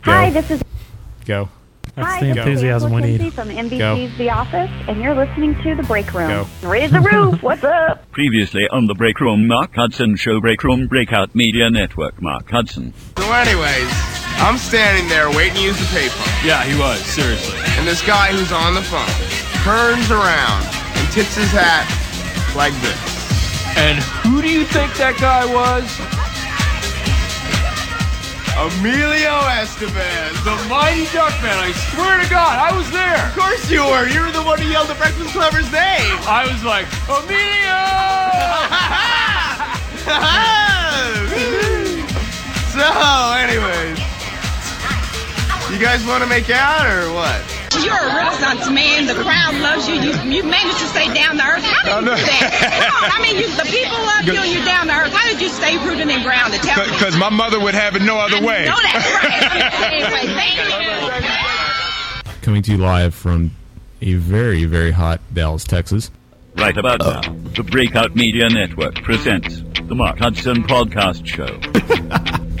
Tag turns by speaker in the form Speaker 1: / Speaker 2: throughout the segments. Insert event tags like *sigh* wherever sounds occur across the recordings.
Speaker 1: this is
Speaker 2: Go.
Speaker 3: That's
Speaker 1: hi,
Speaker 3: the
Speaker 1: this is
Speaker 3: enthusiasm we
Speaker 1: Angela
Speaker 3: need.
Speaker 1: Kinsey from NBC's The Office, and you're listening to The Break Room.
Speaker 2: Go.
Speaker 1: Raise the roof. *laughs* What's up?
Speaker 4: Previously on the Break Room, Mark Hudson Show Break Room Breakout Media Network. Mark Hudson.
Speaker 5: So, anyways, I'm standing there waiting to use the payphone.
Speaker 4: Yeah, he was, seriously.
Speaker 5: and this guy who's on the phone turns around and tips his hat like this. And who do you think that guy was? Emilio Estevez, the mighty Duckman. I swear to God, I was there. Of course you were. You were the one who yelled the Breakfast Clubber's name. *laughs* I was like, Emilio! so, anyways, you guys want to make out or what?
Speaker 6: You're a renaissance man. The crowd loves you. You, you managed to stay down to earth. How did you do that? Come on. I mean, you, the people love you and you're down to earth. How did you stay rooted and grounded? Tell me.
Speaker 7: Because my mother would have it no other way.
Speaker 6: No, that's right. anyway, thank you.
Speaker 2: Coming to you live from a very, very hot Dallas, Texas.
Speaker 4: Right about now, the Breakout Media Network presents the Mark Hudson Podcast Show.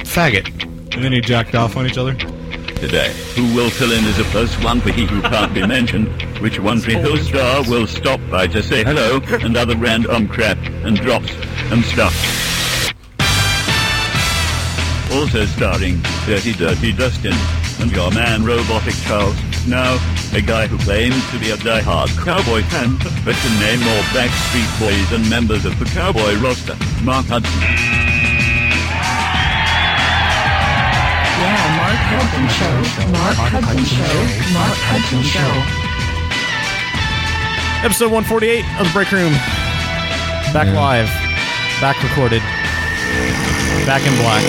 Speaker 8: Faggot.
Speaker 9: And then you jacked off on each other.
Speaker 4: Today, who will fill in as a first one for he who can't be mentioned, which one tree hill star will stop by to say hello and other random crap and drops and stuff. Also starring Dirty Dirty Dustin and your man Robotic Charles. Now, a guy who claims to be a die-hard cowboy fan, but can name more Backstreet Boys and members of the cowboy roster, Mark Hudson.
Speaker 10: Yeah, Mark Hudson Show. Mark Hudson Show. Mark Hudson Show.
Speaker 8: Episode 148 of The Break Room. Back live. Back recorded. Back in black.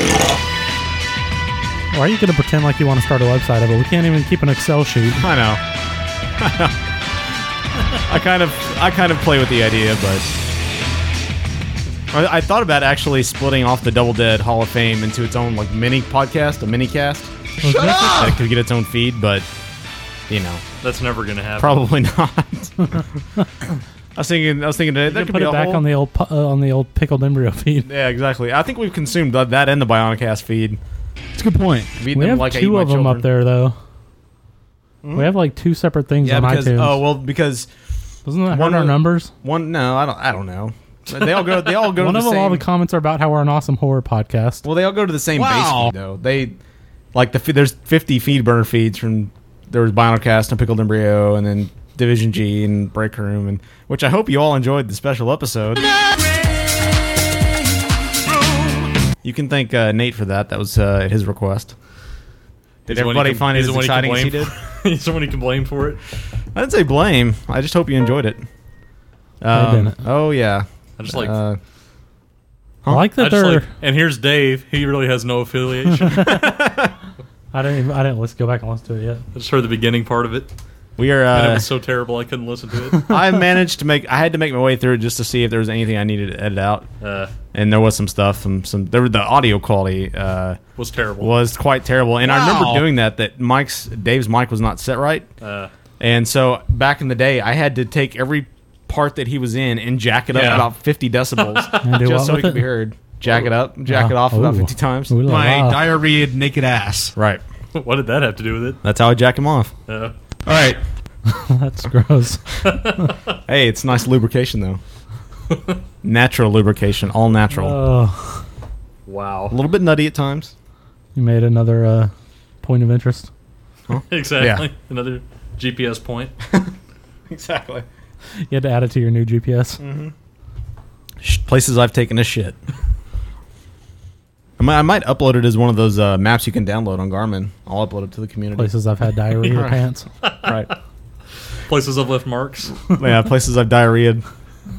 Speaker 3: Why are you going to pretend like you want to start a website of it? We can't even keep an Excel sheet.
Speaker 8: I know. *laughs* I kind of I kind of play with the idea, but I, I thought about actually splitting off the Double Dead Hall of Fame into its own like mini podcast, a mini cast. Shut up! It could get its own feed, but you know,
Speaker 11: That's never gonna happen.
Speaker 2: *laughs*
Speaker 8: probably *laughs* not. I was thinking I was thinking that,
Speaker 3: You
Speaker 8: that
Speaker 3: can
Speaker 8: could
Speaker 3: put
Speaker 8: be a
Speaker 3: it back
Speaker 8: whole,
Speaker 3: on the old pu- uh, on the old pickled embryo *laughs* feed.
Speaker 8: Yeah, exactly. I think we've consumed that, that and the Bionicast feed.
Speaker 9: It's a good point.
Speaker 8: Feed
Speaker 3: We
Speaker 8: them
Speaker 3: have
Speaker 8: like I eat
Speaker 3: two
Speaker 8: my
Speaker 3: of them up there
Speaker 8: children. Hmm?
Speaker 3: though. We have like two separate things
Speaker 8: Yeah,
Speaker 3: on
Speaker 8: because
Speaker 3: iTunes.
Speaker 8: oh well, because
Speaker 3: Doesn't that
Speaker 8: one
Speaker 3: hurt our
Speaker 8: of-
Speaker 3: numbers?
Speaker 8: one no, I don't I don't know. They all go. They all
Speaker 3: *laughs*
Speaker 8: go.
Speaker 3: One
Speaker 8: to
Speaker 3: of
Speaker 8: the
Speaker 3: them, all
Speaker 8: same-
Speaker 3: the comments are about how we're an awesome horror podcast.
Speaker 8: Well, they all go to the same
Speaker 9: Wow.
Speaker 8: base feed, though. They like the fe- there's 50 feed burner feeds from there was Binocast and Pickled Embryo and then Division G and Break Room and which I hope you all enjoyed the special episode. You can thank uh, Nate for that. That was uh, his request. Did
Speaker 11: He's the one
Speaker 8: everybody
Speaker 11: you can-
Speaker 8: find
Speaker 11: he's
Speaker 8: it
Speaker 11: the
Speaker 8: as
Speaker 11: one you can
Speaker 8: exciting as he did?
Speaker 11: blame *laughs* for- Someone you can blame for it.
Speaker 8: I didn't say blame. I just hope you enjoyed it.
Speaker 3: I
Speaker 8: Um,
Speaker 3: didn't.
Speaker 8: Oh yeah.
Speaker 11: I just like.
Speaker 8: Uh,
Speaker 3: I like
Speaker 11: I
Speaker 3: that
Speaker 11: just
Speaker 3: they're.
Speaker 11: like. And here's Dave. He really has no
Speaker 8: *laughs*
Speaker 11: affiliation. I
Speaker 3: I didn't. Even, I didn't. Let's go back and listen to it yet.
Speaker 11: just heard the beginning part of it,
Speaker 8: we are.
Speaker 11: and it
Speaker 8: Uh,
Speaker 11: was so terrible I couldn't listen to it.
Speaker 8: *laughs* I managed to make. I had to make my way through it just to see if there was anything I needed to edit out.
Speaker 11: Uh,
Speaker 8: and there was some stuff some some there were the audio quality uh
Speaker 11: was terrible.
Speaker 8: was quite terrible and i
Speaker 9: Wow.
Speaker 8: remember doing that that mike's dave's mic was not set right
Speaker 11: Uh,
Speaker 8: and so back in the day i had to take every part that he was in and jack it up
Speaker 11: Yeah.
Speaker 8: about 50 decibels
Speaker 3: And do
Speaker 8: *laughs* just
Speaker 3: what
Speaker 8: so
Speaker 3: with
Speaker 8: it could
Speaker 3: it? Oh.
Speaker 8: be heard jack it up jack it off about
Speaker 3: Ooh.
Speaker 8: 50 times
Speaker 3: Ooh la
Speaker 9: My
Speaker 3: la.
Speaker 9: diarrhea naked ass.
Speaker 8: right
Speaker 11: *laughs* what did that have to do with it?
Speaker 8: that's how i jack him off
Speaker 11: Uh, *laughs*
Speaker 9: All right.
Speaker 3: *laughs* That's gross.
Speaker 8: hey it's nice lubrication
Speaker 9: *laughs*
Speaker 8: though natural lubrication all natural
Speaker 3: Oh,
Speaker 8: a
Speaker 11: wow.
Speaker 8: little bit nutty at times
Speaker 3: you made another uh, point of interest.
Speaker 11: Exactly.
Speaker 8: Yeah.
Speaker 11: Another GPS point.
Speaker 8: exactly
Speaker 3: You had to add it to your new GPS.
Speaker 8: Mm-hmm. places I've taken a shit. I might, I might upload it as one of those uh, maps you can download on Garmin. I'll upload it to the community.
Speaker 3: Places I've had
Speaker 8: *laughs*
Speaker 3: diarrhea pants.
Speaker 8: Right.
Speaker 11: Places I've left marks.
Speaker 8: *laughs* yeah, places I've diarrhea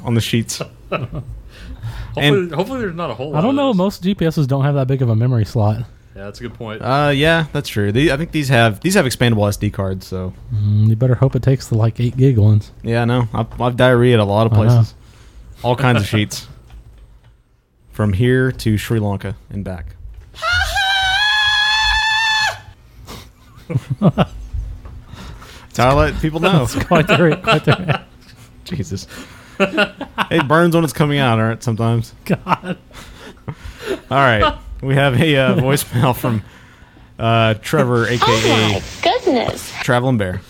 Speaker 8: on the sheets.
Speaker 11: Hopefully, hopefully there's not a whole. lot
Speaker 3: I don't
Speaker 11: of
Speaker 3: know.
Speaker 11: those.
Speaker 3: Most GPSs don't have that big of a memory slot.
Speaker 11: Yeah, that's a good point.
Speaker 8: Uh, yeah, that's true. The, I think these have these have expandable SD cards. So
Speaker 3: Mm, You better hope it takes the like eight gig *laughs* ones.
Speaker 8: yeah, I know. I've, I've diarrhea at a lot of
Speaker 3: I know.
Speaker 8: places, all kinds of sheets, from here to Sri Lanka and back. That's how I let
Speaker 3: *laughs*
Speaker 8: people know.
Speaker 3: Quite the, quite the
Speaker 8: Jesus. *laughs* it burns when it's coming out, all right, sometimes.
Speaker 3: God.
Speaker 8: All right. We have a uh, voicemail from Uh, Trevor, aka
Speaker 12: goodness.
Speaker 8: Traveling Bear.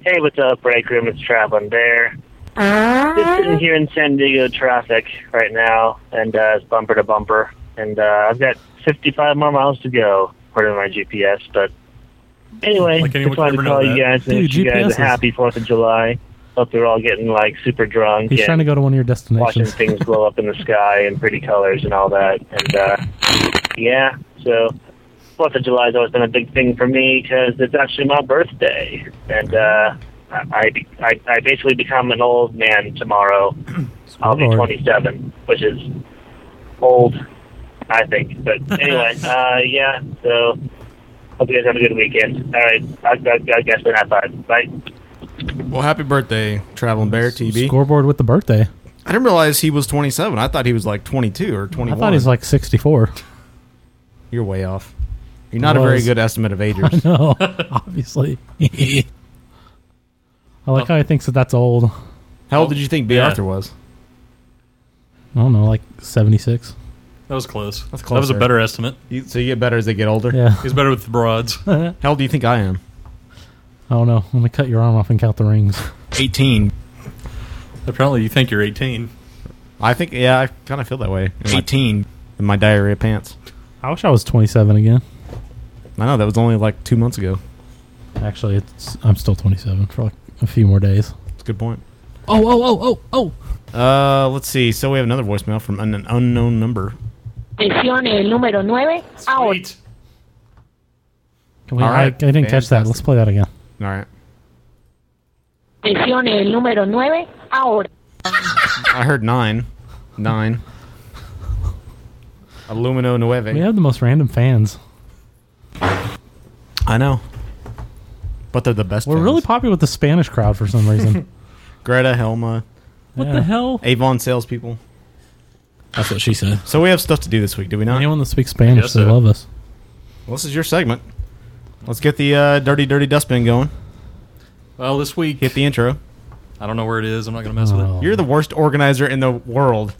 Speaker 13: Hey, what's up, break room? It's Traveling Bear. Just sitting here in San Diego traffic right now, and uh, it's bumper to bumper. And uh, I've got 55 more miles to go, according to my GPS. But anyway,
Speaker 11: Like anyone
Speaker 13: just
Speaker 11: could
Speaker 13: wanted to
Speaker 11: ever know
Speaker 13: call you
Speaker 11: that.
Speaker 13: guys and
Speaker 3: Dude,
Speaker 13: wish you
Speaker 3: GPS
Speaker 13: guys
Speaker 3: is-
Speaker 13: a happy 4th of July. Hope you're all getting like super drunk.
Speaker 3: He's
Speaker 13: and
Speaker 3: trying to go to one of your
Speaker 13: watching
Speaker 3: destinations.
Speaker 13: things blow up in the sky and pretty colors and all that. And uh, yeah, so Fourth of July has always been a big thing for me because it's actually my birthday, and uh, I, I I basically become an old man tomorrow. I'll be
Speaker 14: Lord.
Speaker 13: 27, which is old, I think. But anyway, uh, yeah. So hope you guys have a good weekend. All right, I, I, I guess we're not fine. Bye.
Speaker 8: Well, happy birthday, Traveling Bear TB.
Speaker 3: Scoreboard with the birthday.
Speaker 8: I didn't realize he was 27. I thought he was like 22 or 21.
Speaker 3: I thought he's like *laughs* 64.
Speaker 8: You're way off. You're not a
Speaker 3: Was.
Speaker 8: very good estimate
Speaker 3: *laughs*
Speaker 8: of agers.
Speaker 3: No, obviously. *laughs* I like how he thinks that that's old.
Speaker 8: How old did you think B.
Speaker 11: Yeah.
Speaker 8: Arthur was?
Speaker 3: I don't know, like 76.
Speaker 11: That was close. That's
Speaker 8: close,
Speaker 11: That was a
Speaker 8: sir.
Speaker 11: better estimate.
Speaker 8: You, so you get better as they get older.
Speaker 3: Yeah. *laughs*
Speaker 11: He's better with the broads.
Speaker 8: How old do you think I am?
Speaker 3: I don't know. Let me cut your arm off and count the rings.
Speaker 8: 18.
Speaker 11: Apparently, you think you're 18.
Speaker 8: I think, yeah, I kind of feel that way. 18. in my diarrhea pants.
Speaker 3: I wish I was 27 again.
Speaker 8: I know, that was only like two months ago.
Speaker 3: Actually, it's I'm still 27 for like a few more days.
Speaker 8: That's a good point.
Speaker 3: Oh, oh, oh, oh,
Speaker 8: oh. Uh, let's see. So we have another voicemail from an, an unknown number.
Speaker 10: Edición el número 9, out.
Speaker 3: Can we,
Speaker 8: All
Speaker 3: I, I
Speaker 8: right.
Speaker 3: didn't catch that. Let's play that again.
Speaker 8: All right.
Speaker 10: Edición el número 9, ahora.
Speaker 8: I heard nine. Nine. Illumino Nueve.
Speaker 3: We have the most random fans.
Speaker 8: I know. But they're the best.
Speaker 3: We're really popular with the Spanish crowd for some *laughs* reason.
Speaker 8: Greta Helma.
Speaker 3: What the Yeah. hell?
Speaker 8: Avon salespeople.
Speaker 3: That's what she said.
Speaker 8: So we have stuff to do this week, do we not?
Speaker 3: Anyone that speaks Spanish,
Speaker 8: Yes,
Speaker 3: they
Speaker 8: sir.
Speaker 3: love us.
Speaker 8: Well, this is your segment. Let's get the uh, dirty, dirty dustbin going.
Speaker 11: Well, this week.
Speaker 8: Hit the intro.
Speaker 11: I don't know where it is. I'm not going to mess with
Speaker 3: Oh.
Speaker 11: it.
Speaker 8: You're the worst organizer in the world.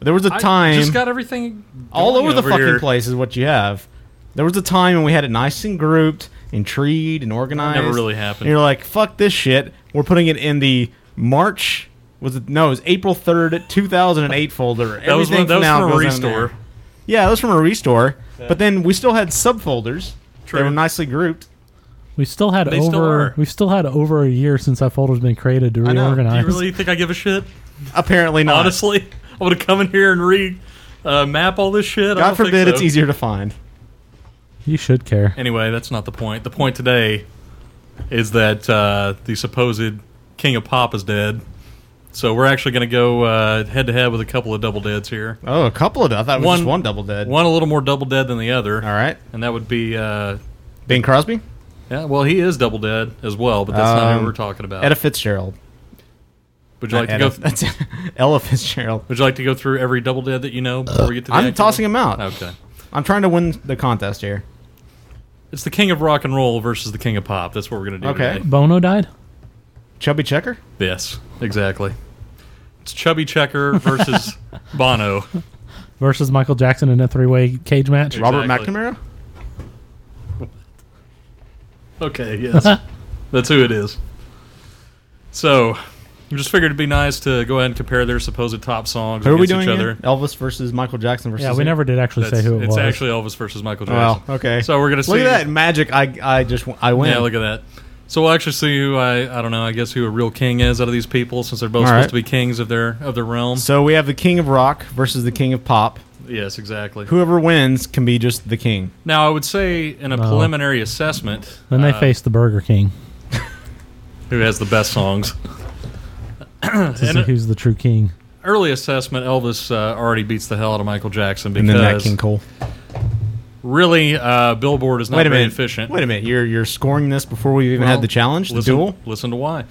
Speaker 8: There was a
Speaker 11: I
Speaker 8: time
Speaker 11: just got everything
Speaker 8: all
Speaker 11: going
Speaker 8: over the fucking
Speaker 11: here.
Speaker 8: place is what you have. There was a time when we had it nice and grouped and treed and organized.
Speaker 11: Never really happened.
Speaker 8: And you're like, fuck this shit. We're putting it in the March was it no, it was April third, two thousand and eight folder.
Speaker 11: That was
Speaker 8: Everything
Speaker 11: one- that was
Speaker 8: now
Speaker 11: from a
Speaker 8: goes in there.
Speaker 11: restore.
Speaker 8: Yeah, that was from a restore.
Speaker 11: Yeah.
Speaker 8: But then we still had subfolders. They were nicely grouped.
Speaker 3: We still had
Speaker 8: They
Speaker 3: over.
Speaker 8: still are.
Speaker 3: we've still had over a year since that folder's been created to
Speaker 11: I know. Do
Speaker 3: reorganize.
Speaker 11: you really think I give a shit?
Speaker 8: Apparently not.
Speaker 11: Honestly, *laughs* I would have come in here and re uh, map all this shit. I
Speaker 8: God
Speaker 11: don't think
Speaker 8: forbid
Speaker 11: so.
Speaker 8: it's easier to find.
Speaker 3: You should care.
Speaker 11: Anyway, that's not the point. The point today is that uh, the supposed king of pop is dead. So we're actually going to go uh, head to head with a couple of double deads here.
Speaker 8: Oh, a couple of I thought it was just one double dead.
Speaker 11: One a little more double dead than the other. All
Speaker 8: right,
Speaker 11: and that would be uh,
Speaker 8: Bing Crosby.
Speaker 11: Yeah, well, he is double dead as well, but that's not
Speaker 8: Um,
Speaker 11: who we're talking about.
Speaker 8: Etta Fitzgerald.
Speaker 11: Would Oh. you like to
Speaker 8: Not
Speaker 11: go?
Speaker 8: Etta- That's *laughs* Ella Fitzgerald.
Speaker 11: Would you like to go through every double dead that you know before we get to the
Speaker 8: I'm
Speaker 11: actual-
Speaker 8: tossing him out.
Speaker 11: Okay.
Speaker 8: I'm trying to win the contest here.
Speaker 11: It's the king of rock and roll versus the king of pop. That's what we're gonna do.
Speaker 8: Okay.
Speaker 11: Today.
Speaker 3: Bono died.
Speaker 8: Chubby Checker.
Speaker 11: Yes, exactly. It's Chubby Checker
Speaker 8: *laughs*
Speaker 11: versus Bono.
Speaker 3: versus Michael Jackson in a three-way cage match.
Speaker 11: Robert Exactly.
Speaker 8: McNamara.
Speaker 11: Okay, yes, *laughs* that's who it is. So, I just figured it'd be nice to go ahead and compare their supposed top songs
Speaker 8: Who are we
Speaker 11: against
Speaker 8: doing?
Speaker 11: each other.
Speaker 8: Again? Elvis versus Michael Jackson versus.
Speaker 3: Yeah, we never did actually say
Speaker 11: That's-
Speaker 3: who it
Speaker 11: it's
Speaker 3: was.
Speaker 11: actually Elvis versus Michael
Speaker 8: Well,
Speaker 11: Jackson.
Speaker 8: okay.
Speaker 11: So we're gonna see.
Speaker 8: look at that magic. I I just w- I win.
Speaker 11: Yeah, look at that. So we'll actually see who I I don't know I guess who a real king is out of these people since they're both
Speaker 8: All
Speaker 11: supposed
Speaker 8: right.
Speaker 11: to be kings of their of their realm.
Speaker 8: So we have the King of Rock versus the King of Pop.
Speaker 11: Yes, exactly.
Speaker 8: Whoever wins can be just the king.
Speaker 11: Now I would say in a
Speaker 3: No.
Speaker 11: preliminary assessment,
Speaker 3: Then they
Speaker 11: uh,
Speaker 3: faced the Burger King.
Speaker 11: who has the best songs. and
Speaker 3: To see
Speaker 11: an
Speaker 3: who's the true king.
Speaker 11: early assessment, Elvis uh, already beats the hell out of Michael Jackson
Speaker 8: And
Speaker 11: because
Speaker 8: then that King Cole.
Speaker 11: really uh, Billboard is not
Speaker 8: Wait a
Speaker 11: very
Speaker 8: minute.
Speaker 11: efficient.
Speaker 8: Wait a minute. You're you're scoring this before we even
Speaker 11: Well,
Speaker 8: had the challenge, the
Speaker 11: listen,
Speaker 8: duel.
Speaker 11: Listen to why.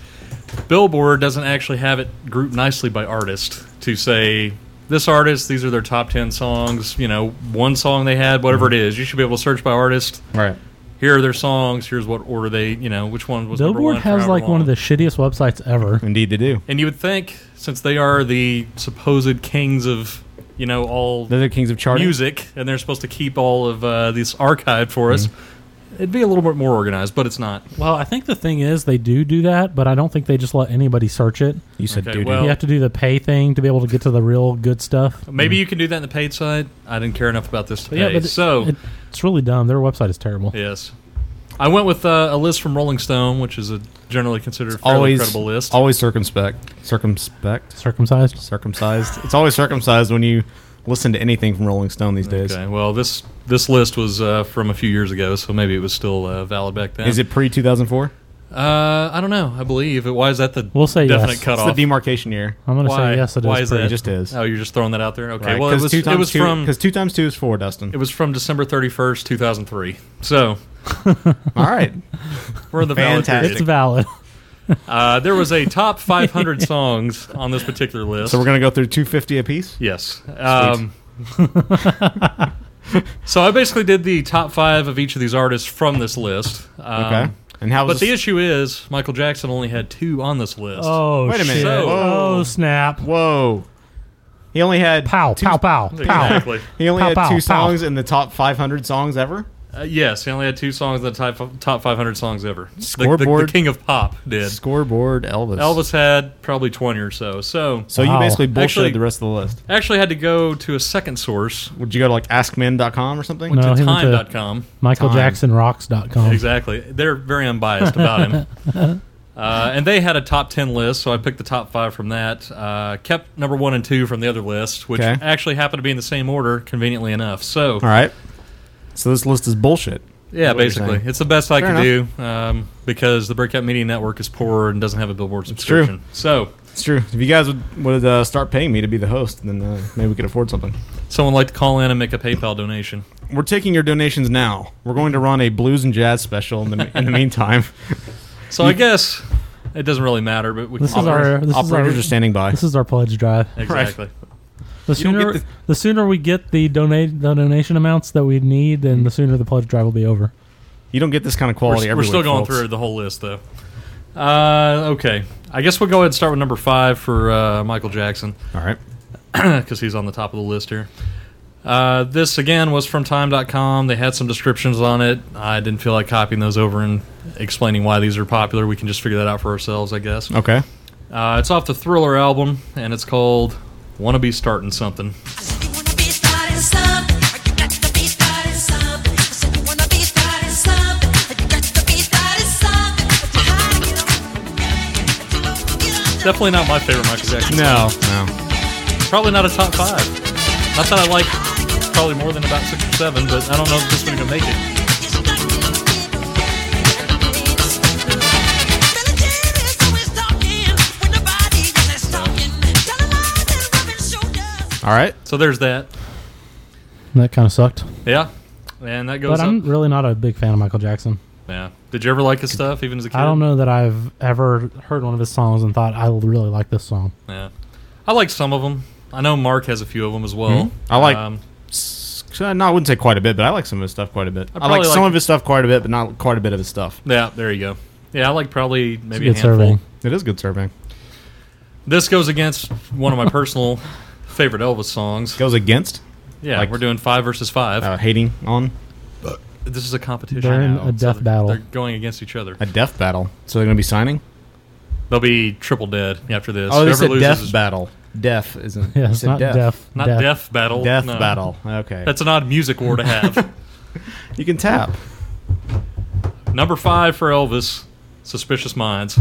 Speaker 11: Billboard doesn't actually have it grouped nicely by artist to say this artist, these are their top ten songs. You know, one song they had, whatever
Speaker 8: Mm-hmm.
Speaker 11: it is. You should be able to search by artist.
Speaker 8: Right.
Speaker 11: Here are their songs. Here's what order they. You know, which one was number
Speaker 3: Billboard
Speaker 11: one for
Speaker 3: has
Speaker 11: however
Speaker 3: like one
Speaker 11: long.
Speaker 3: of the shittiest websites ever.
Speaker 8: Indeed, they do.
Speaker 11: And you would think, since they are the supposed kings of you know all
Speaker 8: They're the kings of charting.
Speaker 11: music, and they're supposed to keep all of uh, this archived for us.
Speaker 8: Mm-hmm.
Speaker 11: It'd be a little bit more organized, but it's not.
Speaker 3: Well, I think the thing is they do do that, but I don't think they just let anybody search it.
Speaker 8: You said
Speaker 11: Okay, doo-doo. well-
Speaker 3: you have to do the pay thing to be able to get to the real good stuff.
Speaker 11: Maybe you can do that in the paid side. I didn't care enough about this to
Speaker 3: Mm-hmm. But yeah,
Speaker 11: pay.
Speaker 3: but it-
Speaker 11: so
Speaker 3: it- it's really dumb. Their website is terrible.
Speaker 11: yes, I went with uh, a list from Rolling Stone, which is a generally considered fairly
Speaker 8: always
Speaker 11: credible list.
Speaker 8: always circumspect, circumspect,
Speaker 3: circumcised,
Speaker 8: circumcised. It's always circumcised when you listen to anything from Rolling Stone these days.
Speaker 11: Okay, well this this list was uh, from a few years ago, so maybe it was still uh, valid back then.
Speaker 8: Is it pre two thousand four?
Speaker 11: Uh, I don't know. I believe. Why is that the
Speaker 3: We'll say yes.
Speaker 11: definite
Speaker 3: It's
Speaker 11: cutoff?
Speaker 8: the demarcation year.
Speaker 3: I'm gonna say
Speaker 11: Why-
Speaker 3: yes, it
Speaker 11: why
Speaker 3: is
Speaker 11: Is
Speaker 3: pretty-
Speaker 11: that?
Speaker 3: It just
Speaker 8: is.
Speaker 11: Oh, you're just throwing that out there. Okay. Well, it was.
Speaker 8: two times
Speaker 11: it was
Speaker 8: two,
Speaker 11: from.
Speaker 8: because two times two is four, Dustin.
Speaker 11: It was from December 31st, 2003. So.
Speaker 8: All right.
Speaker 11: We're in the valid
Speaker 8: Fantastic.
Speaker 11: period.
Speaker 3: It's valid.
Speaker 11: Uh, there was a top
Speaker 3: *laughs*
Speaker 11: 500 songs on this particular list.
Speaker 8: So we're gonna go through two fifty apiece.
Speaker 11: Yes. Um, *laughs* so I basically did the top five of each of these artists from this list. Um,
Speaker 8: Okay. And how was
Speaker 11: but the issue is Michael Jackson only had two on this list.
Speaker 3: Oh,
Speaker 8: Wait a minute.
Speaker 3: shit.
Speaker 8: Whoa.
Speaker 3: Oh, snap.
Speaker 8: Whoa. He only had
Speaker 3: pow, pow, pow, pow.
Speaker 11: Exactly.
Speaker 8: he only
Speaker 3: Pow,
Speaker 8: had
Speaker 3: pow,
Speaker 8: two
Speaker 3: pow.
Speaker 8: songs in the top five hundred songs ever.
Speaker 11: Uh, yes, he only had two songs in the top, top 500 songs ever. The- the- The,
Speaker 8: Scoreboard.
Speaker 11: king of pop did.
Speaker 8: Scoreboard Elvis.
Speaker 11: Elvis had probably 20 or so. So,
Speaker 8: So you basically bullshitted
Speaker 11: Actually-
Speaker 8: the rest of the list.
Speaker 11: actually had to go to a second source.
Speaker 8: Would you go to like AskMen.com or something?
Speaker 11: Went to
Speaker 3: he went to
Speaker 11: time.com. *laughs*
Speaker 3: MichaelJacksonRocks.com.
Speaker 11: Exactly. They're very unbiased about him.
Speaker 8: *laughs*
Speaker 11: Uh, and they had a top 10 list, so I picked the top five from that. Uh, kept number one and two from the other list, which
Speaker 8: Okay.
Speaker 11: actually happened to be in the same order, conveniently enough. So,
Speaker 8: All right. So this list is bullshit.
Speaker 11: yeah,
Speaker 8: Is what you're
Speaker 11: basically.
Speaker 8: saying.
Speaker 11: It's the best I
Speaker 8: Fair
Speaker 11: can
Speaker 8: enough.
Speaker 11: do um, because the Breakout Media Network is poor and doesn't have a Billboard subscription.
Speaker 8: true.
Speaker 11: So,
Speaker 8: It's true. If you guys would, would uh, start paying me to be the host, then uh, maybe we could afford something.
Speaker 11: someone like to call in and make a PayPal donation.
Speaker 8: We're taking your donations now. We're going to run a blues and jazz special in the, in
Speaker 3: *laughs*
Speaker 8: the meantime.
Speaker 11: So, I guess it doesn't really matter, but we
Speaker 3: This
Speaker 11: can
Speaker 3: is our this
Speaker 8: Operators
Speaker 3: is our,
Speaker 8: are standing by.
Speaker 3: This is our pledge drive.
Speaker 11: Exactly.
Speaker 3: The
Speaker 8: You don't
Speaker 3: sooner
Speaker 8: get
Speaker 3: the, sooner we get the donate the donation amounts that we need, then the sooner the pledge drive will be over.
Speaker 8: You don't get this kind of quality
Speaker 11: We're,
Speaker 8: every
Speaker 11: we're still
Speaker 8: week,
Speaker 11: going
Speaker 8: folks.
Speaker 11: through the whole list, though. Uh, okay, I guess we'll go ahead and start with number five for uh, Michael Jackson *laughs*
Speaker 8: All right.
Speaker 11: because he's on the top of the list here. Uh, this again was from Time.com. They had some descriptions on it. I didn't feel like copying those over and explaining why these are popular. We can just figure that out for ourselves, I guess.
Speaker 8: Okay.
Speaker 11: Uh, it's off the Thriller album, and it's called "Wanna Be Starting Something." Definitely not my favorite Michael Jackson.
Speaker 8: No.
Speaker 11: song.
Speaker 8: No.
Speaker 11: probably not a top five. Not that I like probably more than about six or seven, but I don't know if this one gonna make it.
Speaker 8: All right.
Speaker 11: So there's that.
Speaker 3: And that kind of sucked.
Speaker 11: Yeah. And that goes
Speaker 3: But I'm
Speaker 11: up.
Speaker 3: really not a big fan of Michael Jackson.
Speaker 11: Yeah. Did you ever like his stuff, even as a kid?
Speaker 3: I don't know that I've ever heard one of his songs and thought I really like this song.
Speaker 11: Yeah. I like some of them. I know Mark has a few of them as well.
Speaker 8: Mhm. I like-
Speaker 11: Um,
Speaker 8: S- uh, No, I wouldn't say quite a bit, but I like some of his stuff quite a bit. I,
Speaker 11: probably
Speaker 8: like some
Speaker 11: like-
Speaker 8: of his stuff quite a bit, but not quite a bit of his stuff.
Speaker 11: yeah, there you go. Yeah, I like probably maybe a handful.
Speaker 3: Good surveying.
Speaker 8: It is good surveying.
Speaker 11: This goes against one of my personal *laughs* favorite Elvis songs.
Speaker 8: Goes against
Speaker 11: yeah,
Speaker 8: like-
Speaker 11: we're doing five versus five.
Speaker 8: uh, hating on
Speaker 11: this is a competition.
Speaker 3: They're in
Speaker 11: now,
Speaker 3: a death
Speaker 11: they're-
Speaker 3: battle.
Speaker 11: They're going against each other.
Speaker 8: a death battle. So they're going to be signing.
Speaker 11: They'll be triple dead after this.
Speaker 8: oh,
Speaker 11: Whoever
Speaker 8: they said
Speaker 11: loses
Speaker 8: death
Speaker 11: is-
Speaker 8: battle. Deaf isn't.
Speaker 3: Yeah,
Speaker 8: you
Speaker 3: it's
Speaker 8: said
Speaker 3: not deaf.
Speaker 11: Not
Speaker 3: deaf.
Speaker 11: death, battle.
Speaker 8: Death
Speaker 11: no.
Speaker 8: battle. Okay.
Speaker 11: That's an odd music war to
Speaker 8: *laughs*
Speaker 11: have.
Speaker 8: you can tap.
Speaker 11: Number five for Elvis, Suspicious Minds.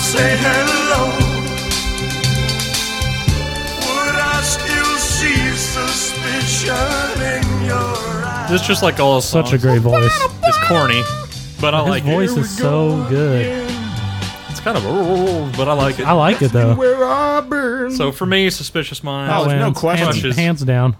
Speaker 5: Say hello. Would I still see suspicion in your eyes?
Speaker 11: It's just like all his songs.
Speaker 3: Such a great voice.
Speaker 11: It's corny, but I
Speaker 3: Ah! His
Speaker 11: like
Speaker 3: voice
Speaker 11: it.
Speaker 3: is so good.
Speaker 11: It's kind of, "Oh," but I like it.
Speaker 3: I like it though.
Speaker 8: Where I burn.
Speaker 11: So for me, Suspicious
Speaker 8: Oh,
Speaker 11: Minds
Speaker 8: there's no
Speaker 3: Hands-
Speaker 8: question.
Speaker 3: Hands,
Speaker 11: Crushes.
Speaker 3: hands down.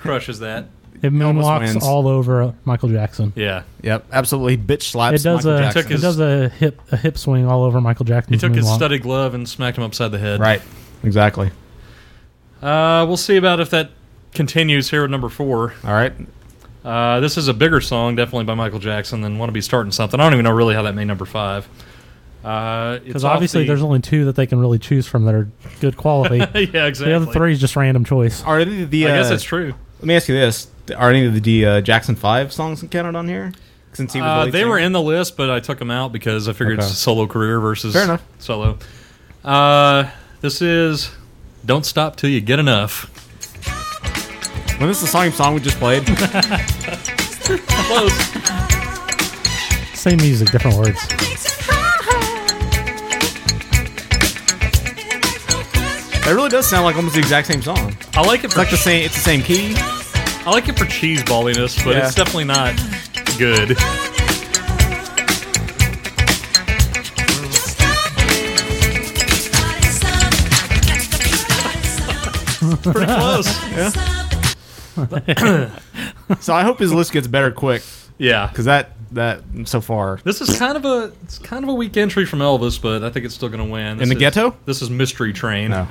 Speaker 11: crushes that.
Speaker 3: It moonwalks
Speaker 8: wins.
Speaker 3: all over Michael Jackson.
Speaker 11: Yeah,
Speaker 8: Yep. Absolutely. Bitch slaps.
Speaker 3: It does
Speaker 8: Michael
Speaker 3: a
Speaker 8: Jackson.
Speaker 11: Took
Speaker 3: it
Speaker 11: his-
Speaker 3: does a hip a hip swing all over Michael Jackson.
Speaker 11: he took his studded glove and smacked him upside the head.
Speaker 8: right. Exactly.
Speaker 11: Uh, we'll see about if that continues here at number four.
Speaker 8: All right.
Speaker 11: Uh, Uh, this is a bigger song, definitely by Michael Jackson, than Want to Be Starting Something. I don't even know really how that made number five. Uh, Because
Speaker 3: Because obviously, there's only two that they can really choose from that are good quality.
Speaker 11: Yeah,
Speaker 3: The
Speaker 11: *laughs*
Speaker 3: other
Speaker 11: exactly.
Speaker 3: three is just random choice.
Speaker 8: Are any of the?
Speaker 11: I
Speaker 8: uh,
Speaker 11: guess that's true.
Speaker 8: Let me ask you this: Are any of the uh, Jackson Five songs counted on here? Since he was the
Speaker 11: Uh,
Speaker 8: lead
Speaker 11: they
Speaker 8: singer?
Speaker 11: were in the list, but I took them out because I figured
Speaker 8: Okay.
Speaker 11: it's a solo career versus
Speaker 8: Fair enough.
Speaker 11: solo. Uh, this is "Don't Stop Till You Get Enough."
Speaker 8: When this is the same song we just
Speaker 11: *laughs*
Speaker 8: played.
Speaker 11: Close.
Speaker 3: Same music, different words.
Speaker 8: It really does sound like almost the exact same song.
Speaker 11: I like it.
Speaker 8: For it's like the same. It's the same key.
Speaker 11: I like it for cheese balliness, but
Speaker 8: Yeah.
Speaker 11: it's definitely not good.
Speaker 8: *laughs* Pretty
Speaker 11: close.
Speaker 8: yeah. so I hope his list gets better quick.
Speaker 11: Yeah.
Speaker 8: Because that that so far.
Speaker 11: This is kind of a it's kind of a weak entry from Elvis, but I think it's still going to win. This
Speaker 8: the
Speaker 11: is-
Speaker 8: ghetto?
Speaker 11: This is Mystery Train. No.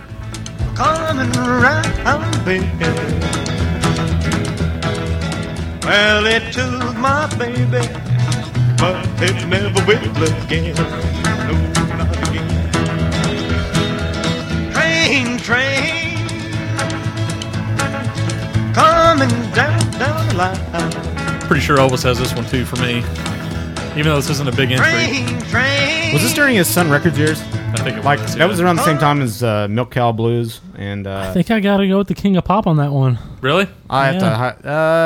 Speaker 5: Coming around, baby. Well, it took my baby, but it never will again. No, not again. Train, train, coming down, down the line.
Speaker 11: Pretty sure Elvis has this one too for me, even though this isn't a big entry.
Speaker 5: Train, train.
Speaker 8: Was this during his Sun Records years?
Speaker 11: I think it
Speaker 8: like
Speaker 11: was,
Speaker 8: that
Speaker 11: yeah.
Speaker 8: was around the same time as uh, Milk Cow Blues and. Uh,
Speaker 3: I think I gotta go with the King of Pop on that one.
Speaker 11: Really?
Speaker 8: I have
Speaker 3: Yeah.
Speaker 8: to. hi-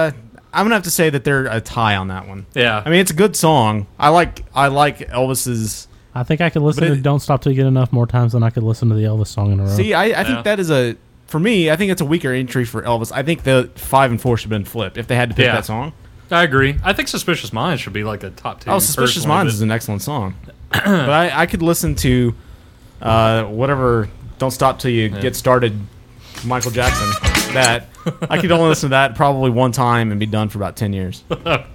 Speaker 8: Uh, I'm gonna have to say that they're a tie on that one.
Speaker 11: Yeah.
Speaker 8: I mean, it's a good song. I like. I like Elvis's.
Speaker 3: I think I could listen
Speaker 8: But
Speaker 3: to "Don't Stop Till You Get Enough" more times than I could listen to the Elvis song in a row.
Speaker 8: See, I, I think that is a. For me, I think it's a weaker entry for Elvis. I think the five and four should have been flipped if they had to pick
Speaker 11: Yeah.
Speaker 8: that song.
Speaker 11: I agree. I think Suspicious Minds should be like a top two.
Speaker 8: Oh, Suspicious
Speaker 11: personally,
Speaker 8: Minds
Speaker 11: but-
Speaker 8: is an excellent song, but I, I could listen to uh, whatever. Don't stop till you
Speaker 11: Yeah.
Speaker 8: get started. Michael Jackson. That I could only listen to that probably one time and be done for about ten years.
Speaker 11: well,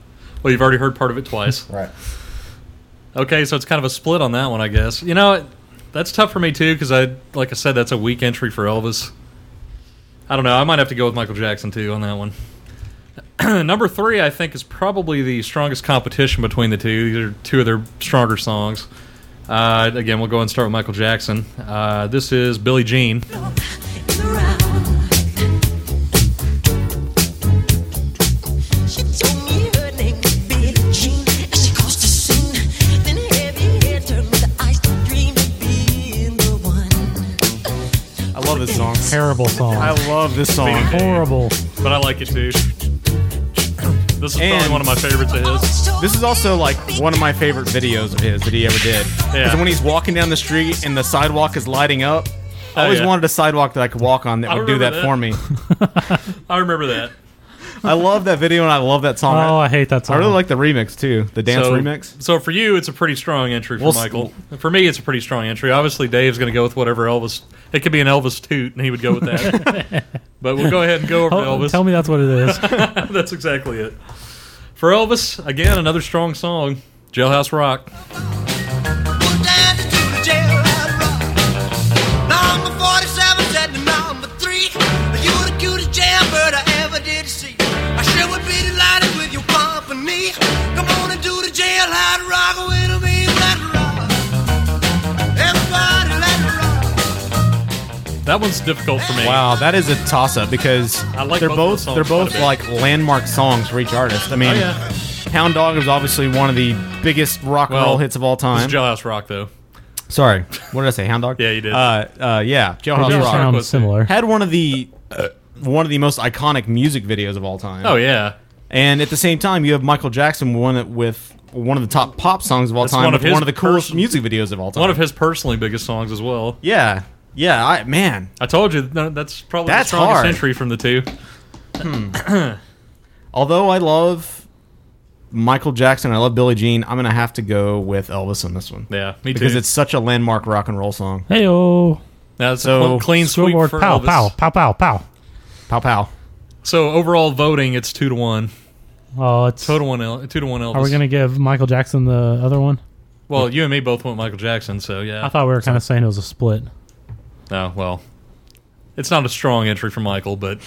Speaker 11: you've already heard part of it
Speaker 8: *laughs*
Speaker 11: twice. right. Okay, so it's kind of a split on that one, I guess. You know, it- that's tough for me too because I, like I said, that's a weak entry for Elvis. I don't know. I might have to go with Michael Jackson too on that one. *clears throat* Number three, I think, is probably the strongest competition between the two. These are two of their stronger songs. Uh, again, we'll go and start with Michael Jackson. Uh, this is Billie Jean.
Speaker 8: I love this song.
Speaker 3: Terrible song.
Speaker 8: I love this song.
Speaker 3: Horrible.
Speaker 11: But I like it too. This is probably one of my favorites of his.
Speaker 8: This is also like one of my favorite videos of his that he ever did.
Speaker 11: Yeah.
Speaker 8: Because when he's walking down the street and the sidewalk is lighting up,
Speaker 11: Oh,
Speaker 8: I always
Speaker 11: yeah.
Speaker 8: wanted a sidewalk that I could walk on that
Speaker 11: I
Speaker 8: would do that,
Speaker 11: remember
Speaker 8: for me.
Speaker 11: *laughs* I remember that.
Speaker 8: I love that video and I love that song.
Speaker 11: Oh, I
Speaker 3: hate that
Speaker 8: I really
Speaker 11: song.
Speaker 8: like the remix too, the dance
Speaker 11: so,
Speaker 8: remix.
Speaker 11: So for you, it's a pretty strong entry for
Speaker 8: Well, s-
Speaker 11: Michael. For me, it's a pretty strong entry. Obviously, Dave's going to go with whatever Elvis. It could be an Elvis toot, and he would go with
Speaker 8: *laughs*
Speaker 11: that. but we'll go ahead and go over
Speaker 3: Oh,
Speaker 11: to Elvis.
Speaker 3: Tell me that's what it is.
Speaker 11: *laughs* that's exactly it. For Elvis, again, another strong song, Jailhouse Rock.
Speaker 10: Number 47 said to number 3 You're the cutest jailbird I ever did see I sure would be delighted with your company Come on and do the jailhouse rock with me Let it rock Everybody let it rock
Speaker 11: That one's difficult for me.
Speaker 8: Wow, that is a toss up because
Speaker 11: like
Speaker 8: they're
Speaker 11: both of
Speaker 8: both,
Speaker 11: the
Speaker 8: they're
Speaker 11: songs quite a
Speaker 8: both
Speaker 11: bit. Oh,
Speaker 8: like landmark songs for each artist. I mean,
Speaker 11: yeah.
Speaker 8: Hound Dog is obviously one of the biggest rock and roll hits of all time.
Speaker 11: It's Jailhouse Rock, though.
Speaker 8: Sorry, what did I say? Hound Dog.
Speaker 11: Yeah, you did.
Speaker 8: Uh, uh, yeah, Jailhouse
Speaker 11: do
Speaker 8: Rock
Speaker 11: sound
Speaker 8: was-
Speaker 3: similar.
Speaker 8: Had one of the uh, one of the most iconic music videos of all time.
Speaker 11: Oh, yeah.
Speaker 8: And at the same time, you have Michael Jackson one that- with one of the top pop songs of all
Speaker 11: That's
Speaker 8: time,
Speaker 11: one of
Speaker 8: with
Speaker 11: his
Speaker 8: one of the coolest
Speaker 11: person-
Speaker 8: music videos of all time.
Speaker 11: One of his personally biggest songs as well.
Speaker 8: yeah, yeah, I, man,
Speaker 11: I told you no, that's probably
Speaker 8: That's
Speaker 11: the strongest
Speaker 8: hard.
Speaker 11: entry from the two.
Speaker 8: Although I love Michael Jackson, I love Billie Jean. I'm gonna have to go with Elvis on this one.
Speaker 11: Yeah, me
Speaker 8: Because
Speaker 11: too.
Speaker 8: it's such a landmark rock and roll song.
Speaker 3: Hey oh.
Speaker 11: That's
Speaker 8: So-
Speaker 11: a clean sweep
Speaker 3: Scoreboard,
Speaker 11: for
Speaker 3: pow,
Speaker 11: Elvis.
Speaker 3: pow, pow, pow, pow.
Speaker 8: Pow pow.
Speaker 11: So overall voting, it's two to one.
Speaker 3: Oh, it's.
Speaker 11: Total one, El- two to one Elvis.
Speaker 3: Are we gonna give Michael Jackson the other one?
Speaker 11: Well, you and me both went Michael Jackson, so yeah.
Speaker 3: I thought we were kind of saying it was a split.
Speaker 11: Oh well, it's not a strong entry for Michael, but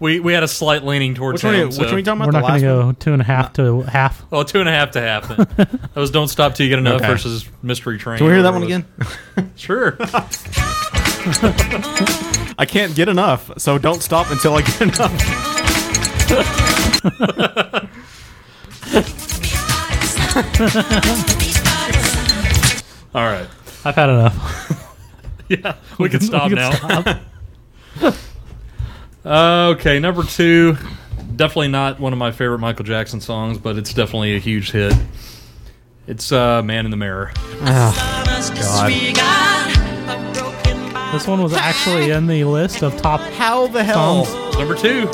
Speaker 11: We we had a slight leaning towards
Speaker 8: Which one are
Speaker 11: him.
Speaker 8: you- which one are you talking
Speaker 3: uh, We're not going to go two and a half to half.
Speaker 11: Oh, two and a half to half.
Speaker 8: *laughs*
Speaker 11: Then that was "Don't Stop Till You Get Enough"
Speaker 3: Okay.
Speaker 11: versus "Mystery Train."
Speaker 8: Can we hear that
Speaker 11: whatever
Speaker 8: one
Speaker 11: it was. sure. *laughs*
Speaker 8: *laughs* I can't get enough, so don't stop until I get
Speaker 3: *laughs*
Speaker 8: enough.
Speaker 11: All right.
Speaker 3: I've had enough.
Speaker 11: *laughs* yeah, we can stop now. *laughs*
Speaker 3: stop.
Speaker 11: Uh, okay, number two. Definitely not one of my favorite Michael Jackson songs, but it's definitely a huge hit. It's uh, "Man in the Mirror."
Speaker 3: Ah, this one was actually in the list of top.
Speaker 8: How the hell?
Speaker 11: Number two.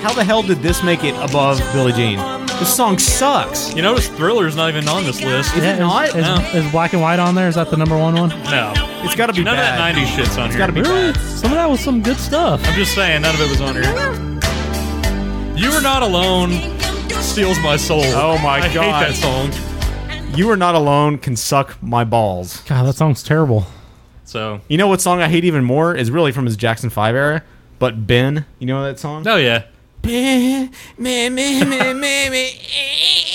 Speaker 8: How the hell did this make it above Billie Jean? This song sucks.
Speaker 11: You notice Thriller's not even on this list.
Speaker 3: Yeah, is, Is, is black and white on there? Is that the number one one?
Speaker 11: no. no. It's got to be none of that '90s shit's on here.
Speaker 3: really? Some of that was some good stuff.
Speaker 11: I'm just saying, none of it was on here. You are not alone. Steals my soul.
Speaker 8: Oh my
Speaker 11: I
Speaker 8: God.
Speaker 11: hate that song.
Speaker 8: You are not alone can suck my balls.
Speaker 3: God, that song's terrible.
Speaker 11: So
Speaker 8: You know what song I hate even more is really from his Jackson Five era, but Ben. You know that song?
Speaker 11: Oh yeah.
Speaker 8: Ben, man, man, man, man, man.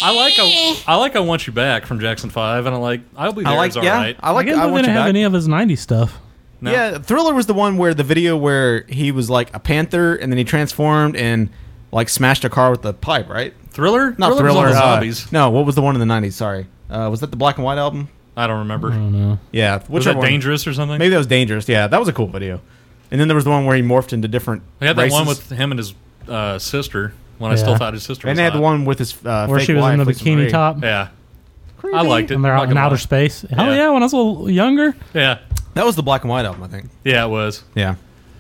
Speaker 11: I like a I like I want you back from Jackson Five, and I like I'll be
Speaker 8: I
Speaker 11: there.
Speaker 8: like-
Speaker 11: is all
Speaker 8: yeah,
Speaker 11: right.
Speaker 8: I like-
Speaker 3: I guess
Speaker 8: I
Speaker 3: we
Speaker 8: Want
Speaker 3: didn't
Speaker 8: You
Speaker 3: have
Speaker 8: Back.
Speaker 3: any of his '90s stuff.
Speaker 11: No.
Speaker 8: Yeah, Thriller was the one where the video where he was like a panther and then he transformed and like smashed a car with a pipe, right?
Speaker 11: Thriller?
Speaker 8: Not
Speaker 11: Thriller was
Speaker 8: Thriller.
Speaker 11: all
Speaker 8: uh,
Speaker 11: zombies.
Speaker 8: no, what was the one in the nineties? Sorry, uh, was that the black and white album?
Speaker 11: I don't remember. I
Speaker 3: don't know.
Speaker 8: Yeah,
Speaker 11: Was
Speaker 8: whichever
Speaker 11: that
Speaker 8: one.
Speaker 11: Dangerous or something?
Speaker 8: Maybe that was dangerous. Yeah, that was a cool video. And then there was the one where he morphed into different.
Speaker 11: I had that
Speaker 8: races.
Speaker 11: one with him and his uh, sister when I
Speaker 8: Yeah.
Speaker 11: still thought his sister.
Speaker 8: And
Speaker 11: was
Speaker 8: they had
Speaker 11: hot.
Speaker 8: the one with his uh,
Speaker 3: Where
Speaker 8: fake
Speaker 3: she was in
Speaker 8: wife,
Speaker 3: the
Speaker 8: Lisa
Speaker 3: bikini
Speaker 8: Marie.
Speaker 3: top.
Speaker 11: Yeah, I liked it.
Speaker 3: And they're out
Speaker 11: Not
Speaker 3: in
Speaker 11: gonna
Speaker 3: outer
Speaker 11: lie.
Speaker 3: space. Hell yeah, when I was a little younger.
Speaker 11: Yeah,
Speaker 8: that was the black and white album, I think.
Speaker 11: Yeah, it was.
Speaker 8: Yeah,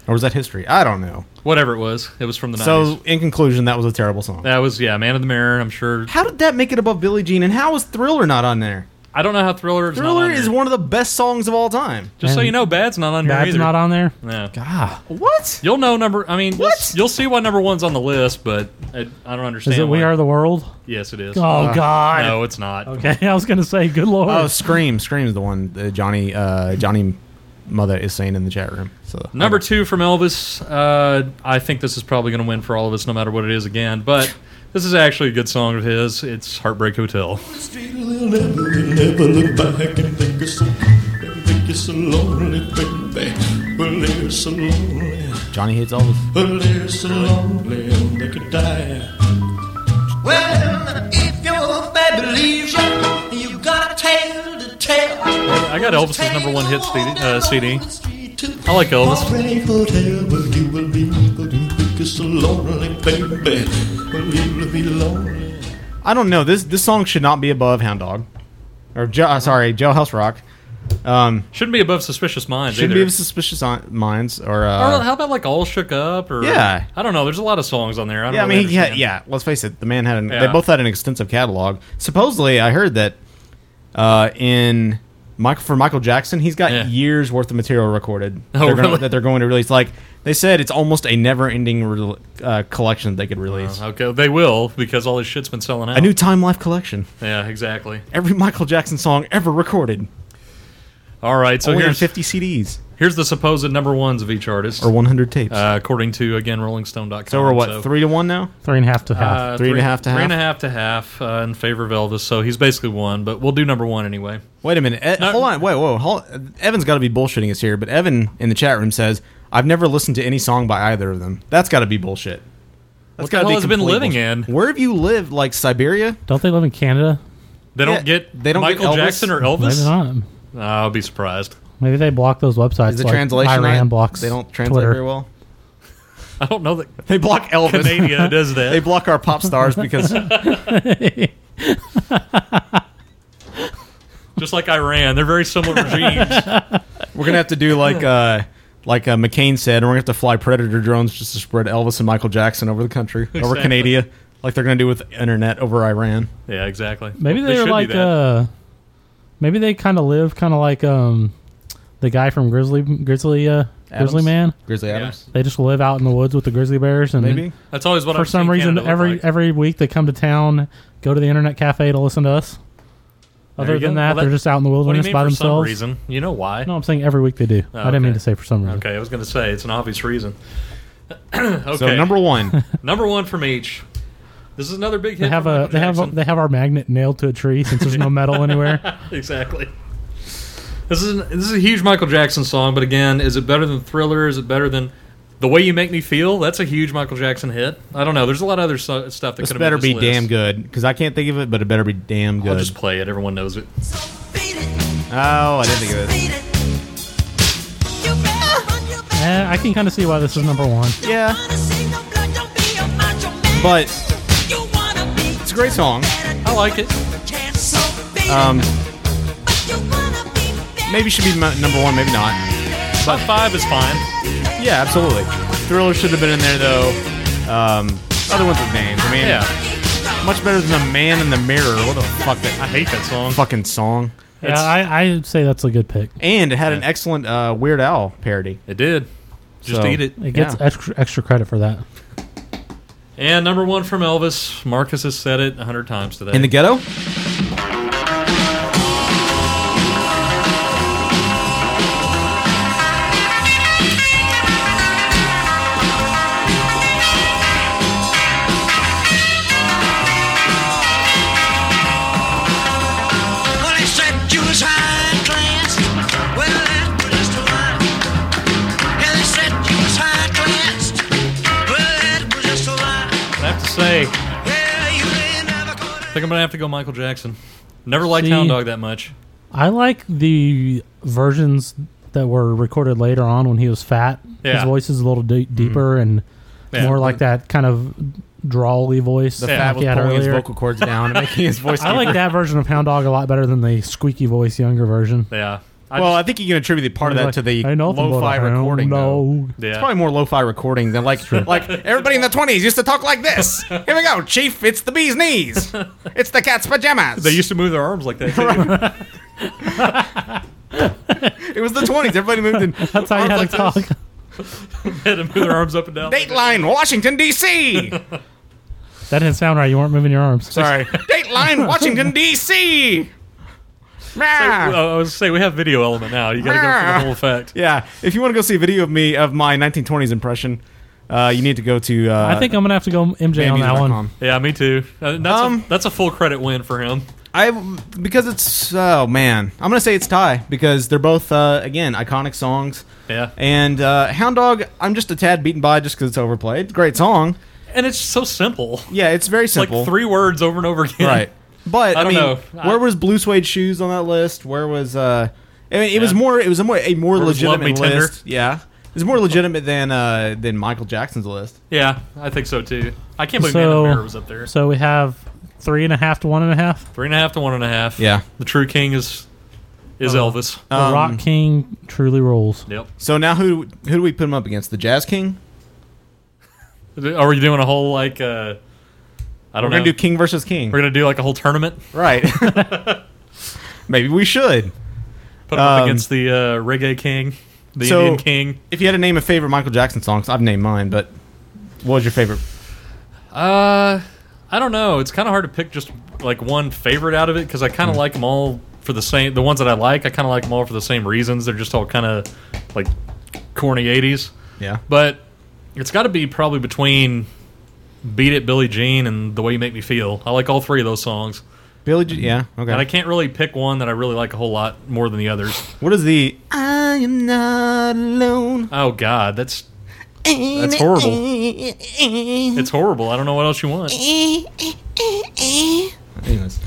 Speaker 8: or was that history? I don't know.
Speaker 11: Whatever it was, it was from the nineties.
Speaker 8: So in conclusion, that was a terrible song.
Speaker 11: that was yeah, Man in the Mirror. I'm sure.
Speaker 8: How did that make it above Billie Jean? And how was Thriller not on there?
Speaker 11: I don't know how Thriller. Is not
Speaker 8: Thriller
Speaker 11: on
Speaker 8: is
Speaker 11: there.
Speaker 8: one of the best songs of all time.
Speaker 11: Just so you know, Bad's not on
Speaker 3: Bad's
Speaker 11: here either.
Speaker 3: not on there.
Speaker 11: No.
Speaker 8: God, what?
Speaker 11: You'll know number. I mean, what? You'll see why number one's on the list, but I, I don't understand.
Speaker 3: Is it
Speaker 11: why.
Speaker 3: We Are the World?
Speaker 11: Yes, it is.
Speaker 3: Oh, God.
Speaker 11: No, it's not.
Speaker 3: *laughs* Okay, I was gonna say, good lord.
Speaker 8: Oh, Scream! Scream is the one uh, Johnny uh, Johnny Mother is saying in the chat room. So
Speaker 11: Number two from Elvis. Uh, I think this is probably going to win for all of us, no matter what it is again. But this is actually a good song of his. It's Heartbreak Hotel.
Speaker 12: Never look back and think you're so, think you're so lonely, baby. Well, they're so lonely,
Speaker 8: Johnny hates Elvis.
Speaker 12: well, they're so lonely, and they could die.
Speaker 10: Well, if your baby leaves you, you got a tale to tell.
Speaker 11: I got Elvis's number one hit CD. Uh, CD. I like Elvis.
Speaker 12: Heartbreak hotel where you will be, but you think you're so lonely, baby. Well, you will be lonely.
Speaker 8: I don't know. This this song should not be above Hound Dog, or jo- uh, sorry, Jailhouse Rock. Um,
Speaker 11: Shouldn't be above Suspicious Minds
Speaker 8: shouldn't
Speaker 11: either.
Speaker 8: be of Suspicious On- Minds or uh,
Speaker 11: or how about like All Shook Up? Or
Speaker 8: Yeah.
Speaker 11: I don't know. There's a lot of songs on there. I don't
Speaker 8: yeah, I
Speaker 11: really
Speaker 8: mean, yeah,
Speaker 11: understand.
Speaker 8: yeah. Let's face it, the man had an,
Speaker 11: Yeah.
Speaker 8: they both had an extensive catalog. Supposedly, I heard that uh, in Michael for Michael Jackson, he's got years worth of material recorded
Speaker 11: *laughs* Oh,
Speaker 8: they're gonna-
Speaker 11: really?
Speaker 8: that they're going to release. Like they said, it's almost a never-ending re- uh, collection that they could release.
Speaker 11: Uh, okay, they will because all this shit's been selling out.
Speaker 8: A new Time Life collection.
Speaker 11: Yeah, exactly.
Speaker 8: Every Michael Jackson song ever recorded,
Speaker 11: All right, so
Speaker 8: Only on
Speaker 11: here's
Speaker 8: 50 CDs
Speaker 11: Here's the supposed number ones of each artist,
Speaker 8: or 100 tapes.
Speaker 11: uh, according to again RollingStone.com.
Speaker 8: so we're what three to one now?
Speaker 3: Three and a half to half.
Speaker 11: Uh,
Speaker 8: Three and a half to
Speaker 11: Three and a
Speaker 8: half?
Speaker 11: half to half uh, in favor of Elvis. So he's basically one, but we'll do number one anyway.
Speaker 8: Wait a minute. E- hold on. Wait, whoa. Hold, Evan's got to be bullshitting us here, but Evan in the chat room says, I've never listened to any song by either of them. That's got to be bullshit. That's
Speaker 11: What the hell has it been living
Speaker 8: in? Where have you lived? Like Siberia?
Speaker 3: Don't they live in Canada?
Speaker 11: They
Speaker 8: Yeah,
Speaker 11: don't get
Speaker 8: they don't get
Speaker 11: Michael
Speaker 8: Elvis?
Speaker 11: Jackson or Elvis.
Speaker 3: Maybe not.
Speaker 11: Uh, I'll be surprised.
Speaker 3: Maybe they block those websites.
Speaker 8: Is the
Speaker 3: like
Speaker 8: translation
Speaker 3: Iran
Speaker 8: right?
Speaker 3: blocks.
Speaker 8: They don't translate
Speaker 3: Twitter.
Speaker 8: very well.
Speaker 11: I don't know that
Speaker 8: they block Elvis.
Speaker 11: Canada does that.
Speaker 8: *laughs* they block our pop stars
Speaker 11: *laughs*
Speaker 8: because
Speaker 11: Just like Iran, they're very
Speaker 8: *laughs*
Speaker 11: similar regimes.
Speaker 8: we're gonna have to do like uh, like uh, McCain said, and we're gonna have to fly predator drones just to spread Elvis and Michael Jackson over the country, over
Speaker 11: Exactly.
Speaker 8: Canada, like they're gonna do with internet over Iran.
Speaker 11: Yeah, exactly.
Speaker 3: *laughs* Maybe
Speaker 11: They
Speaker 3: they, are
Speaker 11: should do
Speaker 3: like
Speaker 11: that.
Speaker 3: uh, maybe they kind of live kind of like um, the guy from Grizzly Grizzly uh, Grizzly
Speaker 8: Adams?
Speaker 3: Man.
Speaker 8: Grizzly Adams?
Speaker 3: They just live out in the woods with the grizzly bears and
Speaker 8: Maybe.
Speaker 11: That's always what
Speaker 3: for
Speaker 11: I've
Speaker 3: some
Speaker 11: seen
Speaker 3: reason
Speaker 11: Canada look
Speaker 3: every
Speaker 11: like.
Speaker 3: every week they come to town, go to the internet cafe to listen to us.
Speaker 11: There
Speaker 3: Other
Speaker 11: you go.
Speaker 3: than that,
Speaker 11: Well, that-
Speaker 3: they're just out in the
Speaker 11: what do you
Speaker 3: wilderness
Speaker 11: mean
Speaker 3: by
Speaker 11: for some
Speaker 3: themselves.
Speaker 11: reason? You know why?
Speaker 3: No, I'm saying every week they do.
Speaker 11: Oh,
Speaker 3: I didn't mean
Speaker 11: okay.
Speaker 3: to say for some reason.
Speaker 11: Okay, I was going to say it's an obvious reason. *clears throat* okay.
Speaker 8: So number *laughs* one.
Speaker 11: number one from each. This is another big hit.
Speaker 3: They have
Speaker 11: from
Speaker 3: a
Speaker 11: Michael
Speaker 3: they have a,
Speaker 11: Jackson.
Speaker 3: they have our magnet nailed to a tree since there's
Speaker 11: *laughs*
Speaker 3: no metal anywhere.
Speaker 11: exactly. This is an, this is a huge Michael Jackson song, but again, is it better than Thriller? Is it better than The Way You Make Me Feel? That's a huge Michael Jackson hit. I don't know. There's a lot of other so- stuff that
Speaker 8: This
Speaker 11: could have
Speaker 8: better
Speaker 11: made
Speaker 8: be
Speaker 11: this list.
Speaker 8: damn good because I can't think of it, but it better be damn good.
Speaker 11: I'll just play it. Everyone knows it.
Speaker 8: Oh, I didn't think of it.
Speaker 3: Eh, I can kind of see why this is number one.
Speaker 8: Yeah. But it's a great song.
Speaker 11: I like it.
Speaker 8: Um, maybe should be my, number one, maybe not. *laughs*
Speaker 11: But five is fine.
Speaker 8: Yeah, absolutely. Thriller should have been in there though. Um, other ones with names. I mean, much better than the Man in the Mirror. What the fuck? That, I
Speaker 11: hate that song.
Speaker 8: Fucking song.
Speaker 3: Yeah, I I say that's a good pick.
Speaker 8: and it had an excellent uh, Weird Al parody.
Speaker 11: It did. Just eat it.
Speaker 3: It gets
Speaker 11: Yeah.
Speaker 3: extra extra credit for that.
Speaker 11: And number one from Elvis. Marcus has said it a hundred times today.
Speaker 8: In the ghetto?
Speaker 10: Well, they said you was high class. Well, that was the one. Yeah, they said you was high class. Well, that was just a lie.
Speaker 11: I have to say, I think I'm gonna have to go Michael Jackson. Never liked
Speaker 3: See?
Speaker 11: Hound Dog that much.
Speaker 3: I like the versions that were recorded later on when he was fat. His
Speaker 11: Yeah.
Speaker 3: voice is a little de-
Speaker 8: Mm-hmm.
Speaker 3: deeper and
Speaker 11: Yeah.
Speaker 3: more like that kind of drawly voice.
Speaker 8: The
Speaker 3: like
Speaker 8: fat was
Speaker 3: he had
Speaker 8: pulling his
Speaker 3: earlier.
Speaker 8: vocal cords down and
Speaker 3: *laughs*
Speaker 8: making his voice.
Speaker 3: I like
Speaker 8: deeper.
Speaker 3: that version of Hound Dog a lot better than the squeaky voice younger version.
Speaker 11: Yeah.
Speaker 8: well, I think you can attribute part of that to the
Speaker 3: Ain't nothing but a
Speaker 8: lo-fi
Speaker 3: hound
Speaker 8: recording. though.
Speaker 3: dog.
Speaker 8: It's probably more lo-fi recording than like like everybody in the twenties used to talk like this. Here we go, Chief. It's the bee's knees. It's the cat's pajamas.
Speaker 11: They used to move their arms like
Speaker 8: *laughs*
Speaker 11: that. couldn't they?
Speaker 8: it was the twenties. Everybody moved
Speaker 3: *laughs*
Speaker 8: in. That's
Speaker 3: how you had to talk.
Speaker 11: *laughs* They had to move their arms up and down.
Speaker 8: Dateline,
Speaker 14: *laughs*
Speaker 8: Washington D.C.
Speaker 3: That didn't sound right. You weren't moving your arms. *laughs*
Speaker 8: Sorry. Dateline, Washington D.C.
Speaker 11: Say- I was gonna say we have video element now. You got to go through the whole effect.
Speaker 8: Ah. Yeah, if you want to go see a video of me of my 1920s impression, uh, you need to go to. Uh,
Speaker 3: I think I'm gonna have to go MJ on that one.
Speaker 11: Yeah, me too. Uh, That's,
Speaker 8: Um,
Speaker 11: a, that's a full credit win for him.
Speaker 8: I because it's oh man, I'm gonna say it's tie because they're both uh, again iconic songs.
Speaker 11: Yeah.
Speaker 8: And uh, Hound Dog, I'm just a tad beaten by just because it's overplayed. It's a great song.
Speaker 11: And it's so simple.
Speaker 8: Yeah, it's very
Speaker 11: It's like
Speaker 8: simple.
Speaker 11: three words over and over *laughs* again.
Speaker 8: Right. But I,
Speaker 11: I don't
Speaker 8: mean,
Speaker 11: know.
Speaker 8: where was Blue Suede Shoes on that list? Where was uh? I mean, it was more. It was a more a more
Speaker 11: Where was Love
Speaker 8: legitimate
Speaker 11: Me Tender?
Speaker 8: list. Yeah, it was more legitimate than uh than Michael Jackson's list.
Speaker 11: Yeah, I think so too. I can't believe Man in the Mirror was up there.
Speaker 3: so we have three and a half to one and a half.
Speaker 11: Three and a half to one and a half.
Speaker 8: Yeah. Uh-huh.
Speaker 11: The true king is is Elvis.
Speaker 3: The
Speaker 8: Um,
Speaker 3: Rock King truly rules.
Speaker 11: Yep.
Speaker 8: So now who who do we put him up against? The Jazz King.
Speaker 11: Are we doing a whole like uh I don't know.
Speaker 8: We're gonna do King versus King.
Speaker 11: We're gonna do like a whole tournament.
Speaker 8: Right.
Speaker 11: *laughs*
Speaker 8: *laughs* Maybe we should.
Speaker 11: Put him up
Speaker 8: Um,
Speaker 11: against the uh, reggae king, the
Speaker 8: so
Speaker 11: Indian king.
Speaker 8: If you had to name a favorite Michael Jackson song, 'cause I've named mine, but what was your favorite?
Speaker 11: Uh, I don't know. It's kind of hard to pick just like one favorite out of it because I
Speaker 8: Mm-hmm.
Speaker 11: kind of like them all for the same. The ones that I like, I kind of like them all for the same reasons. They're just all kind of like corny '80s.
Speaker 8: Yeah.
Speaker 11: But it's got to be probably between "Beat It," Billie Jean, and "The Way You Make Me Feel." I like all three of those songs.
Speaker 8: Billy, Jean, yeah, okay.
Speaker 11: And I can't really pick one that I really like a whole lot more than the others.
Speaker 8: What is the? I am not alone.
Speaker 11: Oh God, that's that's horrible.
Speaker 8: Mm-hmm.
Speaker 11: It's horrible. I don't know what else you want.
Speaker 8: Eh. Anyways,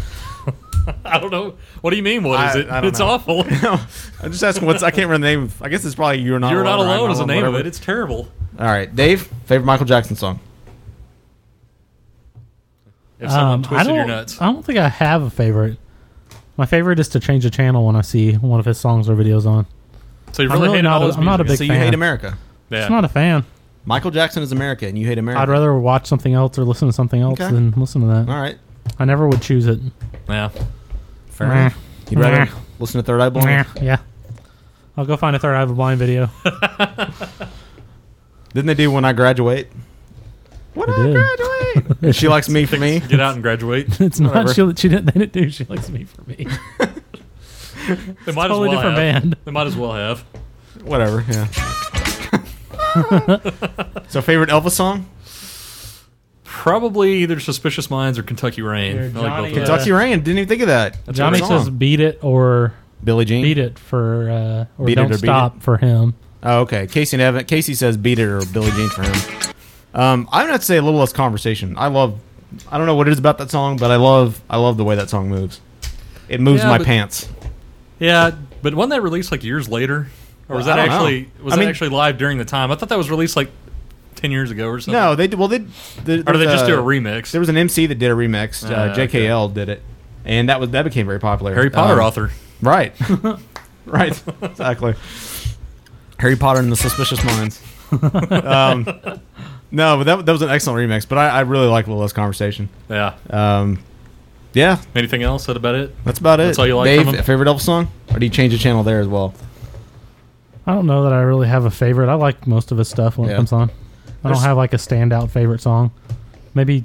Speaker 11: I don't know. What do you mean? What is
Speaker 8: I-
Speaker 11: it?
Speaker 8: *laughs* I don't
Speaker 11: it's
Speaker 8: know.
Speaker 11: awful.
Speaker 8: I'm just asking what's I can't remember the name. Of, I guess it's probably you're not.
Speaker 11: You're not
Speaker 8: or I'm
Speaker 11: alone is the name of
Speaker 8: whatever.
Speaker 11: it. It's terrible.
Speaker 8: All right, Dave. Favorite Michael Jackson song?
Speaker 11: If someone
Speaker 3: Um, I
Speaker 11: twisted
Speaker 3: don't.
Speaker 11: your nuts.
Speaker 3: I don't think I have a favorite. My favorite is to change the channel when I see one of his songs or videos on.
Speaker 11: So you
Speaker 3: I'm
Speaker 11: really hated
Speaker 3: not.
Speaker 11: all
Speaker 3: a-
Speaker 11: his
Speaker 3: I'm not a big
Speaker 11: music.
Speaker 8: So you
Speaker 3: fan.
Speaker 8: hate America?
Speaker 3: Just not a fan.
Speaker 8: Michael Jackson is America, and you hate America.
Speaker 3: I'd rather watch something else or listen to something else
Speaker 8: Okay.
Speaker 3: than listen to that.
Speaker 8: All right.
Speaker 3: I never would choose it.
Speaker 11: Yeah.
Speaker 8: Fair
Speaker 3: Meh.
Speaker 8: enough. You'd rather
Speaker 3: Meh.
Speaker 8: listen to Third Eye Blind.
Speaker 3: Meh. Yeah. I'll go find a third eye of a blind video.
Speaker 8: *laughs* Didn't they do when I graduate? What
Speaker 3: I did. *laughs*
Speaker 8: And she likes me for
Speaker 11: *laughs*
Speaker 8: me.
Speaker 11: Get out and graduate.
Speaker 3: *laughs* It's not.
Speaker 8: Whatever.
Speaker 3: She, she didn't. They didn't do. She likes me for me.
Speaker 11: They might
Speaker 3: totally
Speaker 11: as well
Speaker 3: different
Speaker 11: have.
Speaker 3: band.
Speaker 11: *laughs* They might as well have.
Speaker 8: Whatever. Yeah. so, favorite Elvis song?
Speaker 11: Probably either Suspicious Minds or Kentucky Rain. I like both of those.
Speaker 8: Kentucky Rain. Didn't even think of that.
Speaker 3: *laughs* Johnny says beat it or
Speaker 8: Billy Jean.
Speaker 3: Beat it for uh, or
Speaker 8: Beat It
Speaker 3: don't
Speaker 8: or Beat
Speaker 3: stop
Speaker 8: It?
Speaker 3: for him.
Speaker 8: Oh, okay. Casey and Evan. Casey says beat it or Billy Jean for him. Um, I'm gonna say a little less conversation. I love. I don't know what it is about that song, but I love. I love the way that song moves. It moves
Speaker 11: Yeah,
Speaker 8: my
Speaker 11: but-
Speaker 8: pants.
Speaker 11: Yeah, but wasn't that released like years later, or was
Speaker 8: Well,
Speaker 11: that
Speaker 8: I don't know.
Speaker 11: actually was
Speaker 8: I
Speaker 11: that
Speaker 8: mean-
Speaker 11: actually live during the time? I thought that was released like ten years ago or something.
Speaker 8: No, they d- well they. The,
Speaker 11: Or do they just do a remix?
Speaker 8: There was an MC that did a remix. Uh,
Speaker 11: Ah, okay.
Speaker 8: JKL did it, and that was that became very popular.
Speaker 11: Harry Potter
Speaker 8: Um,
Speaker 11: author. *laughs*
Speaker 8: Right. *laughs* right. Exactly. Harry Potter and the Suspicious
Speaker 11: *laughs*
Speaker 8: Minds. um, no, but that, that was an excellent remix. But I, I really like Little Less Conversation.
Speaker 11: Yeah.
Speaker 8: Um, yeah.
Speaker 11: Anything else? That about it?
Speaker 8: That's about it.
Speaker 11: That's all you like
Speaker 8: Dave,
Speaker 11: from 'em?
Speaker 8: favorite Elf song? Or do you change the channel there as well?
Speaker 3: I don't know that I really have a favorite. I like most of his stuff when
Speaker 8: Yeah.
Speaker 3: it comes on. I
Speaker 8: There's-
Speaker 3: don't have like a standout favorite song. Maybe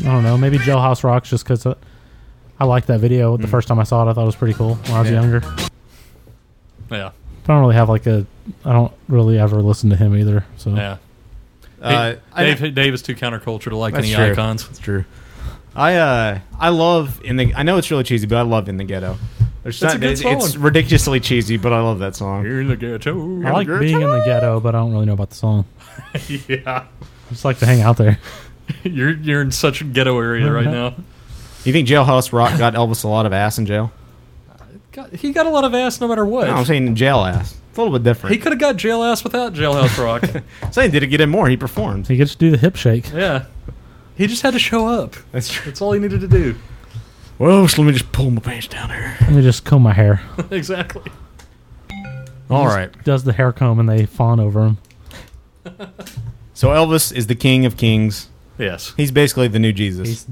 Speaker 3: I don't know. Maybe Jailhouse Rocks just because I liked that video
Speaker 8: Mm.
Speaker 3: the first time I saw it. I thought it was pretty cool when I was
Speaker 11: Yeah.
Speaker 3: younger.
Speaker 8: Uh,
Speaker 11: Yeah.
Speaker 3: I don't really have like a. I don't really ever listen to him either. So
Speaker 11: Yeah.
Speaker 8: Uh, I-
Speaker 11: Dave, Dave is too counterculture to like
Speaker 8: That's
Speaker 11: any
Speaker 8: true.
Speaker 11: icons.
Speaker 8: That's true. I uh, I love in the. I know it's really cheesy, but I love in the ghetto. There's
Speaker 11: That's
Speaker 8: not-
Speaker 11: a good
Speaker 8: it- It's
Speaker 11: song.
Speaker 8: ridiculously cheesy, but I love that song.
Speaker 11: You're in the ghetto.
Speaker 3: I like being in the ghetto, but I don't really know about the song.
Speaker 11: *laughs* yeah.
Speaker 3: I just like to hang out there.
Speaker 11: You're you're in such a ghetto area right now.
Speaker 8: You think Jailhouse Rock got Elvis a lot of ass in jail?
Speaker 11: God, he got a lot of ass no matter what.
Speaker 8: No, I'm saying jail ass. It's a little bit different.
Speaker 11: he could have got jail ass without Jailhouse
Speaker 8: *laughs*
Speaker 11: Rock.
Speaker 8: saying did it get him more? He performed.
Speaker 3: He gets to do the hip shake.
Speaker 11: yeah. He just had to show up.
Speaker 8: That's true.
Speaker 11: That's all he needed to do.
Speaker 8: Well, so let me just pull my pants down here.
Speaker 3: Let me just comb my hair.
Speaker 11: exactly.
Speaker 8: *laughs* All
Speaker 3: He just
Speaker 8: right.
Speaker 3: Does the hair comb and they fawn over him.
Speaker 8: So Elvis is the king of kings.
Speaker 11: Yes.
Speaker 8: He's basically the new Jesus.
Speaker 3: He's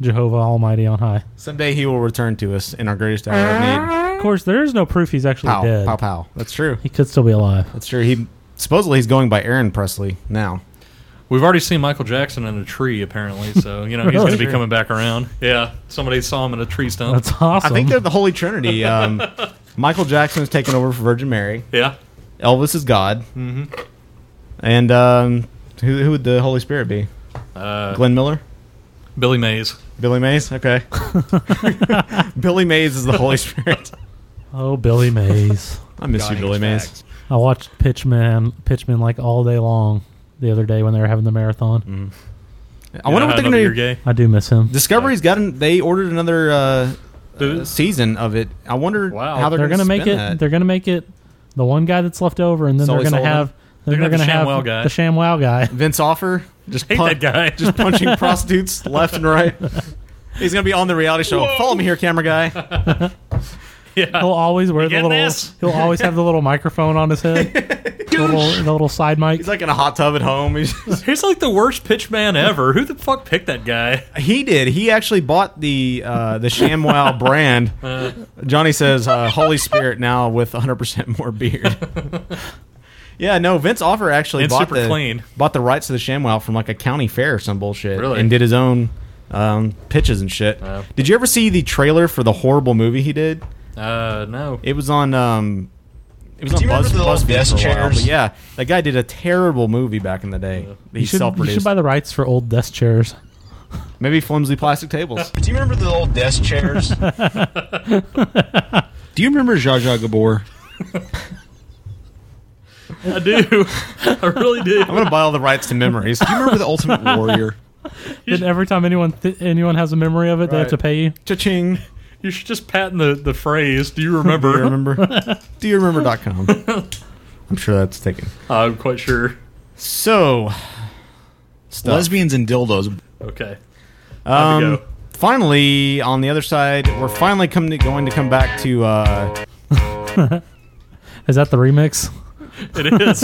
Speaker 3: Jehovah Almighty on high.
Speaker 8: Someday he will return to us in our greatest hour of need.
Speaker 3: Of course, there is no proof he's actually
Speaker 8: Pow,
Speaker 3: dead.
Speaker 8: pow, pow. That's true.
Speaker 3: He could still be alive.
Speaker 8: That's true. He supposedly he's going by Aaron Presley now.
Speaker 11: We've already seen Michael Jackson in a tree, apparently, so you know he's
Speaker 8: Really?
Speaker 11: going to be coming back around. Yeah, somebody saw him in a tree stump.
Speaker 8: I think they're the Holy Trinity. Um, Michael Jackson is taking over for Virgin Mary.
Speaker 11: Yeah.
Speaker 8: Elvis is God.
Speaker 11: Mhm.
Speaker 8: And um, who, who would the Holy Spirit be?
Speaker 11: Uh,
Speaker 8: Glenn Miller?
Speaker 11: Billy Mays.
Speaker 8: Billy Mays? Okay. *laughs* Billy Mays is the Holy Spirit.
Speaker 3: Oh, Billy Mays.
Speaker 8: I miss you, Billy Mays.
Speaker 3: I watched Pitchman, Pitchman like all day long the other day when they were having the marathon.
Speaker 8: Mm-hmm. I wonder what they're going to *laughs*
Speaker 3: I do miss him.
Speaker 8: Discovery's gotten. They ordered another uh, uh, season of it. I wonder how they're,
Speaker 3: they're
Speaker 8: going to
Speaker 3: make it. They're going to make it the one guy that's left over, and then
Speaker 8: Sully
Speaker 3: they're going to
Speaker 8: Sullivan?
Speaker 3: have.
Speaker 8: They're
Speaker 3: Then
Speaker 8: gonna
Speaker 3: they're going to
Speaker 8: have
Speaker 3: have
Speaker 8: the ShamWow guy.
Speaker 3: the ShamWow guy.
Speaker 8: Vince Offer just
Speaker 11: Hate that guy.
Speaker 8: just *laughs* punching
Speaker 11: *laughs*
Speaker 8: prostitutes left and right. He's going to be on the reality show. Follow me here, camera guy. *laughs*
Speaker 11: Yeah.
Speaker 3: He'll always wear the
Speaker 8: getting
Speaker 3: little.
Speaker 8: this?
Speaker 3: He'll always have the little microphone on his
Speaker 8: *laughs*
Speaker 3: head. the, little, the little side mic.
Speaker 8: He's like in a hot tub at home. He's
Speaker 11: He's like the worst pitch man ever. Who the fuck picked that guy?
Speaker 8: He did. He actually bought the uh,
Speaker 11: *laughs*
Speaker 8: the ShamWow brand.
Speaker 11: Uh.
Speaker 8: Johnny says uh, Holy Spirit now with 100%
Speaker 11: *laughs*
Speaker 8: more beard. yeah, no. Vince Offer actually
Speaker 11: And
Speaker 8: bought
Speaker 11: super
Speaker 8: the
Speaker 11: clean.
Speaker 8: bought the rights to the ShamWow from like a county fair or some bullshit,
Speaker 11: Really?
Speaker 8: and did his own um, pitches and shit.
Speaker 11: Wow.
Speaker 8: Did you ever see the trailer for the horrible movie he did?
Speaker 11: Uh, no. *laughs*
Speaker 8: It was on. Um, it was
Speaker 11: Do
Speaker 8: on
Speaker 11: you remember
Speaker 8: Buzz,
Speaker 11: the little
Speaker 8: BuzzFeed
Speaker 11: desk
Speaker 8: for a while,
Speaker 11: chairs?
Speaker 8: but yeah, that guy did a terrible movie back in the day.
Speaker 3: You
Speaker 8: He
Speaker 3: should, you should
Speaker 8: self-produced.
Speaker 3: buy the rights for old desk chairs.
Speaker 8: Maybe flimsy plastic tables.
Speaker 14: Do you remember the old desk
Speaker 15: *laughs*
Speaker 14: chairs?
Speaker 9: Do you remember Zsa Zsa Gabor?
Speaker 11: I do. I really do.
Speaker 8: *laughs*
Speaker 11: I'm
Speaker 8: gonna buy all the rights to memories. Do
Speaker 9: you remember the Ultimate Warrior?
Speaker 3: Then every time anyone th- anyone has a memory of it, they have
Speaker 11: Right.
Speaker 3: to pay you.
Speaker 8: *laughs* Cha-ching.
Speaker 11: You should just patent the, the phrase. Do you remember?
Speaker 8: Do
Speaker 11: *laughs*
Speaker 8: you remember? Do
Speaker 9: *laughs*
Speaker 8: you remember.com? I'm sure that's taken.
Speaker 11: I'm quite sure.
Speaker 8: So, stuff.
Speaker 9: Lesbians and dildos.
Speaker 11: Okay. Time to
Speaker 8: Um,
Speaker 11: go.
Speaker 8: finally, on the other side, we're finally coming to, going to come back to. Uh, *laughs*
Speaker 3: Is that the remix?
Speaker 11: It
Speaker 8: *laughs*
Speaker 11: is.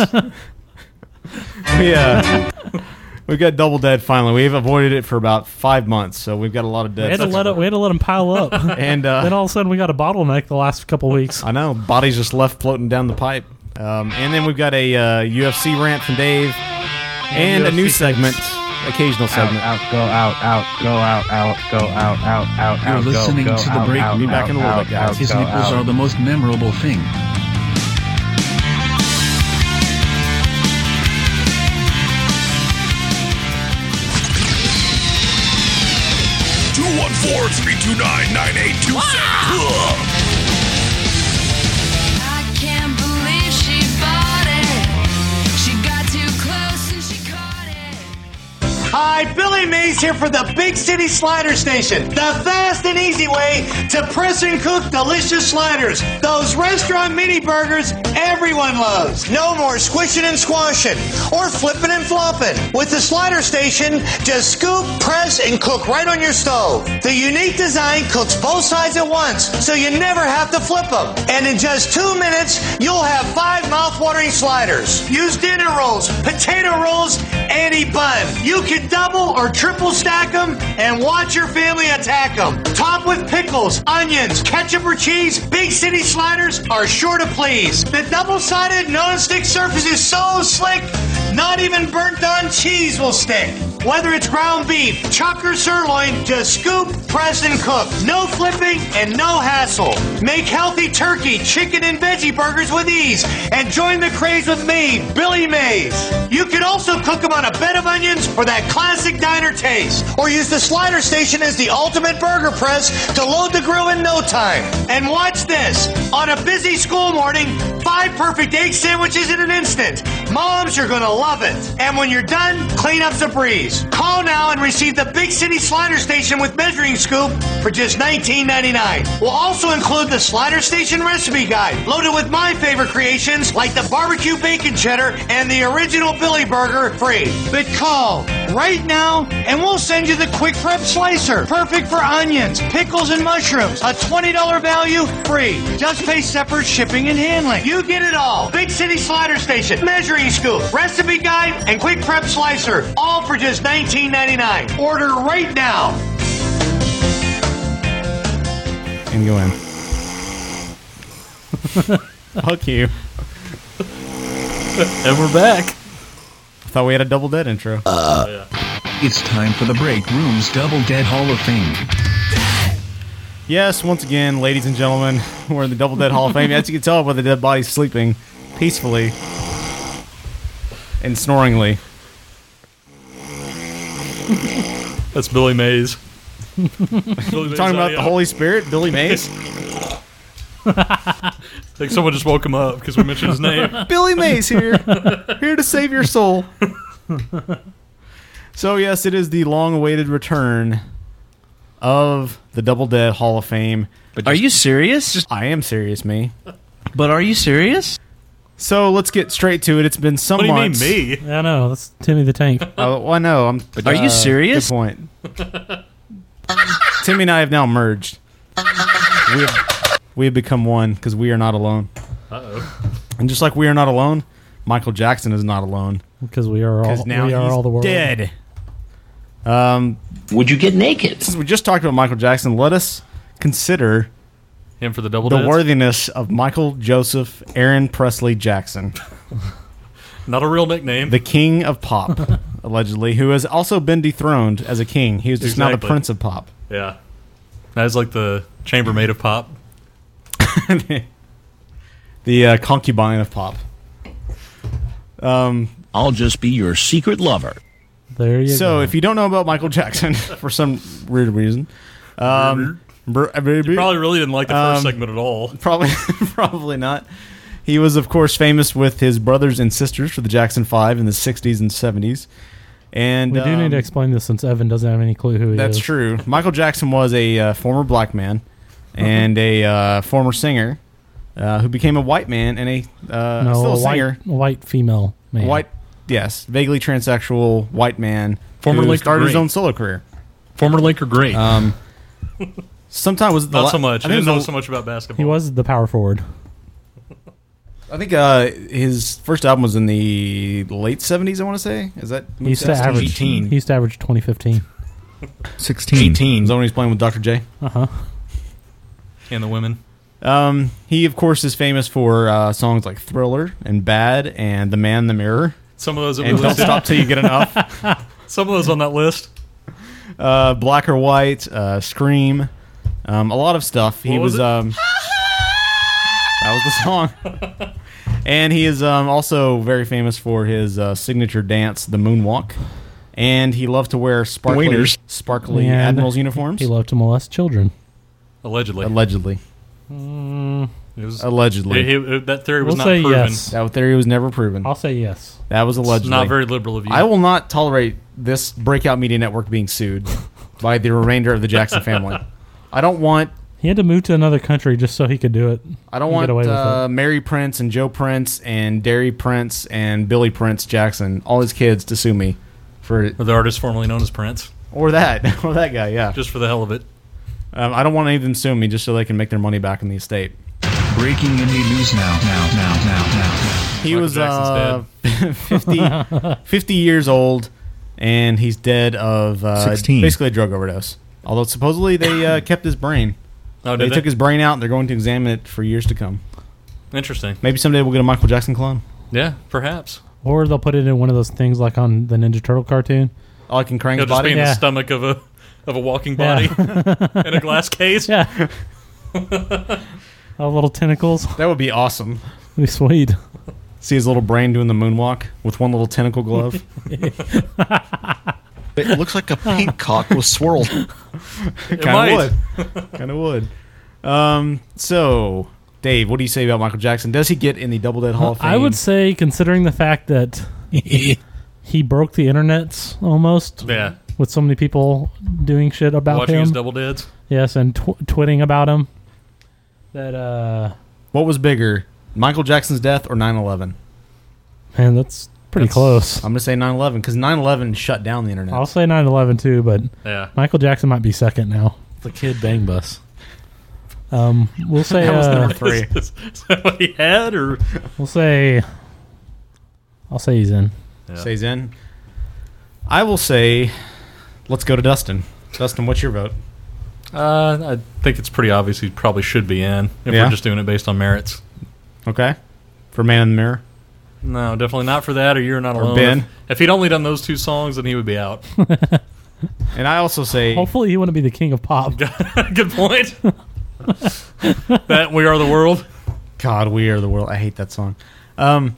Speaker 8: we, uh, *laughs* we've got Double Dead finally. We've avoided it for about five months, so we've got a lot of
Speaker 3: we
Speaker 8: dead.
Speaker 3: had to
Speaker 8: stuff.
Speaker 3: let it, we had to let them pile up,
Speaker 8: *laughs* And, uh,
Speaker 3: then all of a sudden we got a bottleneck the last couple weeks.
Speaker 8: I know bodies just left floating down the pipe. Um, and then we've got a uh, UFC rant from Dave, and,
Speaker 15: And
Speaker 8: a new
Speaker 15: UFC
Speaker 8: segment, occasional segment.
Speaker 15: Out, out, go out, out, go out, out, go out, out, out,
Speaker 16: You're
Speaker 15: out.
Speaker 16: listening
Speaker 15: go, go,
Speaker 16: to the
Speaker 15: out,
Speaker 16: break.
Speaker 15: Out,
Speaker 16: We'll be back
Speaker 15: out,
Speaker 16: in a little
Speaker 15: out,
Speaker 16: bit, guys.
Speaker 15: out,
Speaker 16: His
Speaker 15: go
Speaker 16: nipples
Speaker 15: out.
Speaker 16: are the most memorable thing.
Speaker 15: Out,
Speaker 16: 214 329
Speaker 12: Ah!
Speaker 16: 9827.
Speaker 10: Can't believe she bought it. She got too close and she caught it.
Speaker 17: Hi, Billy Mays here for the Big City Slider Station. The fast and easy way to press and cook delicious sliders. Those restaurant mini burgers everyone loves. No more squishing and squashing or flipping and flopping. With the Slider Station, just scoop, press, and cook right on your stove. The unique design cooks both sides at once, so you never have to flip them. And in just two minutes, you'll have five mouth-watering sliders. Use dinner rolls, potato rolls, any bun. You can double or triple stack them and watch your family attack them. Top with pickles, onions, ketchup or cheese, big city sliders are sure to please. The double-sided non-stick surface is so slick, not even burnt on cheese will stick. Whether it's ground beef, chuck or sirloin, just scoop, press, and cook. No flipping and no hassle. Make healthy turkey, chicken, and veggie burgers with ease. And join the craze with me, Billy Mays. You can also cook them on a bed of onions for that classic diner taste. Or use the slider station as the ultimate burger press to load the grill in no time. And watch this. On a busy school morning, five perfect egg sandwiches in an instant. Moms, you're gonna love it. And when you're done, clean up's a breeze. Call now and receive the Big City Slider Station with measuring scoop for just $19.99. We'll also include the Slider Station recipe guide, loaded with my favorite creations like the barbecue bacon cheddar and the original Billy Burger free. But call right now and we'll send you the quick prep slicer, perfect for onions, pickles, and mushrooms. A $20 value free. Just pay separate shipping and handling. You get it all. Big City Slider Station, measuring scoop, recipe guide, and quick prep slicer, all for just $19.99. Order right now.
Speaker 8: and go in. Fuck you.
Speaker 11: and we're back.
Speaker 8: I thought we had a double dead intro.
Speaker 11: Uh.
Speaker 16: It's time for the break room's Double Dead Hall of Fame.
Speaker 8: Yes, once again, ladies and gentlemen, *laughs* we're in the Double Dead Hall of Fame. As you can tell by the dead bodies sleeping peacefully and snoringly.
Speaker 11: That's Billy Mays. Billy Mays
Speaker 8: Talking about the
Speaker 11: audio.
Speaker 8: Holy Spirit, Billy Mays.
Speaker 11: Like someone just woke him up because we mentioned his
Speaker 8: *laughs*
Speaker 11: name.
Speaker 8: Billy Mays *laughs* here, here to save your soul. *laughs* so yes, it is the long-awaited return of the Double Dead Hall of Fame. But are you serious? I am serious, me. But are you serious? So let's get straight to it. It's been some months.
Speaker 3: me? I know. That's Timmy the
Speaker 8: *laughs*
Speaker 3: Tank.
Speaker 8: Oh, well, I know. I'm.
Speaker 3: Are you
Speaker 8: Uh,
Speaker 3: serious?
Speaker 8: Good point. *laughs* Timmy and I have now merged. We have, we have become one because we are not alone.
Speaker 11: Uh-oh.
Speaker 8: And just like we are not alone, Michael Jackson is not alone
Speaker 3: because we are all
Speaker 8: 'Cause now
Speaker 3: we are
Speaker 8: he's
Speaker 3: all the world.
Speaker 8: dead. Um, would you get naked? Since we just talked about Michael Jackson, let us consider
Speaker 11: Him for the double
Speaker 8: the
Speaker 11: deads?
Speaker 8: worthiness of Michael Joseph Aaron Presley Jackson,
Speaker 11: Not a real nickname.
Speaker 8: the king
Speaker 9: *laughs*
Speaker 8: of pop, allegedly, who has also been dethroned as a king. He was just not the
Speaker 11: Exactly.
Speaker 8: prince of pop.
Speaker 11: yeah. That is like the chambermaid of pop.
Speaker 8: the uh, concubine of pop. Um, I'll just be your secret lover.
Speaker 3: There you
Speaker 8: so,
Speaker 3: go.
Speaker 8: if you don't know about Michael Jackson *laughs* for some weird reason, um, br-
Speaker 11: You probably really didn't like the first
Speaker 8: Um,
Speaker 11: segment at all.
Speaker 8: Probably, *laughs* probably not. He was, of course, famous with his brothers and sisters for the Jackson Five in the '60s and '70s. And
Speaker 3: we do
Speaker 8: um,
Speaker 3: need to explain this since Evan doesn't have any clue who he
Speaker 8: that's
Speaker 3: is.
Speaker 8: true. Michael Jackson was a uh, former black man and a uh, former singer uh, who became a white man and a uh,
Speaker 3: no,
Speaker 8: still
Speaker 3: a
Speaker 8: a
Speaker 3: white,
Speaker 8: singer,
Speaker 3: white female man.
Speaker 8: white, yes, vaguely transsexual white man.
Speaker 11: Former
Speaker 8: who
Speaker 11: Link
Speaker 8: started his
Speaker 11: Green.
Speaker 8: own solo career.
Speaker 11: Former Laker great.
Speaker 8: Um, sometime was it the
Speaker 11: Not
Speaker 8: la-
Speaker 11: so much.
Speaker 8: I
Speaker 11: I
Speaker 8: think
Speaker 11: didn't
Speaker 8: it
Speaker 11: know
Speaker 8: was
Speaker 11: so much about basketball.
Speaker 3: He was the power forward.
Speaker 8: I think uh, his first album was in the late seventies. I want to say is that
Speaker 3: He used to average. He used to average twenty fifteen.
Speaker 8: 16. 18. Is that when he's playing with Dr. J?
Speaker 3: Uh huh.
Speaker 11: And the women.
Speaker 8: Um, he of course is famous for uh, songs like Thriller and Bad and The Man in the Mirror.
Speaker 11: Some of those that we
Speaker 8: and don't
Speaker 11: listed.
Speaker 8: stop till you get enough.
Speaker 11: Some of those on that list.
Speaker 8: Uh, Black or White, uh, Scream, um, a lot of stuff. he
Speaker 11: What
Speaker 8: was,
Speaker 11: was it?
Speaker 8: um, that was the
Speaker 11: *laughs*
Speaker 8: song. and he is um, also very famous for his uh, signature dance, the moonwalk. And he loved to wear sparkly
Speaker 9: Wieners.
Speaker 8: sparkly
Speaker 3: And
Speaker 8: admirals uniforms.
Speaker 3: He loved to molest children.
Speaker 11: Allegedly.
Speaker 8: Allegedly.
Speaker 11: It was-
Speaker 8: allegedly.
Speaker 11: It- it- it- that theory was
Speaker 3: We'll
Speaker 11: not
Speaker 3: say
Speaker 11: proven.
Speaker 3: yes.
Speaker 8: That theory was never proven.
Speaker 3: I'll say yes.
Speaker 8: That was
Speaker 11: It's
Speaker 8: allegedly.
Speaker 11: not very liberal of you.
Speaker 8: I will not tolerate this breakout media network being sued by the remainder of the
Speaker 11: *laughs*
Speaker 8: Jackson family. I don't want.
Speaker 3: He had to move to another country just so he could do it.
Speaker 8: I don't
Speaker 3: And
Speaker 8: want
Speaker 3: get away with
Speaker 8: uh, Mary Prince and Joe Prince and Derry Prince and Billy Prince Jackson, all his kids, to sue me for
Speaker 11: Or the artist formerly known as Prince.
Speaker 8: or that *laughs* or that guy. Yeah,
Speaker 11: just for the hell of it.
Speaker 8: Um, I don't want any of them suing me just so they can make their money back in the estate.
Speaker 16: Breaking indie news now, now, now, now, now.
Speaker 8: He was uh, *laughs* 50, 50 years old, and he's dead of uh,
Speaker 16: 16.
Speaker 8: basically a drug overdose. Although supposedly
Speaker 3: *coughs*
Speaker 8: they uh, kept his brain.
Speaker 11: Oh,
Speaker 8: they,
Speaker 11: did they?
Speaker 8: took his brain out, and they're going to examine it for years to come.
Speaker 11: Interesting.
Speaker 8: Maybe someday we'll get a Michael Jackson clone.
Speaker 11: Yeah, perhaps.
Speaker 3: Or they'll put it in one of those things like on the Ninja Turtle cartoon.
Speaker 8: Oh, I can crank
Speaker 11: It'll just be in the stomach of a of a walking body in a glass case.
Speaker 3: *laughs* Yeah. Oh, little tentacles.
Speaker 8: That would be awesome.
Speaker 3: Be sweet.
Speaker 8: See his little brain doing the moonwalk with one little
Speaker 3: *laughs*
Speaker 8: tentacle glove.
Speaker 9: It looks like a pink cock was swirled.
Speaker 8: kind of would. kind of would. Um, so, Dave, what do you say about Michael Jackson? Does he get in the Double Dead Hall of Fame?
Speaker 3: I would say, considering the fact that he broke the internets almost.
Speaker 11: Yeah.
Speaker 3: With so many people doing shit about
Speaker 11: Watching
Speaker 3: him.
Speaker 11: his double deads.
Speaker 3: Yes, and tw- twitting about him. That uh,
Speaker 8: what was bigger, Michael Jackson's death or 9/11?
Speaker 3: Man, that's pretty close.
Speaker 8: I'm gonna say 9/11 because 9/11 shut down the internet.
Speaker 3: I'll say 9/11 too, but
Speaker 8: Yeah.
Speaker 3: Michael Jackson might be second now.
Speaker 18: The kid bang bus.
Speaker 3: Um, we'll
Speaker 8: *laughs*
Speaker 3: say
Speaker 11: That was
Speaker 3: uh,
Speaker 11: number
Speaker 3: *laughs*
Speaker 11: three. *laughs* Is that what he had, or
Speaker 3: We'll say. I'll say he's in.
Speaker 8: Says in. I will say, let's go to Dustin. Dustin, what's your vote?
Speaker 11: Uh, I think it's pretty obvious he probably should be in if
Speaker 8: Yeah.
Speaker 11: we're just doing it based on merits.
Speaker 8: Okay, for Man in the Mirror.
Speaker 11: No, definitely not for that. Or you're not
Speaker 8: Or
Speaker 11: alone.
Speaker 8: Ben.
Speaker 11: If, if he'd only done those two songs, then he would be out. *laughs*
Speaker 8: And I also say,
Speaker 3: Hopefully, he wouldn't be the king of pop.
Speaker 11: Good point. that we are the world.
Speaker 8: God, we are the world. I hate that song. Um,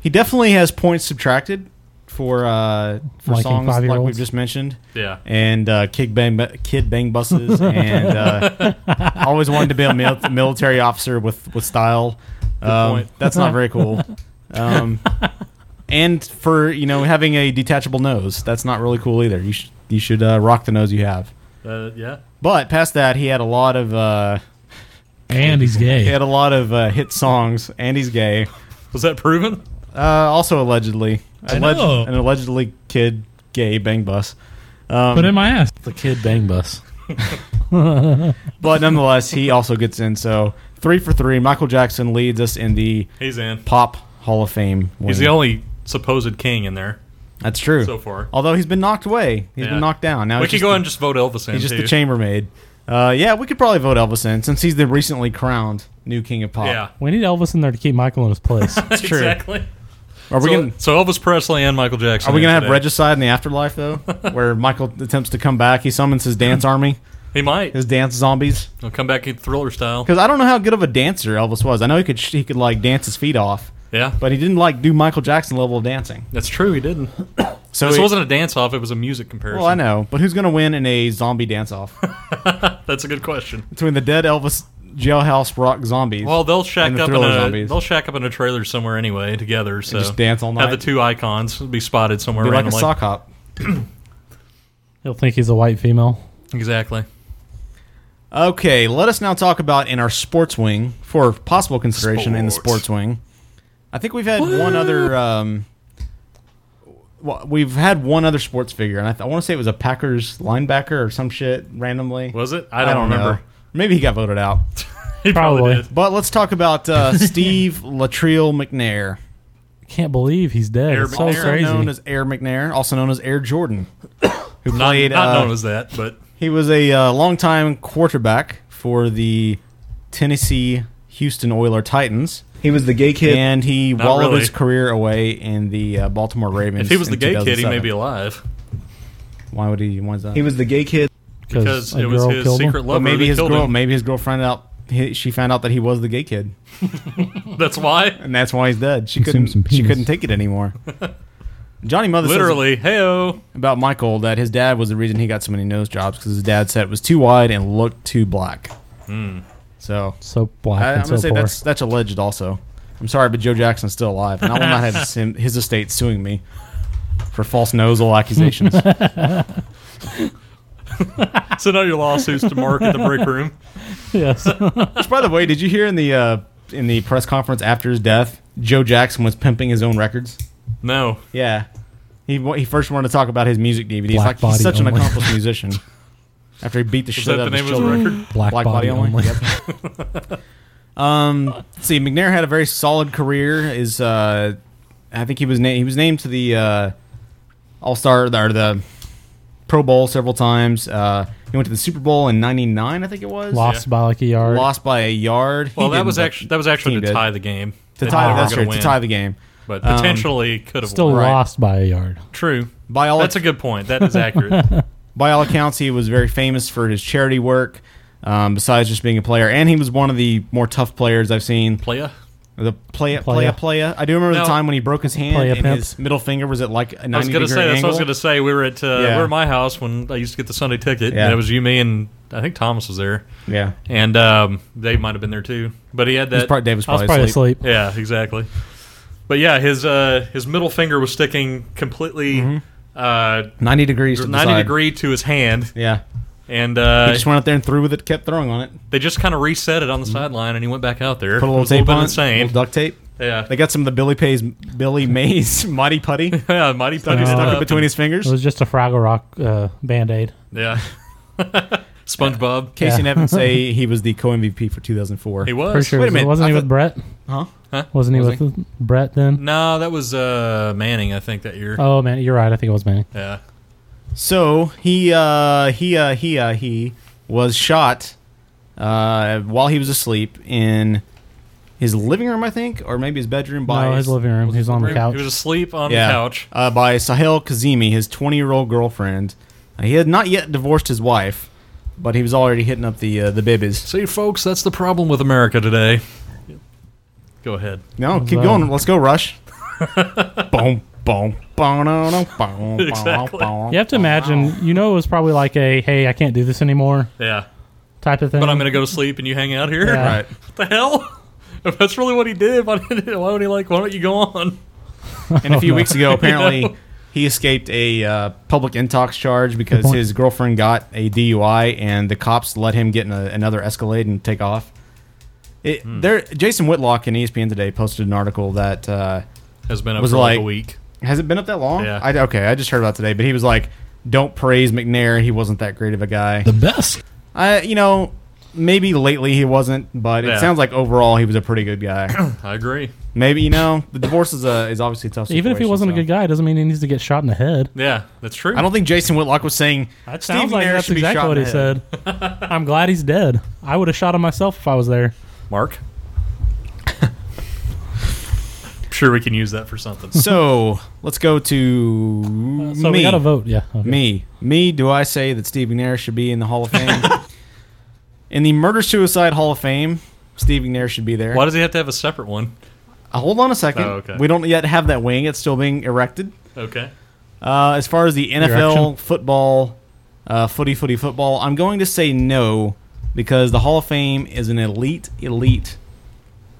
Speaker 8: he definitely has points subtracted for uh, for
Speaker 3: Liking
Speaker 8: songs like
Speaker 3: five-year-olds.
Speaker 8: we've just mentioned.
Speaker 11: Yeah.
Speaker 8: and uh, kid bang Bu- kid bang buses, *laughs*
Speaker 3: *laughs*
Speaker 8: and uh, I always wanted to be a mil- military officer with with style. Um,
Speaker 11: point.
Speaker 8: that's not very cool. Um, and for you know having a detachable nose, that's not really cool either. You should you should uh, rock the nose you have.
Speaker 11: Uh, yeah.
Speaker 8: But past that, he had a lot of. Uh,
Speaker 18: and he's gay.
Speaker 8: He had a lot of uh, hit songs, and he's gay.
Speaker 11: Was that proven?
Speaker 8: Uh, also allegedly,
Speaker 18: I know.
Speaker 8: an allegedly kid gay bang bus. Um,
Speaker 18: Put in my ass.
Speaker 3: The kid bang bus.
Speaker 8: but nonetheless, he also gets in. So three for three. Michael Jackson leads us in the
Speaker 11: He's in.
Speaker 8: pop Hall of Fame.
Speaker 11: He's
Speaker 8: win.
Speaker 11: the only supposed king in there.
Speaker 8: That's true.
Speaker 11: So far.
Speaker 8: Although he's been knocked away, he's
Speaker 11: Yeah.
Speaker 8: been knocked down. Now
Speaker 11: we could
Speaker 8: he's just
Speaker 11: go
Speaker 8: the-
Speaker 11: and just vote Elvis in.
Speaker 8: He's just
Speaker 11: too.
Speaker 8: the chambermaid. Uh, yeah, we could probably vote Elvis in since he's the recently crowned new king of pop.
Speaker 11: Yeah.
Speaker 3: We need Elvis in there to keep Michael in his place.
Speaker 11: *laughs*
Speaker 8: That's true.
Speaker 11: Exactly.
Speaker 8: Are we
Speaker 11: so,
Speaker 8: gonna-
Speaker 11: so Elvis Presley and Michael Jackson?
Speaker 8: Are we
Speaker 11: in
Speaker 8: gonna have
Speaker 11: today.
Speaker 8: regicide in the
Speaker 11: *laughs*
Speaker 8: afterlife though, where Michael attempts to come back? He summons his dance army.
Speaker 11: He might.
Speaker 8: his dance zombies.
Speaker 11: He'll come back in thriller style.
Speaker 8: Because I don't know how good of a dancer Elvis was. I know he could he could like dance his feet off.
Speaker 11: Yeah.
Speaker 8: but he didn't like do Michael Jackson level of dancing.
Speaker 11: That's true. He didn't.
Speaker 8: So
Speaker 11: this
Speaker 8: he-
Speaker 11: wasn't a dance off. It was a music comparison.
Speaker 8: *laughs* Well, I know, but who's gonna win in a zombie dance off
Speaker 11: *laughs* That's a good question.
Speaker 8: between the dead Elvis jailhouse rock zombies?
Speaker 11: Well, they'll shack
Speaker 8: and the
Speaker 11: up in
Speaker 8: Thriller
Speaker 11: a
Speaker 8: zombies.
Speaker 11: they'll shack up in a trailer somewhere anyway together. So
Speaker 8: just dance all
Speaker 11: Have
Speaker 8: night?
Speaker 11: the two icons be spotted somewhere
Speaker 8: Be like a
Speaker 11: randomly.
Speaker 8: sock hop.
Speaker 3: He'll think he's a white female.
Speaker 11: Exactly.
Speaker 8: Okay, let us now talk about in our sports wing for possible consideration in the sports wing. I think we've had one other. Um, w- we've had one other sports figure, and I, th- I want to say it was a Packers linebacker or some shit randomly.
Speaker 11: Was it? I don't remember. *laughs*
Speaker 8: know. Maybe he got voted out.
Speaker 11: He probably did.
Speaker 8: But let's talk
Speaker 11: *laughs*
Speaker 8: about uh, Steve Latrell McNair,
Speaker 3: Can't believe he's dead.
Speaker 8: Air
Speaker 3: It's so
Speaker 8: McNair.
Speaker 3: crazy.
Speaker 8: known as Air McNair, also known as
Speaker 11: *coughs*
Speaker 8: Air Jordan, who
Speaker 11: Not,
Speaker 8: played.
Speaker 11: not
Speaker 8: uh,
Speaker 11: known as that, but
Speaker 8: he was a uh, longtime quarterback for the Tennessee Houston Oiler Titans.
Speaker 9: *laughs* He was the gay kid.
Speaker 8: and he
Speaker 11: Not
Speaker 8: wallowed
Speaker 11: really.
Speaker 8: his career away in the uh, Baltimore Ravens.
Speaker 11: if he was the
Speaker 8: in
Speaker 11: gay kid, he may
Speaker 8: 2007.
Speaker 11: be alive.
Speaker 8: Why would he? Why is that?
Speaker 9: He was the gay kid.
Speaker 11: Because it was his secret
Speaker 8: But
Speaker 11: lover.
Speaker 8: maybe
Speaker 11: that
Speaker 8: his
Speaker 11: killed
Speaker 8: girl,
Speaker 11: him.
Speaker 8: maybe his girlfriend out. He, she found out that he was the gay kid,
Speaker 11: That's why.
Speaker 8: *laughs* and that's why he's dead. She
Speaker 11: Consume
Speaker 8: couldn't.
Speaker 11: some
Speaker 8: She
Speaker 11: penis.
Speaker 8: couldn't take it anymore. Johnny Mother
Speaker 11: Literally,
Speaker 8: heyo about Michael that his dad was the reason he got so many nose jobs because his dad said it was too wide and looked too black. So
Speaker 3: so black.
Speaker 8: I,
Speaker 3: and
Speaker 8: am gonna
Speaker 3: so
Speaker 8: say
Speaker 3: poor.
Speaker 8: that's that's alleged also. I'm sorry, but Joe Jackson's still alive, and I will not have his, him, his estate suing me for false nosal
Speaker 11: *laughs*
Speaker 8: accusations.
Speaker 11: Send out your lawsuits to Mark at the break room.
Speaker 3: *laughs* yes.
Speaker 8: Which, by the way, did you hear in the uh, in the press conference after his death, Joe Jackson was pimping his own records? *laughs*
Speaker 11: No.
Speaker 8: Yeah. He wa- he first wanted to talk about his music DVD. He's
Speaker 3: Black
Speaker 8: like
Speaker 3: Body
Speaker 8: he's such an
Speaker 3: Only. *laughs*
Speaker 8: accomplished musician. After he beat the
Speaker 11: Is
Speaker 8: shit
Speaker 11: that
Speaker 8: out
Speaker 11: the
Speaker 8: of his
Speaker 11: name of his
Speaker 8: children.
Speaker 11: record? Black Body Only.
Speaker 8: Yep. *laughs* um, let's see, McNair had a very solid career. Is uh, I think he was named he was named to the uh, All Star or the Pro Bowl several times. Uh, he went to the Super Bowl in '99, I think it was.
Speaker 3: Lost by like a yard.
Speaker 8: Lost by a yard. He
Speaker 11: Well, that
Speaker 8: didn't,
Speaker 11: was
Speaker 8: but
Speaker 11: actually that was actually
Speaker 8: team
Speaker 11: to
Speaker 8: did.
Speaker 11: tie the game.
Speaker 8: To
Speaker 11: They
Speaker 8: tie,
Speaker 11: were
Speaker 8: that's
Speaker 11: gonna
Speaker 8: right, to
Speaker 11: win.
Speaker 8: tie the game.
Speaker 11: but
Speaker 8: Um,
Speaker 11: potentially could have
Speaker 3: Still
Speaker 11: won.
Speaker 3: lost by a yard.
Speaker 11: True.
Speaker 8: By all
Speaker 11: that's a good point. That is
Speaker 8: *laughs*
Speaker 11: accurate.
Speaker 8: By all accounts, he was very famous for his charity work. Um, besides just being a player, and he was one of the more tough players I've seen.
Speaker 11: Playa,
Speaker 8: the playa, playa,
Speaker 11: Playa.
Speaker 8: playa. I do remember
Speaker 11: Now-
Speaker 8: the time when he broke his hand
Speaker 11: Playa
Speaker 8: and
Speaker 11: pimp.
Speaker 8: his middle finger was at like a
Speaker 11: I was
Speaker 8: ninety
Speaker 11: gonna
Speaker 8: degree
Speaker 11: say that's what I was
Speaker 8: angle.
Speaker 11: gonna say. We were at uh,
Speaker 8: Yeah.
Speaker 11: we were at my house when I used to get the Sunday ticket.
Speaker 8: Yeah.
Speaker 11: and it was you, me, and I think Thomas was there.
Speaker 8: Yeah.
Speaker 11: and um, Dave might have been there too. But he had
Speaker 8: He's
Speaker 11: that.
Speaker 8: probably- Dave was
Speaker 3: I was probably probably asleep.
Speaker 11: Yeah, exactly. But yeah, his uh, his middle finger was sticking completely uh,
Speaker 8: 90 degrees to Mm-hmm. the
Speaker 11: ninety
Speaker 8: side.
Speaker 11: degree to his hand.
Speaker 8: Yeah.
Speaker 11: and uh,
Speaker 8: he just went out there and threw with it, kept throwing on it.
Speaker 11: They just kind of reset it on the sideline, and he went back out there.
Speaker 8: Put a
Speaker 11: It
Speaker 8: little
Speaker 11: was a
Speaker 8: tape
Speaker 11: little bit
Speaker 8: on,
Speaker 11: insane.
Speaker 8: it, a little duct tape.
Speaker 11: Yeah.
Speaker 8: they got some of the Billy Pays, Billy Mays *laughs* mighty putty.
Speaker 11: yeah, mighty uh, putty
Speaker 8: stuck
Speaker 11: stuff.
Speaker 8: it between his fingers.
Speaker 3: It was just a Fraggle Rock uh, band aid.
Speaker 11: Yeah. *laughs* SpongeBob.
Speaker 8: Casey
Speaker 3: Yeah. *laughs*
Speaker 8: Nevin say he was the co MVP for 2004.
Speaker 11: He was.
Speaker 3: Pretty sure
Speaker 11: Wait a
Speaker 3: it was-
Speaker 11: minute,
Speaker 3: Wasn't
Speaker 11: I
Speaker 3: he
Speaker 11: thought-
Speaker 3: with Brett?
Speaker 8: Huh?
Speaker 11: Huh?
Speaker 3: Wasn't he
Speaker 11: Was Mm-hmm.
Speaker 3: with Brett then?
Speaker 11: No, that was uh, Manning, I think, that year.
Speaker 3: Oh man, you're right. I think it was Manning.
Speaker 11: Yeah.
Speaker 8: So he uh, he uh, he uh, he was shot uh, while he was asleep in his living room, I think, or maybe his bedroom. By
Speaker 3: No, his living room. He was on the couch.
Speaker 11: He was asleep on
Speaker 8: Yeah,
Speaker 11: the couch.
Speaker 8: uh, by Sahil Kazemi, his 20 year old girlfriend. Uh, he had not yet divorced his wife, but he was already hitting up the uh, the bibbies.
Speaker 11: See, folks, that's the problem with America today. Go ahead.
Speaker 8: No, keep
Speaker 11: Wow.
Speaker 8: going. Let's
Speaker 11: *laughs*
Speaker 8: go, Rush. boom, boom, boom, boom, boom,
Speaker 11: Exactly.
Speaker 8: boom.
Speaker 3: You have to imagine. You know, it was probably like a "Hey, I can't do this anymore"
Speaker 11: Yeah.
Speaker 3: type of thing.
Speaker 11: But I'm going to go to sleep and you hang out here?
Speaker 3: Yeah. Right.
Speaker 11: What the hell? *laughs* If that's really what he did, why, did, why would he, like, why don't you go on?
Speaker 3: Oh,
Speaker 8: And a few
Speaker 3: *laughs*
Speaker 8: weeks ago,
Speaker 11: You
Speaker 8: apparently,
Speaker 11: know?
Speaker 8: he escaped a uh, public intox charge because
Speaker 11: point.
Speaker 8: his girlfriend got a DUI, and the cops let him get in a, another Escalade and take off. It,
Speaker 3: Hmm.
Speaker 8: there, Jason Whitlock in E ESPN today posted an article that uh,
Speaker 11: Has been up
Speaker 8: was
Speaker 11: for like
Speaker 8: like
Speaker 11: a week.
Speaker 8: Has it been up that long?
Speaker 11: Yeah.
Speaker 8: I, okay, I just heard about it today, but he was like, "Don't praise McNair. He wasn't that great of a guy. The
Speaker 18: best.
Speaker 8: I, you know, maybe lately he wasn't, but
Speaker 11: Yeah.
Speaker 8: it sounds like overall he was a pretty good
Speaker 3: *clears throat*
Speaker 8: guy.
Speaker 11: I agree.
Speaker 8: maybe you know, the divorce is a is obviously a tough.
Speaker 3: Even if he
Speaker 8: situation,
Speaker 3: wasn't
Speaker 8: so.
Speaker 3: a good guy, it doesn't mean he needs to get shot in the head.
Speaker 11: Yeah, that's true.
Speaker 8: I don't think Jason Whitlock was saying
Speaker 3: That
Speaker 8: Steve
Speaker 3: sounds like
Speaker 8: Nair
Speaker 3: that's
Speaker 8: should be shot
Speaker 3: exactly what
Speaker 8: in
Speaker 3: he
Speaker 8: the head."
Speaker 3: said. *laughs* I'm glad he's dead. I would have shot him myself if I was there.
Speaker 8: *laughs*
Speaker 11: Mark? I'm sure we can use that for something.
Speaker 8: So let's go to
Speaker 3: Uh, so
Speaker 8: me.
Speaker 3: we got a vote, yeah, okay.
Speaker 8: me, me. Do I say that Steve McNair should be in the Hall of
Speaker 3: *laughs*
Speaker 8: Fame? in the Murder Suicide Hall of Fame, Steve McNair should be
Speaker 11: *laughs*
Speaker 8: there.
Speaker 11: Why does he have to have a separate one?
Speaker 8: Uh, hold on a second.
Speaker 11: Oh, okay.
Speaker 8: We don't yet have that wing. It's still being erected.
Speaker 11: Okay.
Speaker 8: Uh, as far as the NFL
Speaker 11: Erection.
Speaker 8: football, uh, footy footy football, I'm going to say no because the Hall of Fame is an elite elite.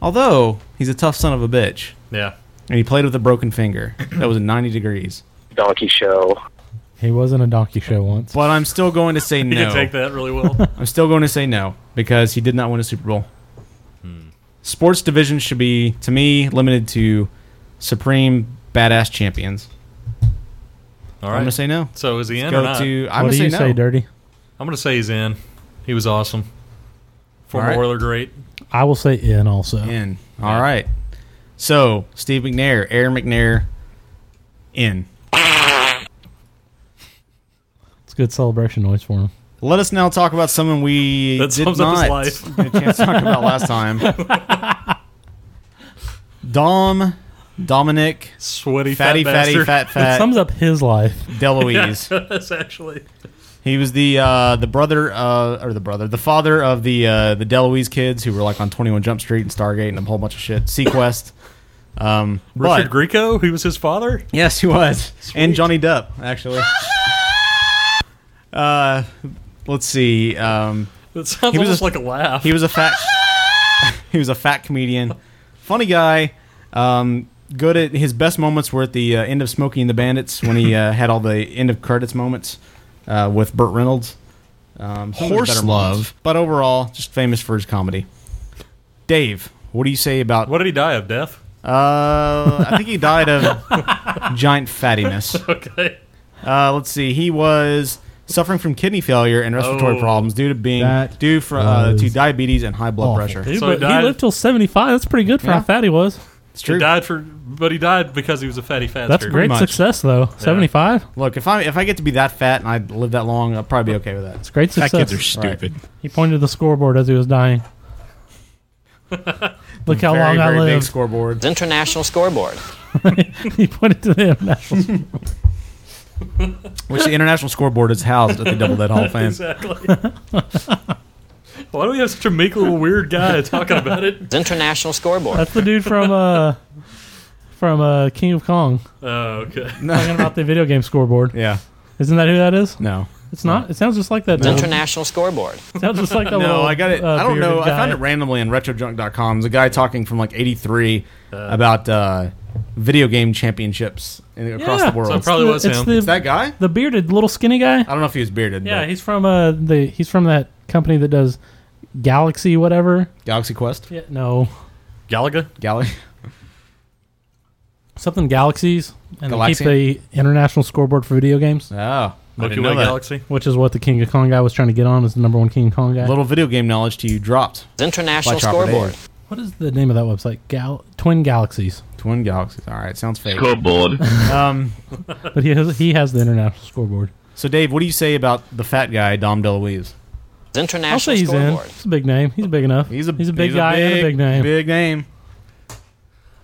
Speaker 8: Although he's a tough son of a bitch.
Speaker 11: Yeah.
Speaker 8: And he played with a broken finger. That was 90 degrees.
Speaker 13: Donkey show.
Speaker 3: He was in a donkey show once.
Speaker 8: But I'm still going to
Speaker 11: *laughs*
Speaker 8: say
Speaker 11: You
Speaker 8: no.
Speaker 11: can take that really
Speaker 8: *laughs*
Speaker 11: well.
Speaker 8: I'm still going to say no because he did not win a Super Bowl. Sports division should be, to me, limited to supreme badass champions.
Speaker 11: All
Speaker 8: I'm
Speaker 11: right.
Speaker 8: gonna say no.
Speaker 11: So is he
Speaker 8: Let's
Speaker 11: in
Speaker 8: go
Speaker 11: or not?
Speaker 8: to- I'm What gonna do say you no. say,
Speaker 3: Dirty?
Speaker 11: I'm going to say he's in. He was awesome. Former
Speaker 8: All right.
Speaker 11: Oiler great.
Speaker 3: I will say in also.
Speaker 8: In. All right. So Steve McNair, Aaron McNair, in.
Speaker 3: It's good celebration noise for him.
Speaker 8: Let us now talk about someone we
Speaker 3: That
Speaker 8: did
Speaker 3: sums up his
Speaker 8: not
Speaker 3: life.
Speaker 8: *laughs* get a chance to talk about
Speaker 3: *laughs*
Speaker 8: last time. Dom, Dominic,
Speaker 11: sweaty,
Speaker 8: fatty,
Speaker 11: fat
Speaker 8: fatty,
Speaker 11: bastard. *laughs*
Speaker 8: fat, fat.
Speaker 3: It sums up his life. *laughs*
Speaker 8: Deloise.
Speaker 11: Yeah, that's actually.
Speaker 8: He was the uh, the brother uh, or the brother, the father of the uh, the Deloise kids who were like on Twenty One Jump Street and Stargate and a whole bunch of shit. Sequest, Um,
Speaker 11: Richard
Speaker 8: but-
Speaker 11: Grieco, who was his father?
Speaker 8: Yes, he was. And Johnny Depp, actually.
Speaker 3: *laughs*
Speaker 8: uh, let's see. Um,
Speaker 11: That sounds
Speaker 8: he was
Speaker 11: almost like a laugh.
Speaker 8: He was
Speaker 3: *laughs*
Speaker 8: a fat. he was a fat comedian, funny guy. Um, good at his best moments were at the uh, end of Smokey and the Bandits when he uh, had all the end of credits moments uh, with Burt Reynolds. Um, some of his
Speaker 9: Horse
Speaker 8: better moments.
Speaker 9: love.
Speaker 8: but overall, just famous for his comedy. Dave, what do you say about? What
Speaker 11: did he die of? Death.
Speaker 8: Uh, I think he
Speaker 11: *laughs*
Speaker 8: died of giant fattiness.
Speaker 11: Okay.
Speaker 8: Uh, let's see. He was suffering from kidney failure and respiratory
Speaker 11: Oh.
Speaker 8: problems due to being
Speaker 3: That
Speaker 8: due for, uh, to
Speaker 3: was
Speaker 8: diabetes and high blood
Speaker 3: awful.
Speaker 8: pressure.
Speaker 3: Dude, but he lived till 75. That's pretty good for
Speaker 8: Yeah.
Speaker 3: how fat he was.
Speaker 8: It's true.
Speaker 11: He died for, but he died because he was a fatty fat.
Speaker 3: That's great success, though. 75?
Speaker 8: Look, if I if I get to be that fat and I live that long, I'll probably be okay with that. It's
Speaker 3: Great success. He pointed to the scoreboard as he was
Speaker 8: *laughs*
Speaker 3: dying. Look how
Speaker 8: Very,
Speaker 3: long
Speaker 8: very
Speaker 3: I
Speaker 8: big
Speaker 3: lived.
Speaker 8: scoreboard. It's
Speaker 19: international scoreboard.
Speaker 3: *laughs* he pointed to the international scoreboard.
Speaker 8: Which the international scoreboard is housed at the Double Dead Hall of Fame.
Speaker 11: exactly. *laughs* Why do we have such a meek little weird *laughs* guy talking about it?
Speaker 19: It's international scoreboard.
Speaker 3: That's the dude from uh, from uh, King of Kong.
Speaker 11: Oh, okay.
Speaker 3: Talking about the video game scoreboard.
Speaker 8: Yeah.
Speaker 3: Isn't that who that is?
Speaker 8: No.
Speaker 3: It's not. It sounds just like that.
Speaker 19: It's
Speaker 3: dude.
Speaker 19: international scoreboard.
Speaker 3: Sounds just like a
Speaker 8: no,
Speaker 3: little,
Speaker 8: I got it.
Speaker 3: uh,
Speaker 8: I don't know.
Speaker 3: bearded
Speaker 8: I found
Speaker 3: guy.
Speaker 8: it randomly on RetroJunk.com. There's a guy talking from like '83 about uh, video game championships in, across
Speaker 3: Yeah.
Speaker 8: the world.
Speaker 3: So it probably It's was the- it's him. the-
Speaker 8: It's that guy. Uh,
Speaker 3: The bearded little skinny guy. I
Speaker 8: don't know if he was bearded.
Speaker 3: Yeah,
Speaker 8: but-
Speaker 3: he's from uh the he's from that company that does Galaxy whatever.
Speaker 8: Galaxy Quest.
Speaker 3: Yeah, no.
Speaker 11: Galaga.
Speaker 3: *laughs*
Speaker 8: Galaga.
Speaker 3: Something Galaxies and
Speaker 8: Galaxy?
Speaker 3: they keep the international scoreboard for video games.
Speaker 8: Oh,
Speaker 11: Milky Way Galaxy.
Speaker 3: Which is what the King of Kong guy was trying to get on is the number one King of Kong guy.
Speaker 8: Little video game knowledge to you dropped.
Speaker 19: international
Speaker 8: By Chopper
Speaker 19: scoreboard.
Speaker 8: Dave.
Speaker 3: What is the name of that website? Gal Twin Galaxies.
Speaker 8: Twin Galaxies. All right, sounds fake.
Speaker 3: Scoreboard.
Speaker 8: um,
Speaker 3: but he has he has the international scoreboard.
Speaker 8: So Dave, what do you say about the fat guy Dom DeLuise?
Speaker 19: It's international
Speaker 3: I'll say he's
Speaker 19: scoreboard.
Speaker 3: in.
Speaker 6: *laughs*
Speaker 3: It's a big name. He's big enough. He's a he's a big
Speaker 8: he's a
Speaker 3: guy and
Speaker 8: big-
Speaker 3: a big name.
Speaker 8: Big name.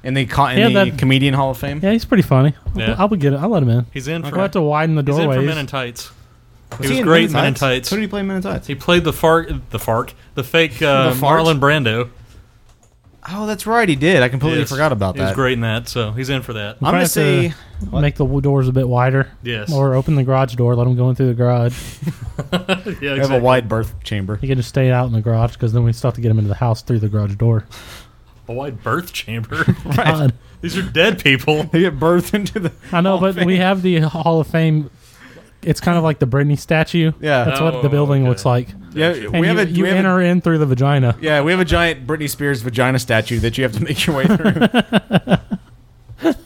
Speaker 8: And they caught in
Speaker 3: Yeah,
Speaker 8: the
Speaker 3: that-
Speaker 8: comedian Hall of Fame.
Speaker 3: Yeah, he's pretty funny.
Speaker 8: Yeah.
Speaker 3: I'll, I'll get it. I'll let him in.
Speaker 11: He's in
Speaker 3: I'll
Speaker 11: for-
Speaker 3: have to widen the
Speaker 11: he's in for
Speaker 3: doorways.
Speaker 11: Men in Tights. He
Speaker 8: Was
Speaker 11: was,
Speaker 8: he in
Speaker 11: great in
Speaker 8: Men in
Speaker 11: Men in
Speaker 8: Tights?
Speaker 11: Tights.
Speaker 8: Who did he play in Men in Tights?
Speaker 11: He played the fark, the fark, the fake uh,
Speaker 8: *laughs* The fart?
Speaker 11: Marlon Brando.
Speaker 8: Oh, that's right. He did. I completely
Speaker 11: Yes.
Speaker 8: forgot about
Speaker 11: He was
Speaker 8: that.
Speaker 11: great in that, so he's in for that.
Speaker 3: We'll probably have to make the w- doors a bit wider.
Speaker 11: Yes.
Speaker 3: Or open the garage door. Let him go in through the garage.
Speaker 11: yeah,
Speaker 8: We have a
Speaker 11: exactly.
Speaker 8: wide berth chamber.
Speaker 3: he
Speaker 8: *laughs*
Speaker 3: can just stay out in the garage because then we still have to get him into the house through the garage
Speaker 8: *laughs*
Speaker 3: door.
Speaker 11: A wide birth chamber. *laughs*
Speaker 3: God.
Speaker 11: These are dead people.
Speaker 8: *laughs* They get birthed into
Speaker 11: *laughs*
Speaker 8: the.
Speaker 3: I know, but we have the Hall of Fame. It's kind of like the Britney statue.
Speaker 8: Yeah.
Speaker 3: That's what
Speaker 8: Oh,
Speaker 3: the building looks like.
Speaker 8: Yeah,
Speaker 3: And
Speaker 8: we
Speaker 3: you,
Speaker 8: have a-
Speaker 3: you
Speaker 8: we have a-
Speaker 3: enter in through the vagina.
Speaker 8: Yeah, we have a giant Britney Spears vagina statue that you have to make your way
Speaker 3: *laughs*
Speaker 8: through.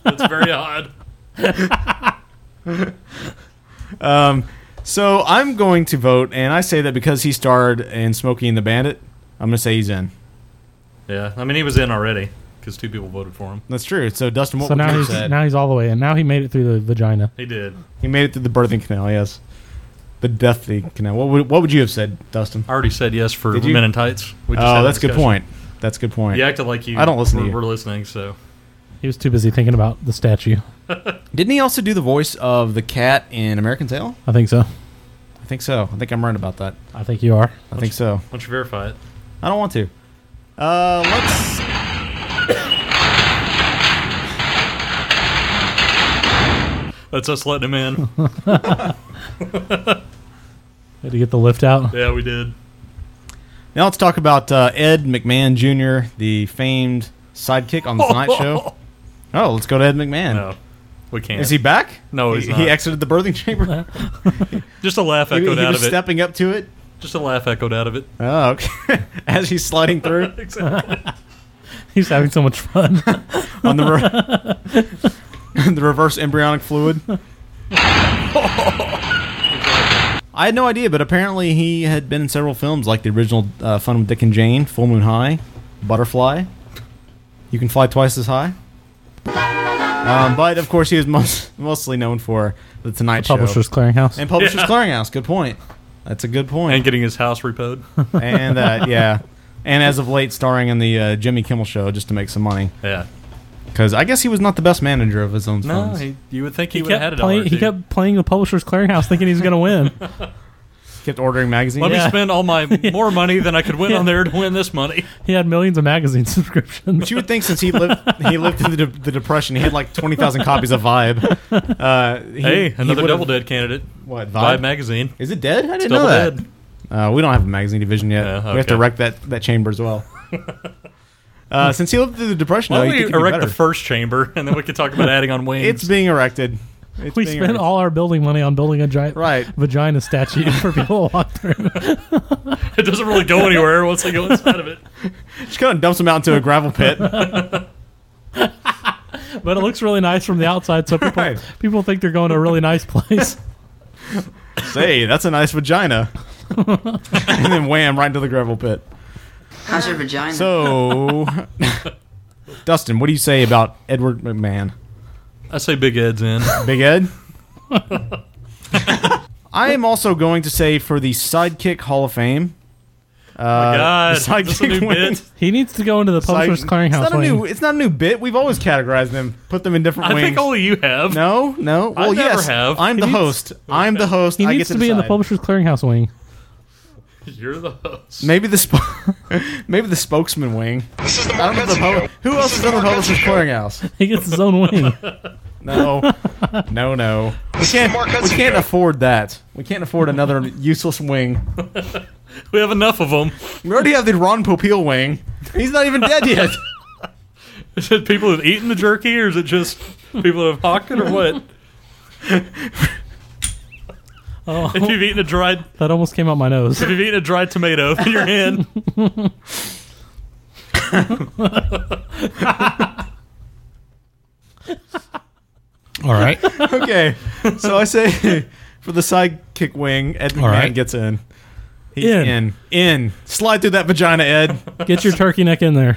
Speaker 11: That's very odd.
Speaker 8: um, so I'm going to vote, and I say that because he starred in Smokey and the Bandit, I'm going to say he's in.
Speaker 11: Yeah, I mean he was in already because two people voted for him.
Speaker 8: That's true. So Dustin, what
Speaker 3: so
Speaker 8: would
Speaker 3: now
Speaker 8: you
Speaker 3: he's
Speaker 8: say?
Speaker 3: now he's all the way in. Now he made it through the vagina.
Speaker 11: He did.
Speaker 8: He made it through the birthing canal. Yes, the death canal. What would what would you have said, Dustin?
Speaker 11: I already said yes for
Speaker 8: Did you?
Speaker 11: Men in Tights. We just had
Speaker 8: oh,
Speaker 11: a
Speaker 8: that's a good
Speaker 11: discussion.
Speaker 8: point. That's a good point.
Speaker 11: You acted like you.
Speaker 8: I don't listen
Speaker 11: were,
Speaker 8: to you.
Speaker 11: We're listening, so
Speaker 3: He was too busy thinking about the statue.
Speaker 8: Didn't he also do the voice of the cat in American Tail?
Speaker 3: I think so.
Speaker 8: I think so. I think I'm right about that.
Speaker 3: I think you are.
Speaker 8: I think so.
Speaker 11: why don't you verify it?
Speaker 8: I don't want to. Uh, let's.
Speaker 11: That's us letting him
Speaker 8: *laughs*
Speaker 11: in.
Speaker 3: Had to get the lift out. *laughs*
Speaker 11: yeah, we did.
Speaker 8: Now let's talk about uh, Ed McMahon Jr., the famed sidekick on the
Speaker 11: *laughs*
Speaker 8: Tonight Show. Oh, let's go to Ed McMahon.
Speaker 11: No, we can't.
Speaker 8: Is he back?
Speaker 11: No,
Speaker 8: he,
Speaker 11: he's
Speaker 8: he
Speaker 11: not.
Speaker 8: exited the birthing chamber.
Speaker 11: Just a laugh
Speaker 8: He-
Speaker 11: echoed
Speaker 8: he
Speaker 11: out
Speaker 8: was
Speaker 11: of it.
Speaker 8: stepping up to it.
Speaker 11: Just a laugh echoed out of it.
Speaker 8: Oh, okay. *laughs* As he's sliding through
Speaker 3: He's having so much fun.
Speaker 8: on the re- *laughs* the reverse embryonic fluid. I had no idea, but apparently he had been in several films like the original uh, Fun with Dick and Jane, Full Moon High, Butterfly. You can fly twice as high. Um, but of course, he was most, *laughs* mostly known for the Tonight
Speaker 3: The
Speaker 8: Show,
Speaker 3: *laughs* Publishers Clearinghouse.
Speaker 8: and Publishers
Speaker 11: Yeah.
Speaker 8: Clearinghouse. Good point. That's a good point.
Speaker 11: And getting his house
Speaker 8: *laughs*
Speaker 11: repoed.
Speaker 8: and that, yeah. And as of late, starring in the uh, Jimmy Kimmel Show just to make some money.
Speaker 11: Yeah.
Speaker 8: Because I guess he was not the best manager of his own
Speaker 11: No,
Speaker 8: films.
Speaker 11: he, you would think he,
Speaker 3: He
Speaker 11: would have
Speaker 3: kept,
Speaker 11: had it all.
Speaker 8: *laughs*
Speaker 3: playing, he kept playing the Publishers Clearinghouse thinking he was going to win.
Speaker 8: Kept ordering magazines.
Speaker 11: Let me spend all
Speaker 8: *laughs*
Speaker 11: my more money than I could win on there to win this money.
Speaker 3: He had millions of magazine *laughs* subscriptions.
Speaker 8: But you would think since he lived he lived through the, de- the depression, he had like twenty thousand copies of Vibe. Uh, he-
Speaker 11: hey,
Speaker 8: he
Speaker 11: *laughs* another
Speaker 8: would've-
Speaker 11: Double Dead candidate.
Speaker 8: What
Speaker 11: Vibe magazine?
Speaker 8: Is it dead? I
Speaker 11: It's
Speaker 8: didn't
Speaker 11: Double
Speaker 8: know that.
Speaker 11: Dead.
Speaker 8: Uh, we don't have a magazine division yet.
Speaker 11: Yeah,
Speaker 8: We have
Speaker 11: okay.
Speaker 8: to wreck that, that chamber as well. uh, since he lived through the depression,
Speaker 11: Why
Speaker 8: though,
Speaker 11: don't
Speaker 8: you think
Speaker 11: we
Speaker 8: it'd be
Speaker 11: erect
Speaker 8: better.
Speaker 11: the first chamber *laughs* and then we could talk about adding on wings?
Speaker 8: It's being erected. It's
Speaker 3: we
Speaker 8: being
Speaker 3: spent all our building money on building a giant vagina
Speaker 8: *laughs*
Speaker 3: statue for people to walk through.
Speaker 11: *laughs* it doesn't really go anywhere once they go inside of it.
Speaker 8: Just kind of dumps him out into a gravel pit.
Speaker 3: But it looks really nice from the outside, so people people think they're going to a really
Speaker 8: *laughs*
Speaker 3: nice place.
Speaker 8: Say, that's a nice vagina. and then wham, right into the gravel pit.
Speaker 20: How's your vagina?
Speaker 8: So, Dustin, what do you say about Edward McMahon?
Speaker 11: I say Big Ed's *laughs* in.
Speaker 8: Big Ed? I am also going to say for the Sidekick Hall of Fame. Uh,
Speaker 11: Oh God,
Speaker 8: the
Speaker 11: is this a
Speaker 8: Sidekick
Speaker 11: new
Speaker 8: wing-
Speaker 11: bit?
Speaker 3: He needs to go into the Publishers
Speaker 8: Side-
Speaker 3: Clearinghouse.
Speaker 8: It's not, a
Speaker 3: wing.
Speaker 8: new, it's not a new bit. We've always categorized them, put them in different
Speaker 11: I
Speaker 8: wings.
Speaker 11: think only you have.
Speaker 8: No, no.
Speaker 11: I
Speaker 8: Well,
Speaker 11: never
Speaker 8: yes.
Speaker 11: have.
Speaker 8: I'm
Speaker 11: He
Speaker 8: the
Speaker 11: needs-
Speaker 8: host. I'm the host.
Speaker 3: He
Speaker 8: I
Speaker 3: needs
Speaker 8: get
Speaker 3: to, be in the
Speaker 8: decide.
Speaker 3: Publishers Clearinghouse wing.
Speaker 11: You're the host.
Speaker 8: Maybe the sp- *laughs* maybe the spokesman wing. This is the Mark Who else is on the Publishers Clearinghouse?
Speaker 3: He gets his own
Speaker 8: *laughs*
Speaker 3: wing.
Speaker 8: No, no, no. We can't. We can't afford that. We can't afford another useless wing.
Speaker 11: We have enough of them.
Speaker 8: We already have the Ron Popeil wing. He's not even dead yet.
Speaker 11: *laughs* Is it people who've eaten the jerky, or is it just people who have hawked it, or
Speaker 8: *laughs*
Speaker 11: what?
Speaker 3: Oh,
Speaker 11: If you've eaten a dried,
Speaker 3: that almost came out my nose.
Speaker 11: if you've eaten a dried tomato, *laughs* you're in.
Speaker 8: All right. okay. So I say *laughs* for the sidekick wing, Ed McMahon
Speaker 3: All right.
Speaker 8: gets in. He's
Speaker 3: In.
Speaker 8: in. in. Slide through that vagina, Ed.
Speaker 3: Get your turkey neck in
Speaker 8: *laughs*
Speaker 3: there.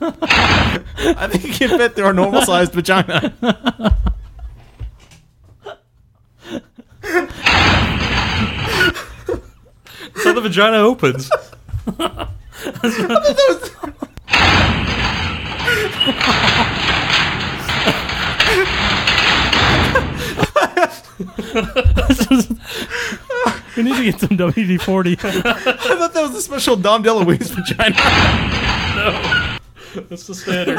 Speaker 8: I think you can fit through our normal sized vagina. *laughs*
Speaker 11: so the vagina opens. Uh,
Speaker 3: *laughs* we need to get some WD forty.
Speaker 8: I thought that was a special Dom DeLuise vagina.
Speaker 11: No, that's the standard.